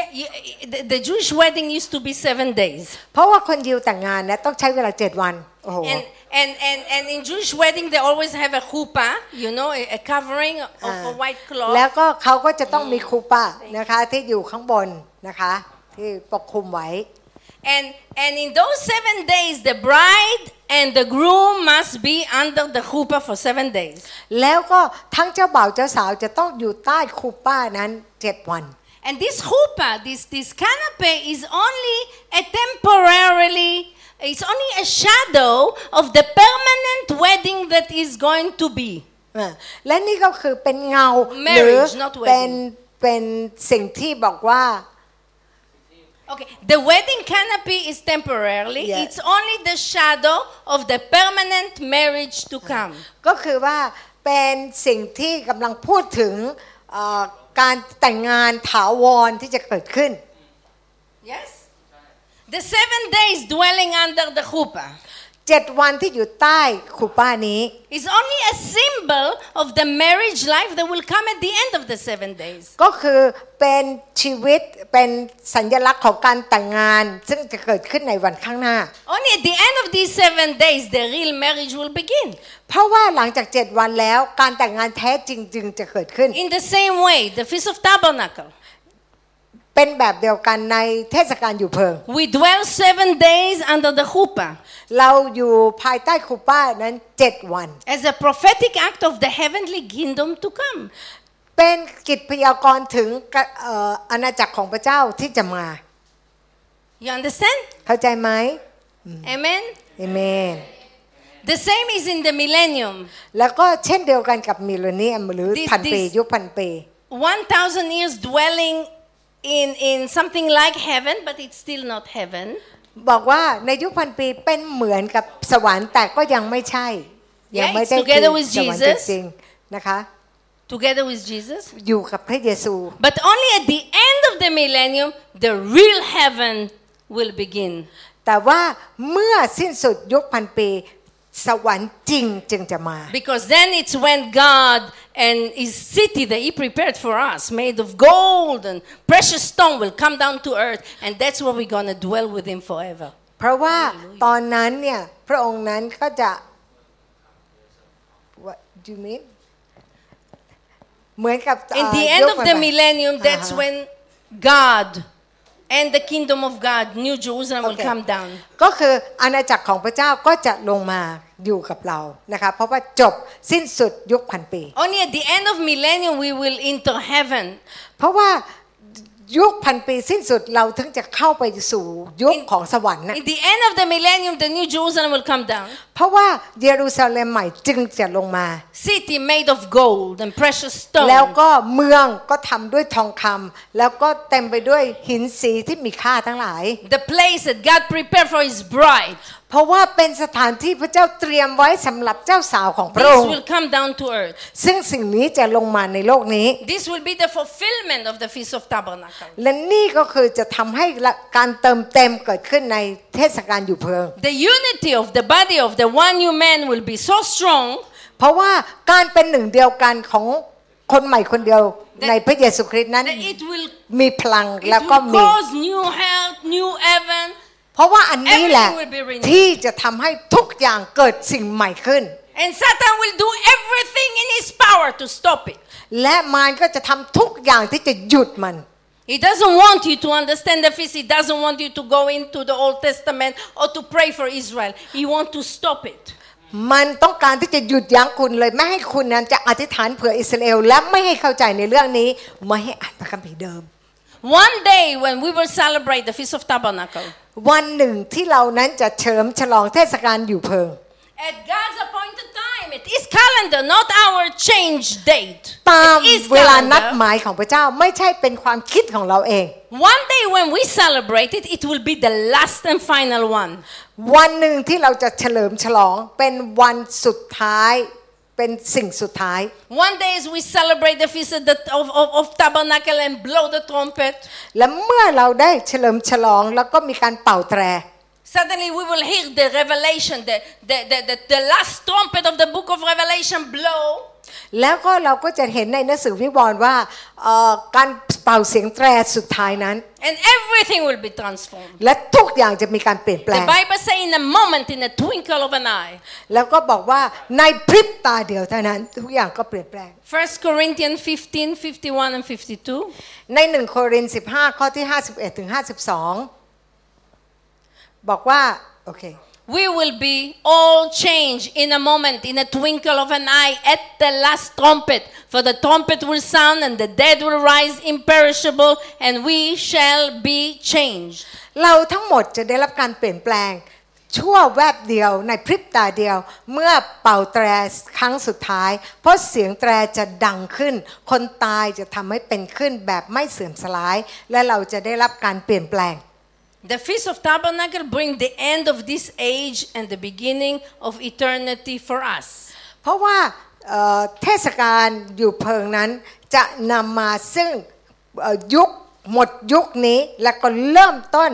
Speaker 1: Yeah, you, the, the Jewish wedding used to be seven days.
Speaker 2: เพราะว่าคนยิวแต่งงานนะต้องใช้เวลาเจ็ดวันโอ้โห
Speaker 1: And, and, and, and in Jewish wedding, they always have a chuppah, you know, a, a covering of
Speaker 2: อ่า
Speaker 1: a white cloth.
Speaker 2: แล้วก็เขาก็จะต้องมีคูปะนะคะที่อยู่ข้างบนนะคะที่ปกคลุมไว้
Speaker 1: And, and in those seven days, the bride and the groom must be under the chuppah for seven days.
Speaker 2: แล้วก็ทั้งเจ้าบ่าวเจ้าสาวจะต้องอยู่ใต้คูป้านั้นเจ็ดวัน
Speaker 1: And this chuppah, this, this canopy, is only a temporarily, it's only a shadow of the permanent wedding that is going to be.
Speaker 2: อ่าและนี่ก็คือเป็นเงา
Speaker 1: Marriage,
Speaker 2: หรือ
Speaker 1: not wedding.
Speaker 2: เป็นเป็นสิ่งที่บอกว่า
Speaker 1: Okay, the wedding canopy is temporarily.
Speaker 2: Yeah.
Speaker 1: It's only the shadow of the permanent marriage to come.
Speaker 2: ก็คือว่าเป็นสิ่งที่กำลังพูดถึงเอ่อการแต่งงานถาวรที่จะเกิดขึ้น
Speaker 1: Yes? The seven days dwelling under the chuppah
Speaker 2: เจ็ดวันที่อยู่ใต้คูป้านี้
Speaker 1: is only a symbol of the marriage life that will come at the end of the seven days.
Speaker 2: ก็คือเป็นชีวิตเป็นสัญลักษณ์ของการแต่งงาน ซึ่งจะเกิดขึ้นในวันข้างหน้า
Speaker 1: Only at the end of these seven days, the real marriage will begin.
Speaker 2: เพราะว่าหลังจาก 7 วันแล้วการแต่งงานแท้จริงจึงจะเกิดขึ้น
Speaker 1: In the same way, the Feast of Tabernacle.
Speaker 2: เป็นแบบเดียวกันในเทศกาลอยู่เพลิง
Speaker 1: We dwell seven days under the chuppah
Speaker 2: เราอยู่ภายใต้คูป้านั้น 7 วัน
Speaker 1: as a prophetic act of the heavenly kingdom to come.
Speaker 2: เป็นกิจพยากรณ์ถึงกะเอ่ออาณาจักรของพระเจ้าที่จะมา
Speaker 1: You understand?
Speaker 2: เข้าใจไหม
Speaker 1: Amen.
Speaker 2: เอเมน
Speaker 1: The same is in the millennium.
Speaker 2: แล้วก็เช่นเดียวกันกับมิลเลนเนียมหรือ
Speaker 1: This-
Speaker 2: พันปี
Speaker 1: this-
Speaker 2: ยุคพันปี
Speaker 1: 1,000 years dwelling in, in something like heaven, but it's still not heaven.
Speaker 2: บอกว่าในยุคพันปีเป็นเหมือนกับสวรรค์แต่ก็ยังไม่ใช่
Speaker 1: Yeah,
Speaker 2: ยังไม่ได้
Speaker 1: it's together
Speaker 2: คือ
Speaker 1: with
Speaker 2: สวรรค์
Speaker 1: Jesus
Speaker 2: จริงๆนะคะ
Speaker 1: Together with Jesus.
Speaker 2: อยู่กับพระเยซู
Speaker 1: But only at the end of the millennium, the real heaven will begin.
Speaker 2: แต่ว่าเมื่อสิ้นสุดยุคพันปี สวรรค์จริงจึงจะมา
Speaker 1: Because then it's when God and his city that he prepared for us, made of gold and precious stone, will come down to earth. And that's where we're going to dwell with him forever.
Speaker 2: เพราะว่าตอนนั้นเนี่ยพระองค์นั้นก็จะ What do you mean? เหมือนกับ
Speaker 1: In
Speaker 2: เอ่อ
Speaker 1: the end
Speaker 2: ยุค
Speaker 1: of the
Speaker 2: ใหม่ๆ
Speaker 1: millennium, that's
Speaker 2: Ah, Uh-huh.
Speaker 1: when God and the kingdom of God, New Jerusalem, will
Speaker 2: Okay.
Speaker 1: come down.
Speaker 2: ก็คืออาณาจักรของพระเจ้าก็จะลงมาอยู่กับเรานะคะเพราะว่าจบสิ้นสุดยุคพันปี
Speaker 1: Only at the end of millennium we will enter heaven.
Speaker 2: เพราะว่ายุคพันปีสิ้นสุดเราถึงจะเข้าไปสู่ยุคของสวรรค์นะ
Speaker 1: At the end of the millennium, the New Jerusalem will come down.
Speaker 2: เพราะว่าเยรูซาเล็มใหม่จึงจะลงมา
Speaker 1: City made of gold and precious
Speaker 2: แล้ว
Speaker 1: stone.
Speaker 2: ก็เมืองก็ทำด้วยทองคำแล้วก็เต็มไปด้วยหินสีที่มีค่าทั้งหลาย
Speaker 1: The place that God prepared for His bride.
Speaker 2: เพราะว่าเป็นสถานที่พระเจ้าเตรียมไว้สำหรับเจ้าสาวของพระอ
Speaker 1: This
Speaker 2: งค์
Speaker 1: will come down to earth.
Speaker 2: ซึ่งสิ่งนี้จะลงมาในโลกนี้
Speaker 1: This will be the fulfillment of the Feast of Tabernacle.
Speaker 2: และนี่ก็คือจะทำให้ละการเติมเต็มเกิดขึ้นในเทศกาลอยู่เพลิง
Speaker 1: The unity of the body of the one new man will be so strong
Speaker 2: เพราะว่าการเป็นหนึ่งเดียวกันของคนใหม่คนเดียวในพระเยซูคริสต์นั้น
Speaker 1: that it will
Speaker 2: มีพลัง
Speaker 1: It
Speaker 2: แล้วก็
Speaker 1: will
Speaker 2: มี
Speaker 1: cause new health, new heaven,
Speaker 2: เพราะว่าอันนี้แหละ
Speaker 1: Everything will be renewed.
Speaker 2: ที่จะทำให้ทุกอย่างเกิดสิ่งใหม่ขึ้น
Speaker 1: and Satan will do everything in his power to stop it.
Speaker 2: และมารก็จะทำทุกอย่างที่จะหยุดมัน
Speaker 1: He doesn't want you to understand the feast. He doesn't want you to go into the Old Testament or to pray for Israel. He wants to stop it.
Speaker 2: มันต้องการที่จะหยุดยั้งคุณเลย ไม่ให้คุณนั้นจะอธิษฐานเผื่ออิสราเอล และไม่ให้เข้าใจในเรื่องนี้ ไม่ให้อ่านพระคัมภีร์เดิม
Speaker 1: One day when we will celebrate the Feast of Tabernacle,
Speaker 2: วันหนึ่งที่เรานั้นจะเฉลิมฉลองเทศกาลอยู่เพิง
Speaker 1: at God's appointed time, at His calendar, not our change date.
Speaker 2: ตาม
Speaker 1: At His
Speaker 2: เวลานัด
Speaker 1: calendar.
Speaker 2: หมายของพระเจ้าไม่ใช่เป็นความคิดของเราเอง
Speaker 1: One day when we celebrate it, it will be the last and final one.
Speaker 2: วันหนึ่งที่เราจะเฉลิมฉลองเป็นวันสุดท้าย เป็นสิ่งสุดท้าย
Speaker 1: One day as we celebrate the Feast of, the, of, of, of Tabernacle and blow the trumpet,
Speaker 2: และเมื่อเราได้เฉลิมฉลองแล้วก็มีการเป่าแตร
Speaker 1: Suddenly we will hear the revelation, the, the, the, the, the last trumpet of the book of Revelation blow.
Speaker 2: แล้วก็เราก็จะเห็นในหนังสือวิวรณ์ว่าเอ่อการเป่าเสียงแตรสุดท้ายนั้น
Speaker 1: And everything will be transformed.
Speaker 2: และทุกอย่างจะมีการเปลี่ยนแปล
Speaker 1: The
Speaker 2: ง
Speaker 1: Bible says in a moment, in a twinkle of an eye.
Speaker 2: แล้วก็บอกว่าในพริบตาเดียวเท่านั้น ทุกอย่างก็เปลี่ยนแปลง
Speaker 1: 1 Corinthians 15, 51 and 52.
Speaker 2: ในหนึ่งโครินธ์15 ข้อที่ 51ถึง52 บอกว่า โอเค
Speaker 1: We will be all changed in a moment, in a twinkle of an eye, at the last trumpet. For the trumpet will sound, and the dead will rise imperishable, and we shall be changed.
Speaker 2: เราทั้งหมดจะได้รับการเปลี่ยนแปลง ชั่วแวบเดียวในพริบตาเดียว เมื่อเป่าแตรครั้งสุดท้าย เพราะเสียงแตรจะดังขึ้น คนตายจะทำให้เป็นขึ้นแบบไม่เสื่อมสลาย และเราจะได้รับการเปลี่ยนแปลง
Speaker 1: The Feast of Tabernacle brings the end of this age and the beginning of eternity for us.
Speaker 2: เพราะว่าเอ่อเทศกาลอยู่เพิงนั้นจะนำมาซึ่งเอ่อยุคหมดยุคนี้และก็เริ่มต้น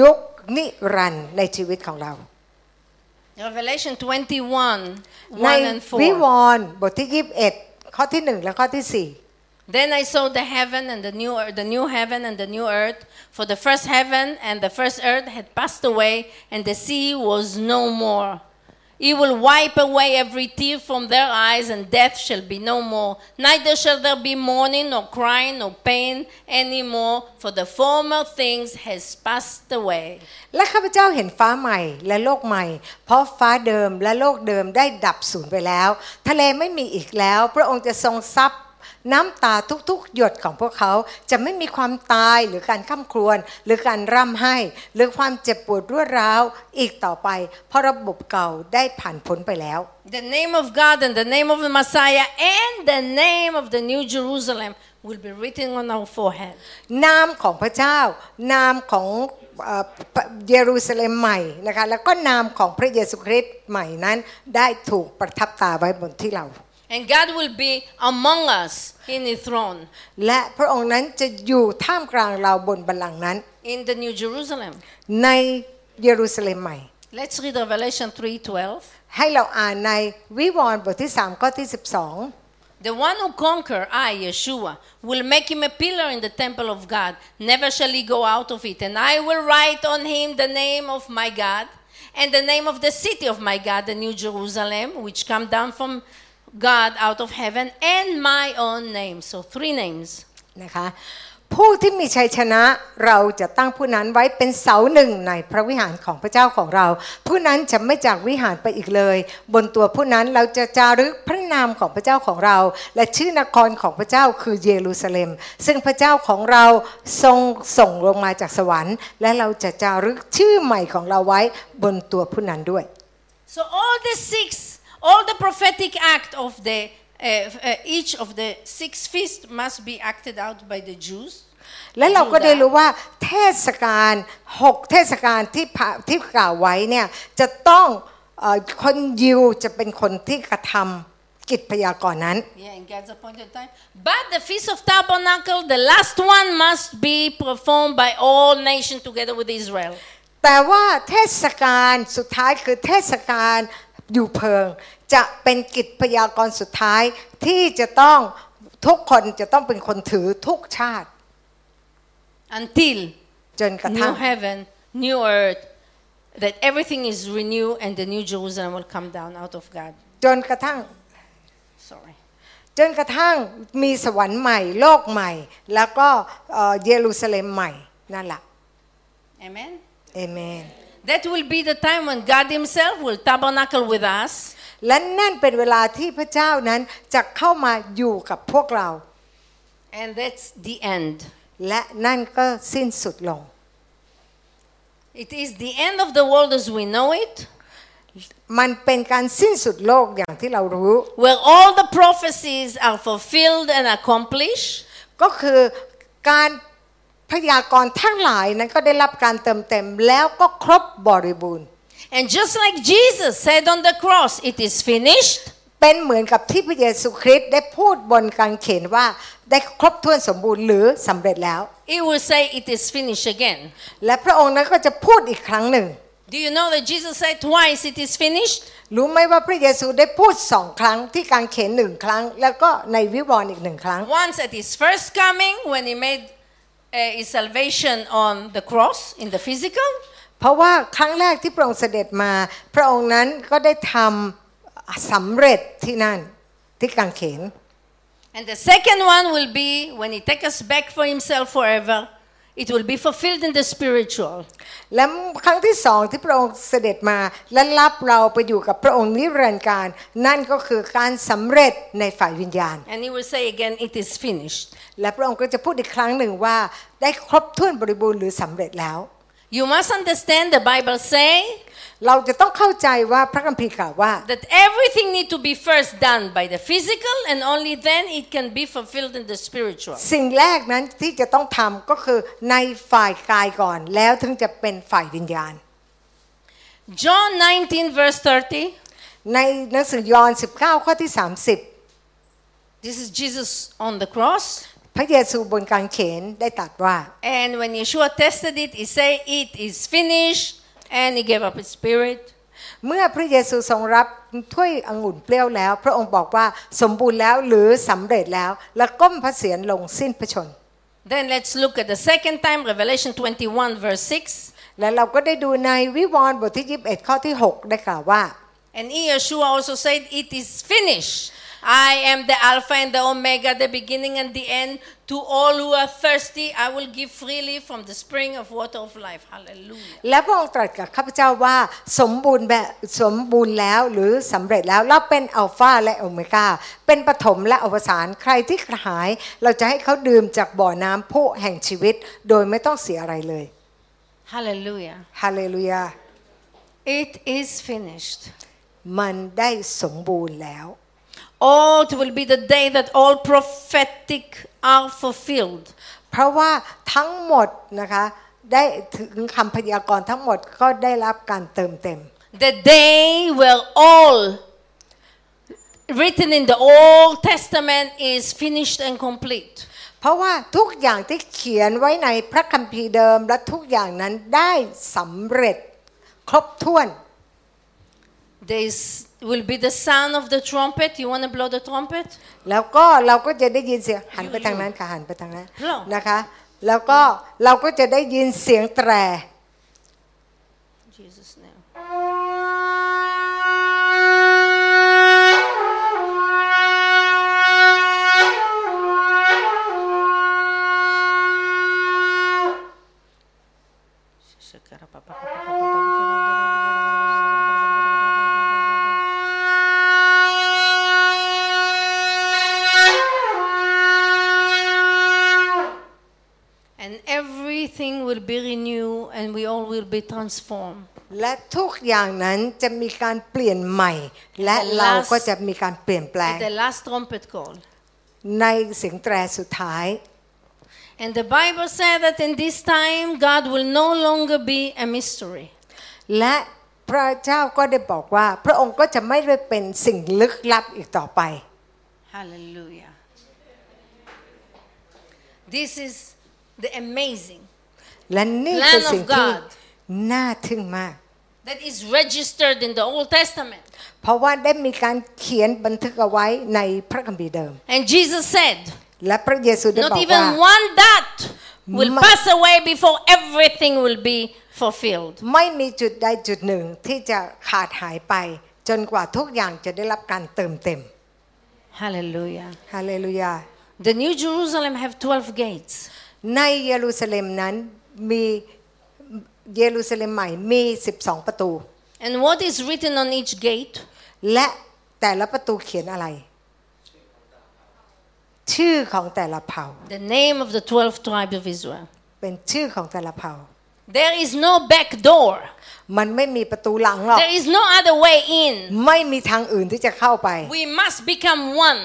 Speaker 2: ยุคนิรันดร์ในชีวิตของเรา
Speaker 1: Revelation 21,
Speaker 2: ใน
Speaker 1: 1 and
Speaker 2: วิว
Speaker 1: 4.
Speaker 2: รณ์บทที่ 21 ข้อที่ 1 และข้อที่
Speaker 1: Then I saw the heaven and the new ear- the new heaven and the new earth, for the first heaven and the first earth had passed away, and the sea was no more. He will wipe away every tear from their eyes, and death shall be no more. Neither shall there be mourning, nor crying, nor pain any more, for the former things has passed away.
Speaker 2: 4 และข้าพเจ้าเห็นฟ้าใหม่และโลกใหม่ เพราะฟ้าเดิมและโลกเดิมได้ดับสูญไปแล้ว ทะเลไม่มีอีกแล้ว พระองค์จะทรงซับน้ำตาทุกๆ หยดของพวกเขา จะไม่มีความตายหรือการข้ามครวญหรือการร่ำไห้ หรือความเจ็บปวดรวดร้าวอีกต่อไป เพราะระบบเก่าได้ผ่านพ้นไปแล้ว
Speaker 1: The name of God and the name of the Messiah and the name of the New Jerusalem will be written on our forehead.
Speaker 2: นามของพระเจ้า นามของเอ่อเยรูซาเล็มใหม่นะคะแล้วก็นามของพระเยซูคริสต์ใหม่นั้นได้ถูกประทับตราไว้บนที่เรา
Speaker 1: And God will be among us in His throne
Speaker 2: และพระองค์นั้นจะอยู่ท่ามกลางเราบนบัลลังก์นั้น
Speaker 1: in the New Jerusalem.
Speaker 2: ในเยรูซาเล็มใหม่
Speaker 1: Let's read Revelation 3:12.
Speaker 2: ให้เราอ่านในวิวรณ์บทที่ 3 ข้อที่
Speaker 1: The one who conquer, I, Yeshua, will make him a pillar in the temple of God. Never shall he go out of it. And I will write on him the name of my God and the name of the city of my God, the New Jerusalem, which come down from God out of heaven, and my own name. So three names.
Speaker 2: 12 นะคะ ผู้ที่มีชัยชนะเราจะตั้งผู้นั้นไว้เป็นเสาหนึ่งในพระวิหารของพระเจ้าของเรา ผู้นั้นจะไม่จากวิหารไปอีกเลย บนตัวผู้นั้นเราจะจารึกพระนามของพระเจ้าของเรา และชื่อนครของพระเจ้าคือเยรูซาเล็ม ซึ่งพระเจ้าของเราทรงส่งลงมาจากสวรรค์ และเราจะจารึกชื่อใหม่ของเราไว้บนตัวผู้นั้นด้วย
Speaker 1: So all the six, all the prophetic act of the uh, uh, each of the six feasts must be acted out by the Jews.
Speaker 2: และเราก็ได้รู้ว่าเทศกาลหกเทศกาลที่พระที่กล่าวไว้เนี่ยจะต้องเอ่อคนยิวจะเป็นคนที่กระทำกิจพยากรณ์นั้น
Speaker 1: Yeah, in God's appointed time. But the Feast of Tabernacle, the last one, must be performed by all nations together with Israel.
Speaker 2: แต่ว่าเทศกาลสุดท้ายคือเทศกาลอยู่เพิง จะเป็นกิจพยากรณ์สุดท้ายที่จะต้องทุกคนจะต้องเป็นคนถือทุกชาติ
Speaker 1: Until
Speaker 2: จนกระทั่
Speaker 1: new
Speaker 2: ง
Speaker 1: heaven, new earth, that everything is renewed and the new Jerusalem will come down out of God.
Speaker 2: จนกระทั่ง
Speaker 1: Sorry.
Speaker 2: จนกระทั่งมีสวรรค์ใหม่ โลกใหม่ แล้วก็เอ่อเยรูซาเล็มใหม่นั่นแหละ
Speaker 1: Amen.
Speaker 2: เอเมน
Speaker 1: That will be the time when God Himself will tabernacle with us.
Speaker 2: และนั่นเป็นเวลาที่พระเจ้านั้นจะเข้ามาอยู่กับพวกเรา
Speaker 1: And that's the end.
Speaker 2: และนั่นก็สิ้นสุดลง
Speaker 1: It is the end of the world as we know it,
Speaker 2: มันเป็นการสิ้นสุดโลกอย่างที่เรารู้
Speaker 1: where all the prophecies are fulfilled and accomplished,
Speaker 2: ก็คือการพยากรณ์ทั้งหลายนั้นก็ได้รับการเติมเต็มแล้วก็ครบบริบูรณ์
Speaker 1: And just like Jesus said on the cross, it is finished.
Speaker 2: เป็นเหมือนกับที่พระเยซูคริสต์ได้พูดบนกางเขนว่าได้ครบถ้วนสมบูรณ์หรือสำเร็จแล้ว
Speaker 1: He will say, It is finished again.
Speaker 2: และพระองค์นั้นก็จะพูดอีกครั้งหนึ่ง
Speaker 1: Do you know that Jesus said twice, It is finished?
Speaker 2: รู้ไหมว่าพระเยซูได้พูดสองครั้งที่กางเขนหนึ่งครั้ง แล้วก็ในวิวรณ์อีกหนึ่งครั้ง
Speaker 1: Once at his first coming, when he made uh, his salvation on the cross, in the physical,
Speaker 2: เพราะว่าครั้งแรกที่พระองค์เสด็จมา พระองค์นั้นก็ได้ทำสำเร็จที่นั่นที่กางเขน
Speaker 1: and the second one will be when he takes us back for himself forever. It will be fulfilled in the spiritual.
Speaker 2: และครั้งที่สองที่พระองค์เสด็จมาและรับเราไปอยู่กับพระองค์นิรันดร์การ นั่นก็คือการสำเร็จในฝ่ายวิญญาณ
Speaker 1: And he will say again, It is finished.
Speaker 2: และพระองค์ก็จะพูดอีกครั้งหนึ่งว่าได้ครบถ้วนบริบูรณ์หรือสำเร็จแล้ว
Speaker 1: You must understand the Bible say
Speaker 2: เราจะต้องเข้าใจว่าพระคัมภีร์กล่าวว่า
Speaker 1: that everything need to be first done by the physical and only then it can be fulfilled in the spiritual
Speaker 2: สิ่งแรกนั้นที่จะต้องทำก็คือในฝ่ายกายก่อน แล้วถึงจะเป็นฝ่ายวิญญาณ
Speaker 1: john 19 verse 30
Speaker 2: ในหนังสือยอห์น19 ข้อที่ 30
Speaker 1: this is jesus on the cross
Speaker 2: พระเยซูบนกางเขนได้ตรัสว่า
Speaker 1: and when yeshua tested it he said it is finished and he gave up his spirit
Speaker 2: เมื่อพระเยซูทรงรับถ้วยองุ่นเปรี้ยวแล้ว พระองค์บอกว่าสมบูรณ์แล้วหรือสำเร็จแล้ว และก้มพระเศียรลงสิ้นพระชนม์
Speaker 1: then let's look at the second time revelation 21 verse 6
Speaker 2: และเราก็ได้ดูในวิวรณ์บทที่ 21 ข้อที่ 6 ได้กล่าวว่า
Speaker 1: and he yeshua also said it is finished I am the Alpha and the Omega, the beginning and the end. To all who are thirsty, I will give freely from the spring of water of life. Hallelujah.
Speaker 2: และพระองค์ตรัสกับข้าพเจ้าว่าสมบูรณ์แบบสมบูรณ์แล้วหรือสำเร็จแล้วเราเป็นอัลฟาและโอเมกาเป็นปฐมและอวสานใครที่กระหาย เราจะให้เขาดื่มจากบ่อน้ำพุแห่งชีวิต โดยไม่ต้องเสียอะไรเลย
Speaker 1: Hallelujah.
Speaker 2: ฮาเลลูยา
Speaker 1: It is finished.
Speaker 2: มันได้สมบูรณ์แล้ว
Speaker 1: Oh, it will be the day that all prophetic are fulfilled.
Speaker 2: เพราะว่าทั้งหมดนะคะได้ถึงคำพยากรณ์ทั้งหมดก็ได้รับการเติมเต็ม
Speaker 1: The day where all written in the Old Testament is finished and complete.
Speaker 2: เพราะว่าทุกอย่างที่เขียนไว้ในพระคัมภีร์เดิมและทุกอย่างนั้นได้สำเร็จครบถ้วน
Speaker 1: There is, will be the sound of the trumpet. You want to blow the trumpet?
Speaker 2: แล้วก็เราก็จะได้ยินเสียงหันไปทางนั้นค่ะหันไปทางนั้น
Speaker 1: หรอ
Speaker 2: นะคะ แล้วก็เราก็จะได้ยินเสียงแตร
Speaker 1: In Jesus' name. And everything will be renewed and we all will be transformed.
Speaker 2: และทุกอย่างนั้นจะมีการเปลี่ยนใหม่ และเราก็จะมีการเปลี่ยนแปลง
Speaker 1: At the last trumpet call.
Speaker 2: ในเสียงแตรสุดท้าย
Speaker 1: And the Bible said that in this time God will no longer be a mystery.
Speaker 2: และพระเจ้าก็ได้บอกว่า พระองค์ก็จะไม่ได้เป็นสิ่งลึกลับอีกต่อไป
Speaker 1: Hallelujah. This is the amazing
Speaker 2: และนี่เป็นสิ่ง
Speaker 1: Plan
Speaker 2: ที่
Speaker 1: of God
Speaker 2: น่าทึ่งมาก
Speaker 1: that is registered in the Old Testament.
Speaker 2: เพราะว่าได้มีการเขียนบันทึกเอาไว้ในพระคัมภีร์เดิม
Speaker 1: And Jesus said,
Speaker 2: และพระเยซูได้บ
Speaker 1: Not
Speaker 2: อก
Speaker 1: even
Speaker 2: ว่า
Speaker 1: one dot will
Speaker 2: Ma-
Speaker 1: pass away before everything will be fulfilled.
Speaker 2: ไม่มีจุดใดจุดหนึ่งที่จะขาดหายไป จนกว่าทุกอย่างจะได้รับการเติมเต็ม
Speaker 1: Hallelujah.
Speaker 2: ฮาเลลูยา
Speaker 1: The New Jerusalem have 12 gates.
Speaker 2: ในเยรูซาเล็มนั้นมีเยรูซาเล็มใหม่มี 12 ประตู
Speaker 1: And what is written on each gate?
Speaker 2: และแต่ละประตูเขียนอะไร ชื่อของแต่ละเผ่า
Speaker 1: The name of the 12 tribes of Israel.
Speaker 2: เป็นชื่อของแต่ละเผ่า
Speaker 1: There is no back door.
Speaker 2: มันไม่มีประตูหลังหรอก
Speaker 1: There is no other way in.
Speaker 2: ไม่มีทางอื่นที่จะเข้าไป
Speaker 1: We must become one.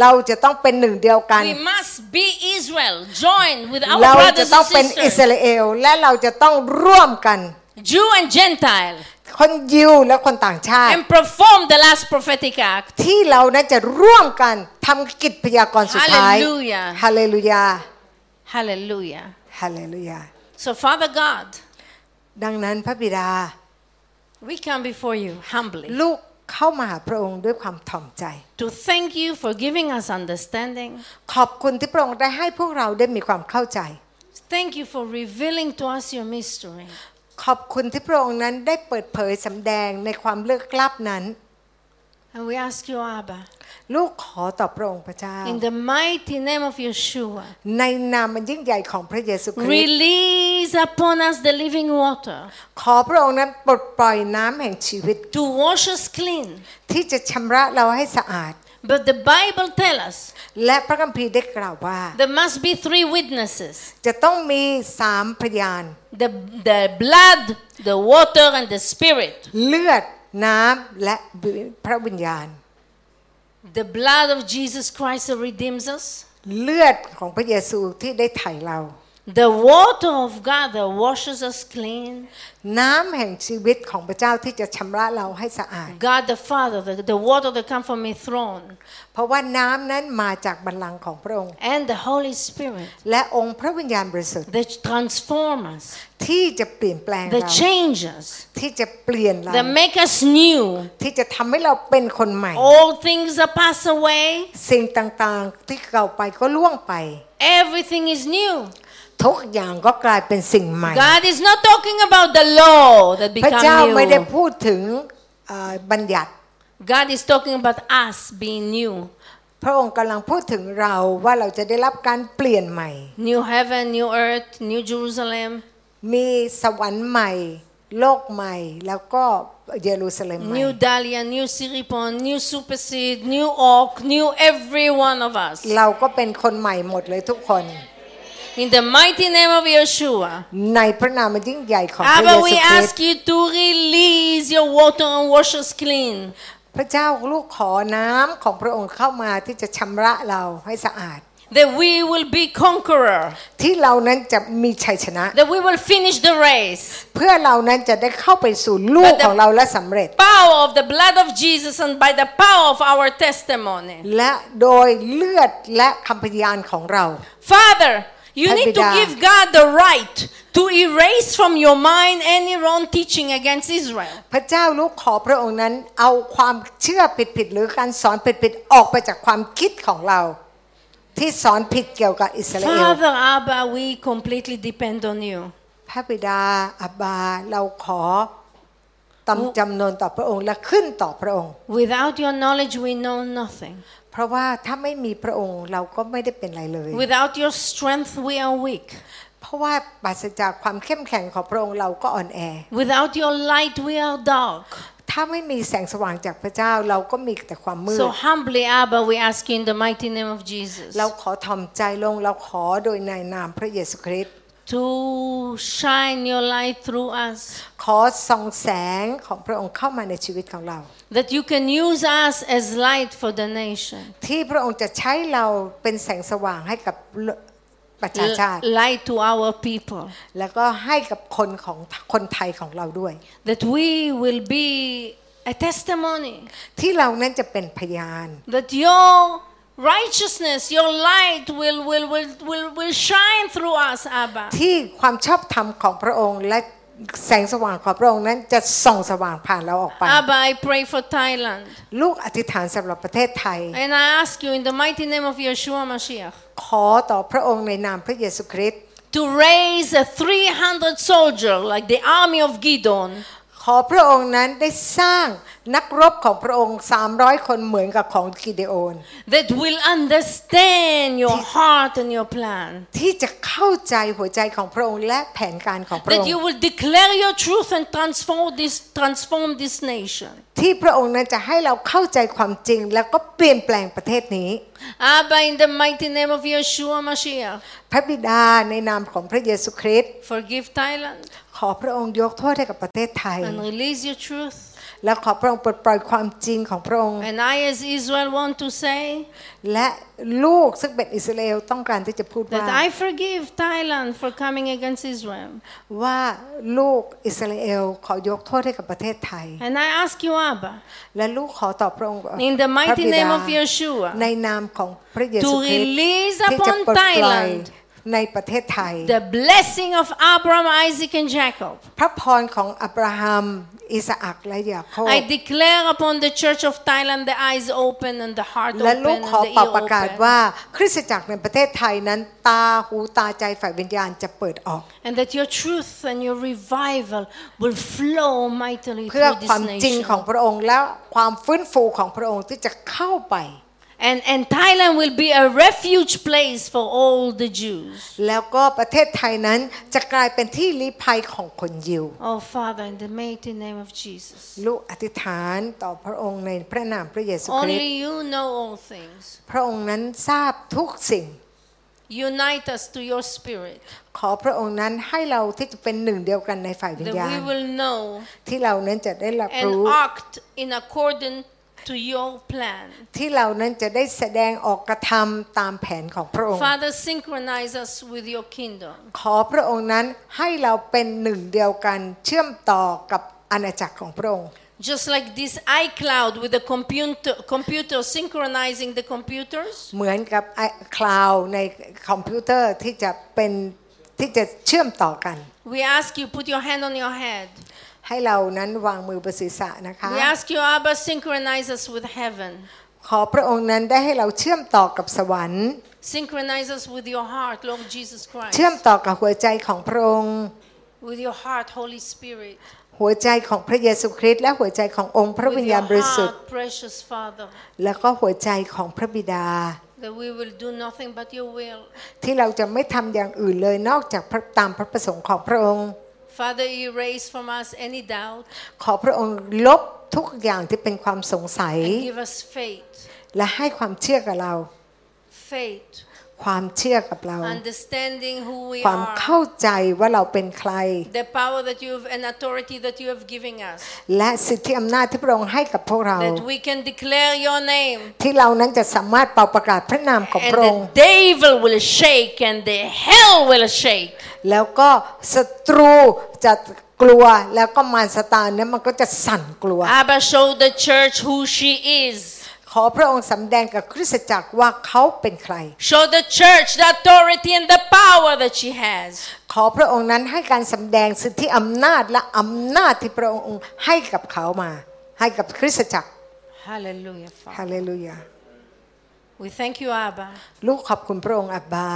Speaker 2: เราจะต้องเป็นหนึ่งเดียวกัน
Speaker 1: We must be Israel, joined with our
Speaker 2: เราจะ
Speaker 1: brothers
Speaker 2: ต้อ
Speaker 1: and
Speaker 2: งเป็นอิส
Speaker 1: sisters,
Speaker 2: ราเอลและเราจะต้องร่วมกัน
Speaker 1: Jew and Gentile,
Speaker 2: คนยิวและคนต่างชาติ
Speaker 1: and perform the last prophetic act.
Speaker 2: ที่เรานั้นจะร่วมกันทำกิจพยากรณ์สุดท้าย
Speaker 1: Hallelujah
Speaker 2: ฮาเลลูยา
Speaker 1: Hallelujah.
Speaker 2: ฮาเลลูยา
Speaker 1: So, Father God,
Speaker 2: ดังนั้นพระบิดา
Speaker 1: we come before you humbly
Speaker 2: ลูกเข้ามาหาพระองค์ด้วยความถ่อมใจ
Speaker 1: to thank you for giving us understanding.
Speaker 2: ขอบคุณที่พระองค์ได้ให้พวกเราได้มีความเข้าใจ
Speaker 1: Thank you for revealing to us your mystery.
Speaker 2: ขอบคุณที่พระองค์นั้นได้เปิดเผยสำแดงในความเลือกลับนั้น
Speaker 1: And we ask you, Abba,
Speaker 2: ลูกขอต่อพระองค์พระเจ้า
Speaker 1: in the mighty name of Yeshua,
Speaker 2: ในนามมันยิ่งใหญ่ของพระเยซูคริสต์
Speaker 1: release upon us the living water
Speaker 2: ขอพระองค์นั้นปลดปล่อยน้ำแห่งชีวิต
Speaker 1: to wash us clean.
Speaker 2: ที่จะชำระเราให้สะอาด
Speaker 1: But the Bible tells us
Speaker 2: และพระคัมภีร์ได้กล่าวว่า
Speaker 1: There must be three witnesses
Speaker 2: จะต้องมีสามพยาน
Speaker 1: the, the blood, the water, and the spirit.
Speaker 2: เลือดน้ำและพระวิญญาณ
Speaker 1: The blood of Jesus Christ that redeems us,
Speaker 2: เลือดของพระเยซูที่ได้ไถ่เรา
Speaker 1: the water of God that washes us clean,
Speaker 2: น้ำแห่งชีวิตของพระเจ้าที่จะชำระเราให้สะอาด
Speaker 1: God the Father, the, the water that comes from His throne,
Speaker 2: เพราะว่าน้ำนั้นมาจากบัลลังก์ของพระองค์
Speaker 1: and the Holy Spirit
Speaker 2: และองค์พระวิญญาณบริสุทธิ์
Speaker 1: that transform us,
Speaker 2: ที่จะเปลี่ยนแปลง
Speaker 1: that
Speaker 2: เรา
Speaker 1: change us,
Speaker 2: ที่จะเปลี่ยนเรา
Speaker 1: that make us new.
Speaker 2: ที่จะทำให้เราเป็นคนใหม่
Speaker 1: All things are passed away.
Speaker 2: สิ่งต่างๆที่เก่าไปก็ล่วงไป
Speaker 1: Everything is new.
Speaker 2: ทุกอย่างก็กลายเป็นสิ่งใหม่
Speaker 1: God is not talking about the law that
Speaker 2: พระ
Speaker 1: become
Speaker 2: เจ้าไม่ได้
Speaker 1: new.
Speaker 2: พูดถึงเอ่อบัญญัติ
Speaker 1: God is talking about us being new.
Speaker 2: พระองค์กำลังพูดถึงเราว่าเราจะได้รับการเปลี่ยนใหม่
Speaker 1: New heaven, new earth, new Jerusalem,
Speaker 2: มีสวรรค์ใหม่ โลกใหม่ แล้วก็เยรูซาเล็มใหม่
Speaker 1: new Dahlia, new Siripon, new Supersede, new Oak, new every one of us.
Speaker 2: เราก็เป็นคนใหม่หมดเลยทุกคน
Speaker 1: In the mighty name of Yeshua.
Speaker 2: ในพระนามอันยิ่งใหญ่ของพระเย
Speaker 1: Abba,
Speaker 2: ซู
Speaker 1: we
Speaker 2: คริส
Speaker 1: ask
Speaker 2: ต์
Speaker 1: you to release your water and wash us clean.
Speaker 2: พระเจ้าลูกขอน้ำของพระองค์เข้ามาที่จะชำระเราให้สะอาด
Speaker 1: That we will be conqueror.
Speaker 2: ที่เรานั้นจะมีชัยชนะ
Speaker 1: That we will finish the race.
Speaker 2: เพื่อเรานั้นจะได้เข้าไปสู่ลูกของเราและสำเร็จ
Speaker 1: Power of the blood of Jesus and by the power of our testimony.
Speaker 2: และโดยเลือดและคำพยานของเรา
Speaker 1: Father, you
Speaker 2: Pray
Speaker 1: need to
Speaker 2: with us.
Speaker 1: give God the right to erase from your mind any wrong teaching against Israel.
Speaker 2: พระเจ้าลูกขอพระองค์นั้น เอาความเชื่อผิดๆหรือการสอนผิดๆออกไปจากความคิดของเรา ที่สอนผิดเกี่ยวกับอิสราเอล
Speaker 1: Father Abba, we completely depend on you.
Speaker 2: พระบิดาอับบา เราขอตำจำนนต่อพระองค์และขึ้นต่อพระองค์
Speaker 1: Without your knowledge, we know nothing.
Speaker 2: เพราะว่าถ้าไม่มีพระองค์เราก็ไม่ได้เป็นอะไรเลย
Speaker 1: Without your strength, we are weak.
Speaker 2: เพราะว่าปราศจากความเข้มแข็งของพระองค์เราก็อ่อนแอ
Speaker 1: Without your light, we are dark.
Speaker 2: ถ้าไม่มีแสงสว่างจากพระเจ้าเราก็มีแต่ความมืด
Speaker 1: So humbly, Abba, we ask you in the mighty name of Jesus
Speaker 2: เราขอทอมใจลงเราขอโดยในนามพระเยซูคริสต์
Speaker 1: to shine your light through us,
Speaker 2: ขอส่องแสงของพระองค์เข้ามาในชีวิตของเรา
Speaker 1: that you can use us as light for the nation.
Speaker 2: ที่พระองค์จะใช้เราเป็นแสงสว่างให้กับประชาชาติ
Speaker 1: L- light to our people
Speaker 2: แล้วก็ให้กับคนของคนไทยของเราด้วย
Speaker 1: that we will be a testimony
Speaker 2: ที่เรานั้นจะเป็นพยาน
Speaker 1: that your righteousness your light will will will will, will shine through us abba
Speaker 2: ที่ความชอบธรรมของพระองค์และแสงสว่างของพระองค์นั้นจะส่องสว่างผ่านเราออกไป
Speaker 1: abba i pray for thailand
Speaker 2: ลูกอธิษฐานสำหรับประเทศไทย
Speaker 1: and i ask you in the mighty name of yeshua mashiach
Speaker 2: ขอต่อพระองค์ในนามพระเยซูคริสต์
Speaker 1: to raise a 300 soldier like the army of gideon
Speaker 2: ขอพระองค์นั้นได้สร้าง นักรบของพระองค์ 300 คนเหมือนกับของกิเดโอน
Speaker 1: that will understand your heart and your plan.
Speaker 2: ที่จะเข้าใจหัวใจของพระองค์และแผนการของพระอง
Speaker 1: That
Speaker 2: ค์
Speaker 1: you will declare your truth and transform this, transform this nation.
Speaker 2: ที่พระองค์นั้นจะให้เราเข้าใจความจริง แล้วก็เปลี่ยนแปลงประเทศนี้
Speaker 1: Abba, in the mighty name of Yeshua Mashiach,
Speaker 2: พระบิดาในนามของพระเยซูคริสต์
Speaker 1: forgive Thailand
Speaker 2: ขอพระองค์ยกโทษให้กับประเทศไทย
Speaker 1: and release your truth.
Speaker 2: และขอพระองค์ปลดปล่อยความจริงของพระองค์
Speaker 1: And I, as Israel, want to say
Speaker 2: และลูกซึ่งเป็นอิสราเอลต้องการที่จะพูดว่า
Speaker 1: that I forgive Thailand for coming against Israel.
Speaker 2: ว่าลูกอิสราเอลขอยกโทษให้กับประเทศไทย
Speaker 1: And I ask you, Abba,
Speaker 2: และลูกขอต่อพระองค์ว่า
Speaker 1: in the
Speaker 2: พระ
Speaker 1: mighty
Speaker 2: บิดา
Speaker 1: name of Yeshua,
Speaker 2: ในนามของพระเยซู
Speaker 1: to
Speaker 2: คริสต์
Speaker 1: release
Speaker 2: ที่จะ
Speaker 1: upon
Speaker 2: ปลดปล่อย
Speaker 1: Thailand
Speaker 2: ในประเทศไทย
Speaker 1: the blessing of Abraham, Isaac, and Jacob.
Speaker 2: พระพรของอับราฮัม อิสอักและยาโคบ
Speaker 1: I declare upon the church of Thailand the eyes open and the heart
Speaker 2: และ
Speaker 1: open
Speaker 2: ลูก
Speaker 1: and
Speaker 2: ขอ
Speaker 1: the
Speaker 2: เป่า
Speaker 1: ear
Speaker 2: ประกาศ
Speaker 1: open.
Speaker 2: ว่า คริสตจักรในประเทศไทยนั้น ตาหูตาใจฝ่ายวิญญาณจะเปิดออก
Speaker 1: And that your truth and your revival will flow mightily
Speaker 2: เพื่อ
Speaker 1: through
Speaker 2: ควา
Speaker 1: this
Speaker 2: มจริง
Speaker 1: nation.
Speaker 2: ของพระองค์และความฟื้นฟูของพระองค์ที่จะเข้าไป
Speaker 1: And, and Thailand will be a refuge place for all the Jews.
Speaker 2: แล้วก็ประเทศไทยนั้นจะกลายเป็นที่ลี้ภัยของคนยิว
Speaker 1: Oh, Father, in the mighty name of Jesus.
Speaker 2: ลูกอธิษฐานต่อพระองค์ในพระนามพระเยซูคริสต์
Speaker 1: Only you know all things.
Speaker 2: พระองค์นั้นทราบทุกสิ่ง
Speaker 1: Unite us to your spirit
Speaker 2: ขอพระองค์นั้นให้เราที่จะเป็นหนึ่งเดียวกันในฝ่ายวิญญา
Speaker 1: that
Speaker 2: ณ
Speaker 1: we will know
Speaker 2: ที่เรานั้นจะได้รับรู้
Speaker 1: and act in accordance to your plan.
Speaker 2: ที่เรานั้นจะได้แสดงออกกระทำตามแผนของพระองค์
Speaker 1: Father, synchronize us with your kingdom.
Speaker 2: ขอพระองค์นั้นให้เราเป็นหนึ่งเดียวกันเชื่อมต่อกับอาณาจักรของพระองค์
Speaker 1: Just like this iCloud with the computer, computer synchronizing the computers,
Speaker 2: เหมือนกับคลาวในคอมพิวเตอร์ที่จะเป็นที่จะเชื่อมต่อกัน
Speaker 1: we ask you put your hand on your head.
Speaker 2: ให้เรานั้นวางมือบนศีรษะนะคะ
Speaker 1: We ask you, Abba, synchronize us with heaven.
Speaker 2: ขอพระองค์นั้นได้ให้เราเชื่อมต่อกับสวรรค์
Speaker 1: Synchronize us with your heart, Lord Jesus Christ.
Speaker 2: เชื่อมต่อกับหัวใจของพระองค์
Speaker 1: With your heart, Holy Spirit.
Speaker 2: หัวใจของพระเยซูคริสต์และหัวใจขององค์พระวิ
Speaker 1: With
Speaker 2: ญญา
Speaker 1: your
Speaker 2: ณบริสุทธิ์
Speaker 1: heart, precious Father,
Speaker 2: และก็หัวใจของพระบิดา
Speaker 1: that we will do nothing but your will.
Speaker 2: ที่เราจะไม่ทำอย่างอื่นเลยนอกจากพระตามพระประสงค์ของพระองค์
Speaker 1: Father, erase from us any doubt
Speaker 2: ขอพระองค์ลบทุกอย่างที่เป็นความสงสัย
Speaker 1: and give us faith.
Speaker 2: และให้ความเชื่อกับเรา
Speaker 1: Faith.
Speaker 2: ความเชื่อกับเรา
Speaker 1: Understanding who we
Speaker 2: ความ
Speaker 1: are.
Speaker 2: เข้าใจว่าเราเป็นใคร
Speaker 1: the power that you have and authority that you have given us
Speaker 2: และสิทธิอำนาจที่พระองค์ให้กับพวกเรา
Speaker 1: that we can declare your name
Speaker 2: ที่เรานั้นจะสามารถเป่าประกาศพระนามของ
Speaker 1: and
Speaker 2: พระองค์
Speaker 1: the devil will shake and the hell will shake
Speaker 2: แล้วก็ศัตรูจะกลัวแล้วก็มารสตานเนี่ยมันก็จะสั่นกลัว
Speaker 1: Abba show the church who she is
Speaker 2: ขอพระองค์สำแดงกับคริสตจักรว่าเขาเป็นใคร
Speaker 1: show the church the authority and the power that she has
Speaker 2: ขอพระองค์นั้นให้การสำแดงสิทธิอำนาจและอำนาจที่พระองค์ให้กับเขามา ให้กับคริสตจักร
Speaker 1: hallelujah Father
Speaker 2: ฮาเลลูยา
Speaker 1: we thank you Abba
Speaker 2: ลูกขอบคุณพระองค์อับบา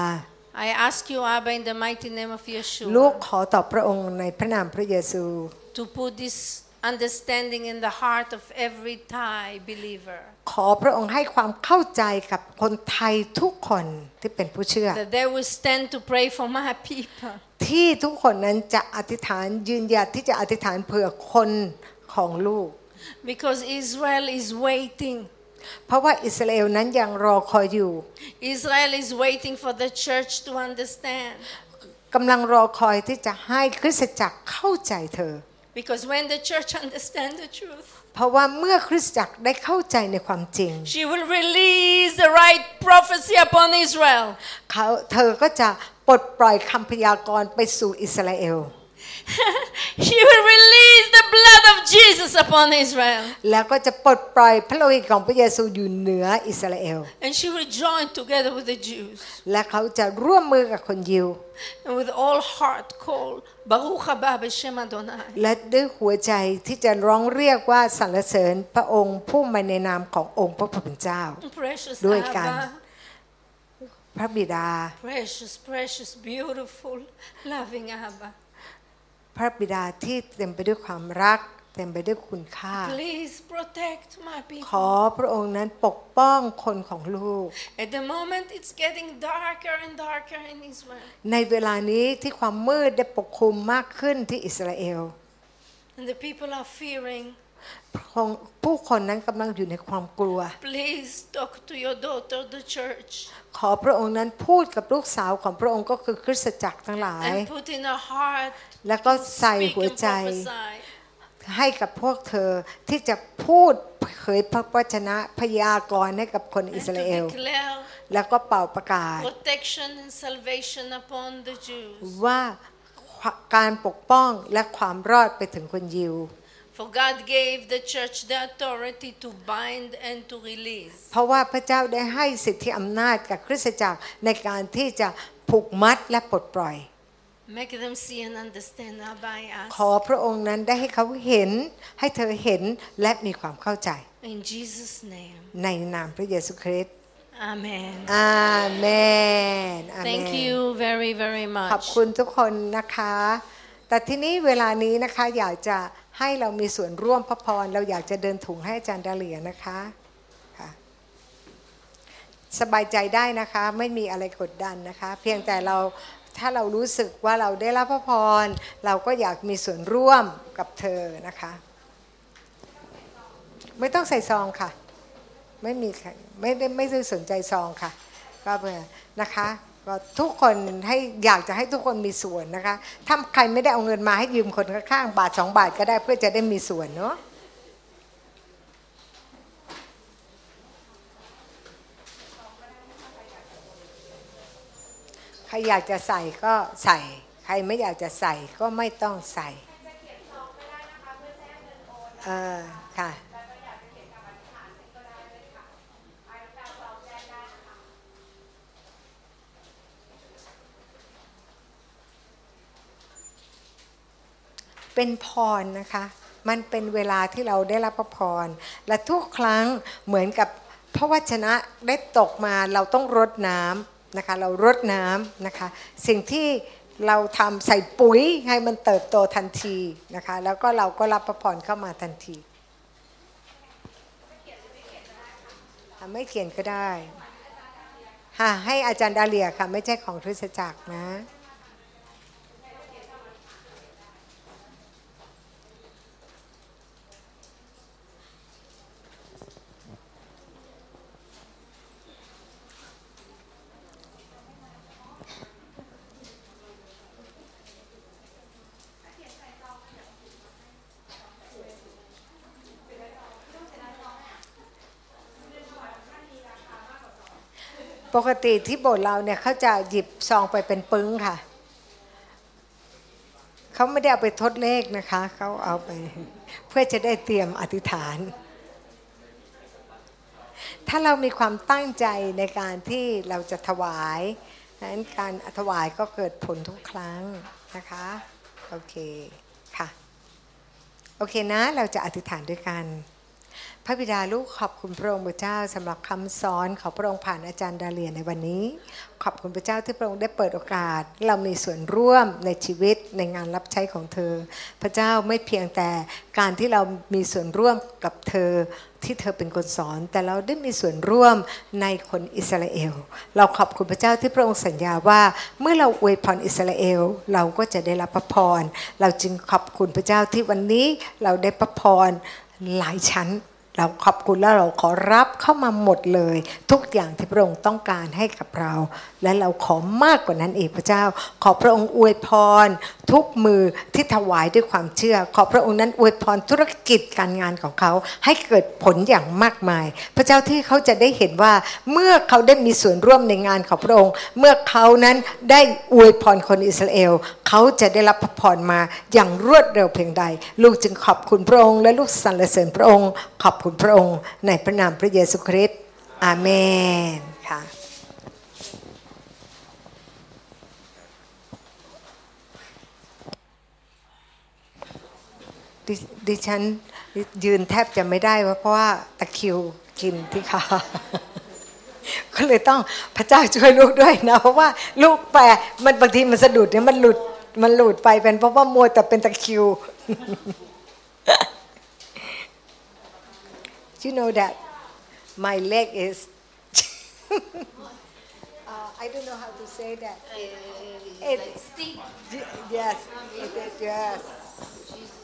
Speaker 1: I ask you Abba in the mighty name of
Speaker 2: ลูก
Speaker 1: Yeshua
Speaker 2: ขอต่อพระองค์ในพระนามพระเยซู
Speaker 1: to put this understanding in the heart of every Thai believer
Speaker 2: ขอพระองค์ให้ความเข้าใจกับคนไทยทุกคนที่เป็นผู้เชื่อ
Speaker 1: that they will stand to pray for my people
Speaker 2: ที่ทุกคนนั้นจะอธิษฐานยืนหยัดที่จะอธิษฐานเผื่อคนของลูก
Speaker 1: Because Israel is waiting.
Speaker 2: เพราะว่าอิสราเอลนั้นยังรอคอยอยู่
Speaker 1: Israel is waiting for the church to understand.
Speaker 2: กำลังรอคอยที่จะให้คริสตจักรเข้าใจเธอ
Speaker 1: Because when the church understands the truth,
Speaker 2: เพราะว่าเมื่อคริสตจักรได้เข้าใจในความจริง
Speaker 1: she will release the right prophecy upon Israel.
Speaker 2: เขาเธอก็จะปลดปล่อยคำพยากรณ์ไปสู่อิสราเอล
Speaker 1: she will release the blood of Jesus upon Israel.
Speaker 2: แล้วก็จะปลดปล่อยพระโลหิตของพระเยซูอยู่เหนืออิสราเอล
Speaker 1: And she will join together with the Jews.
Speaker 2: และเขาจะร่วมมือกับคนยิว
Speaker 1: And with all heart call, Baruch haba b'shem Adonai.
Speaker 2: และด้วยหัวใจที่จะร้องเรียกว่าสรรเสริญพระองค์ผู้มาในนามขององค์พระผู้เป็นเจ้า
Speaker 1: Precious
Speaker 2: Lui
Speaker 1: Abba,
Speaker 2: can. พระบิดา
Speaker 1: precious, precious, beautiful, loving Abba.
Speaker 2: พระบิดาที่เต็มไปด้วยความรัก เต็มไปด้วยคุณค่า
Speaker 1: Please protect my
Speaker 2: ข
Speaker 1: people.
Speaker 2: อพระองค์นั้นปกป้องคนของลูก
Speaker 1: At the moment, it's getting darker and darker in Israel.
Speaker 2: ในเวลานี้ที่ความมืดได้ปกคลุมมากขึ้นที่อิสราเอล
Speaker 1: And the people are fearing.
Speaker 2: ผู้คนนั้นกำลังอยู่ในความกลัว
Speaker 1: Please talk to your daughter, the church,
Speaker 2: ขอพระองค์นั้นพูดกับลูกสาวของพระองค์ก็คือคริสตจักรทั้งหลาย
Speaker 1: and put in her heart,
Speaker 2: แล้วก็ใส่
Speaker 1: speak
Speaker 2: หัว
Speaker 1: and
Speaker 2: ใจ
Speaker 1: prophesy.
Speaker 2: ให้กับพวกเธอที่จะพูดเผยพระวจนะพยากรณ์ให้กับคนอิ
Speaker 1: And
Speaker 2: สราเอล
Speaker 1: to declare
Speaker 2: แล้วก็เป่าประกาศ
Speaker 1: protection and salvation upon the Jews.
Speaker 2: ว่าการปกป้องและความรอดไปถึงคนยิว
Speaker 1: For God gave the church the authority to bind and to release.
Speaker 2: เพราะว่าพระเจ้าได้ให้สิทธิอำนาจกับคริสตจักรในการที่จะผูกมัดและปลดปล่อย
Speaker 1: Make them see and understand Abba, I
Speaker 2: ข
Speaker 1: ask.
Speaker 2: อพระองค์นั้นได้ให้เขาเห็น ให้เธอเห็นและมีความเข้าใจ
Speaker 1: In Jesus' name.
Speaker 2: ในนามพระเยซูคริสต์
Speaker 1: Amen.
Speaker 2: อาเมนอาเมน
Speaker 1: Thank you very, very
Speaker 2: ขอบ
Speaker 1: much.
Speaker 2: คุณทุกคนนะคะ แต่ที่นี้เวลานี้นะคะอยากจะให้เรามีส่วนร่วมพระพร เราอยากจะเดินถุงให้อาจารย์ดาเหลียนะคะค่ะ สบายใจได้นะคะ ไม่มีอะไรกดดันนะคะ เพียงแต่เราถ้าเรารู้สึกว่าเราได้รับพระพร เราก็อยากมีส่วนร่วมกับเธอนะคะ ไม่ต้องใส่ซองค่ะ ไม่มีใครไม่ได้ไม่ได้สนใจซองค่ะ ก็เพื่อนะคะก็ทุกคนให้อยากจะให้ทุกคนมีส่วนนะคะถ้าใครไม่ได้เอาเงินมาให้ยืมคนข้างๆบาทสองบาทก็ได้เพื่อจะได้มีส่วนเนาะใครอยากจะใส่ก็ใส่ ใครไม่อยากจะใส่ก็ไม่ต้องใส่เออค่ะ เป็นพรนะคะ มันเป็นเวลาที่เราได้รับพระพร และทุกครั้งเหมือนกับพระวจนะได้ตกมาเราต้องรดน้ำนะคะ เรารดน้ำนะคะ สิ่งที่เราทำใส่ปุ๋ยให้มันเติบโตทันทีนะคะ แล้วก็เราก็รับพระพรเข้ามาทันทีอ่ะไม่เขียนก็ได้ค่ะให้อาจารย์ดาเลียค่ะไม่ใช่ของทริสตจักรนะ ปกติที่โบสถ์เราเนี่ยเขาจะหยิบซองไปเป็นปึ้งค่ะ เขาไม่ได้เอาไปทดเลขนะคะ เขาเอาไป เพื่อจะได้เตรียมอธิษฐาน ถ้าเรามีความตั้งใจในการที่เราจะถวายนั้นการถวายก็เกิดผลทุกครั้งนะคะ โอเคค่ะ โอเคนะ เราจะอธิษฐานด้วยกัน พระบิดาลูกขอบคุณพระองค์พระเจ้าสำหรับคำสอนของพระองค์ผ่านอาจารย์ดาเลียนในวันนี้ ขอบคุณพระเจ้าที่พระองค์ได้เปิดโอกาส เรามีส่วนร่วมในชีวิตในงานรับใช้ของเธอ พระเจ้าไม่เพียงแต่การที่เรามีส่วนร่วมกับเธอ ที่เธอเป็นคนสอน แต่เราได้มีส่วนร่วมในคนอิสราเอล เราขอบคุณพระเจ้าที่พระองค์สัญญาว่า เมื่อเราอวยพรอิสราเอล เราก็จะได้รับพระพร เราจึงขอบคุณพระเจ้าที่วันนี้เราได้พระพรหลายชั้น เราขอบคุณและเราขอรับเข้ามาหมดเลย ทุกอย่างที่พระองค์ต้องการให้กับเรา และเราขอมากกว่านั้นอีกพระเจ้า ขอพระองค์อวยพร ทุกมือที่ถวายด้วยความเชื่อ ขอพระองค์นั้นอวยพรธุรกิจการงานของเขา ให้เกิดผลอย่างมากมาย พระเจ้าที่เขาจะได้เห็นว่า เมื่อเขาได้มีส่วนร่วมในงานของพระองค์ เมื่อเขานั้นได้อวยพรคนอิสราเอล เขาจะได้รับพระพรมาอย่างรวดเร็วเพียงใด ลูกจึงขอบคุณพระองค์และลูกสรรเสริญพระองค์ ขอบคุณพระองค์ในพระนามพระเยซูคริสต์อาเมนค่ะ ดดิฉันยืนแทบจะไม่ได้เพราะว่าตะคริวกินที่ขา ก็เลยต้องพระเจ้าช่วยลูกด้วยนะ เพราะว่าลูกแปรมันบางทีมันสะดุดเนี่ยมันหลุดมันหลุดไปเป็นเพราะว่ามัวแต่เป็นตะคริว Do you know that? My leg is. uh, I don't know how to say that. It-
Speaker 1: Stick.
Speaker 2: yes, it is, yes.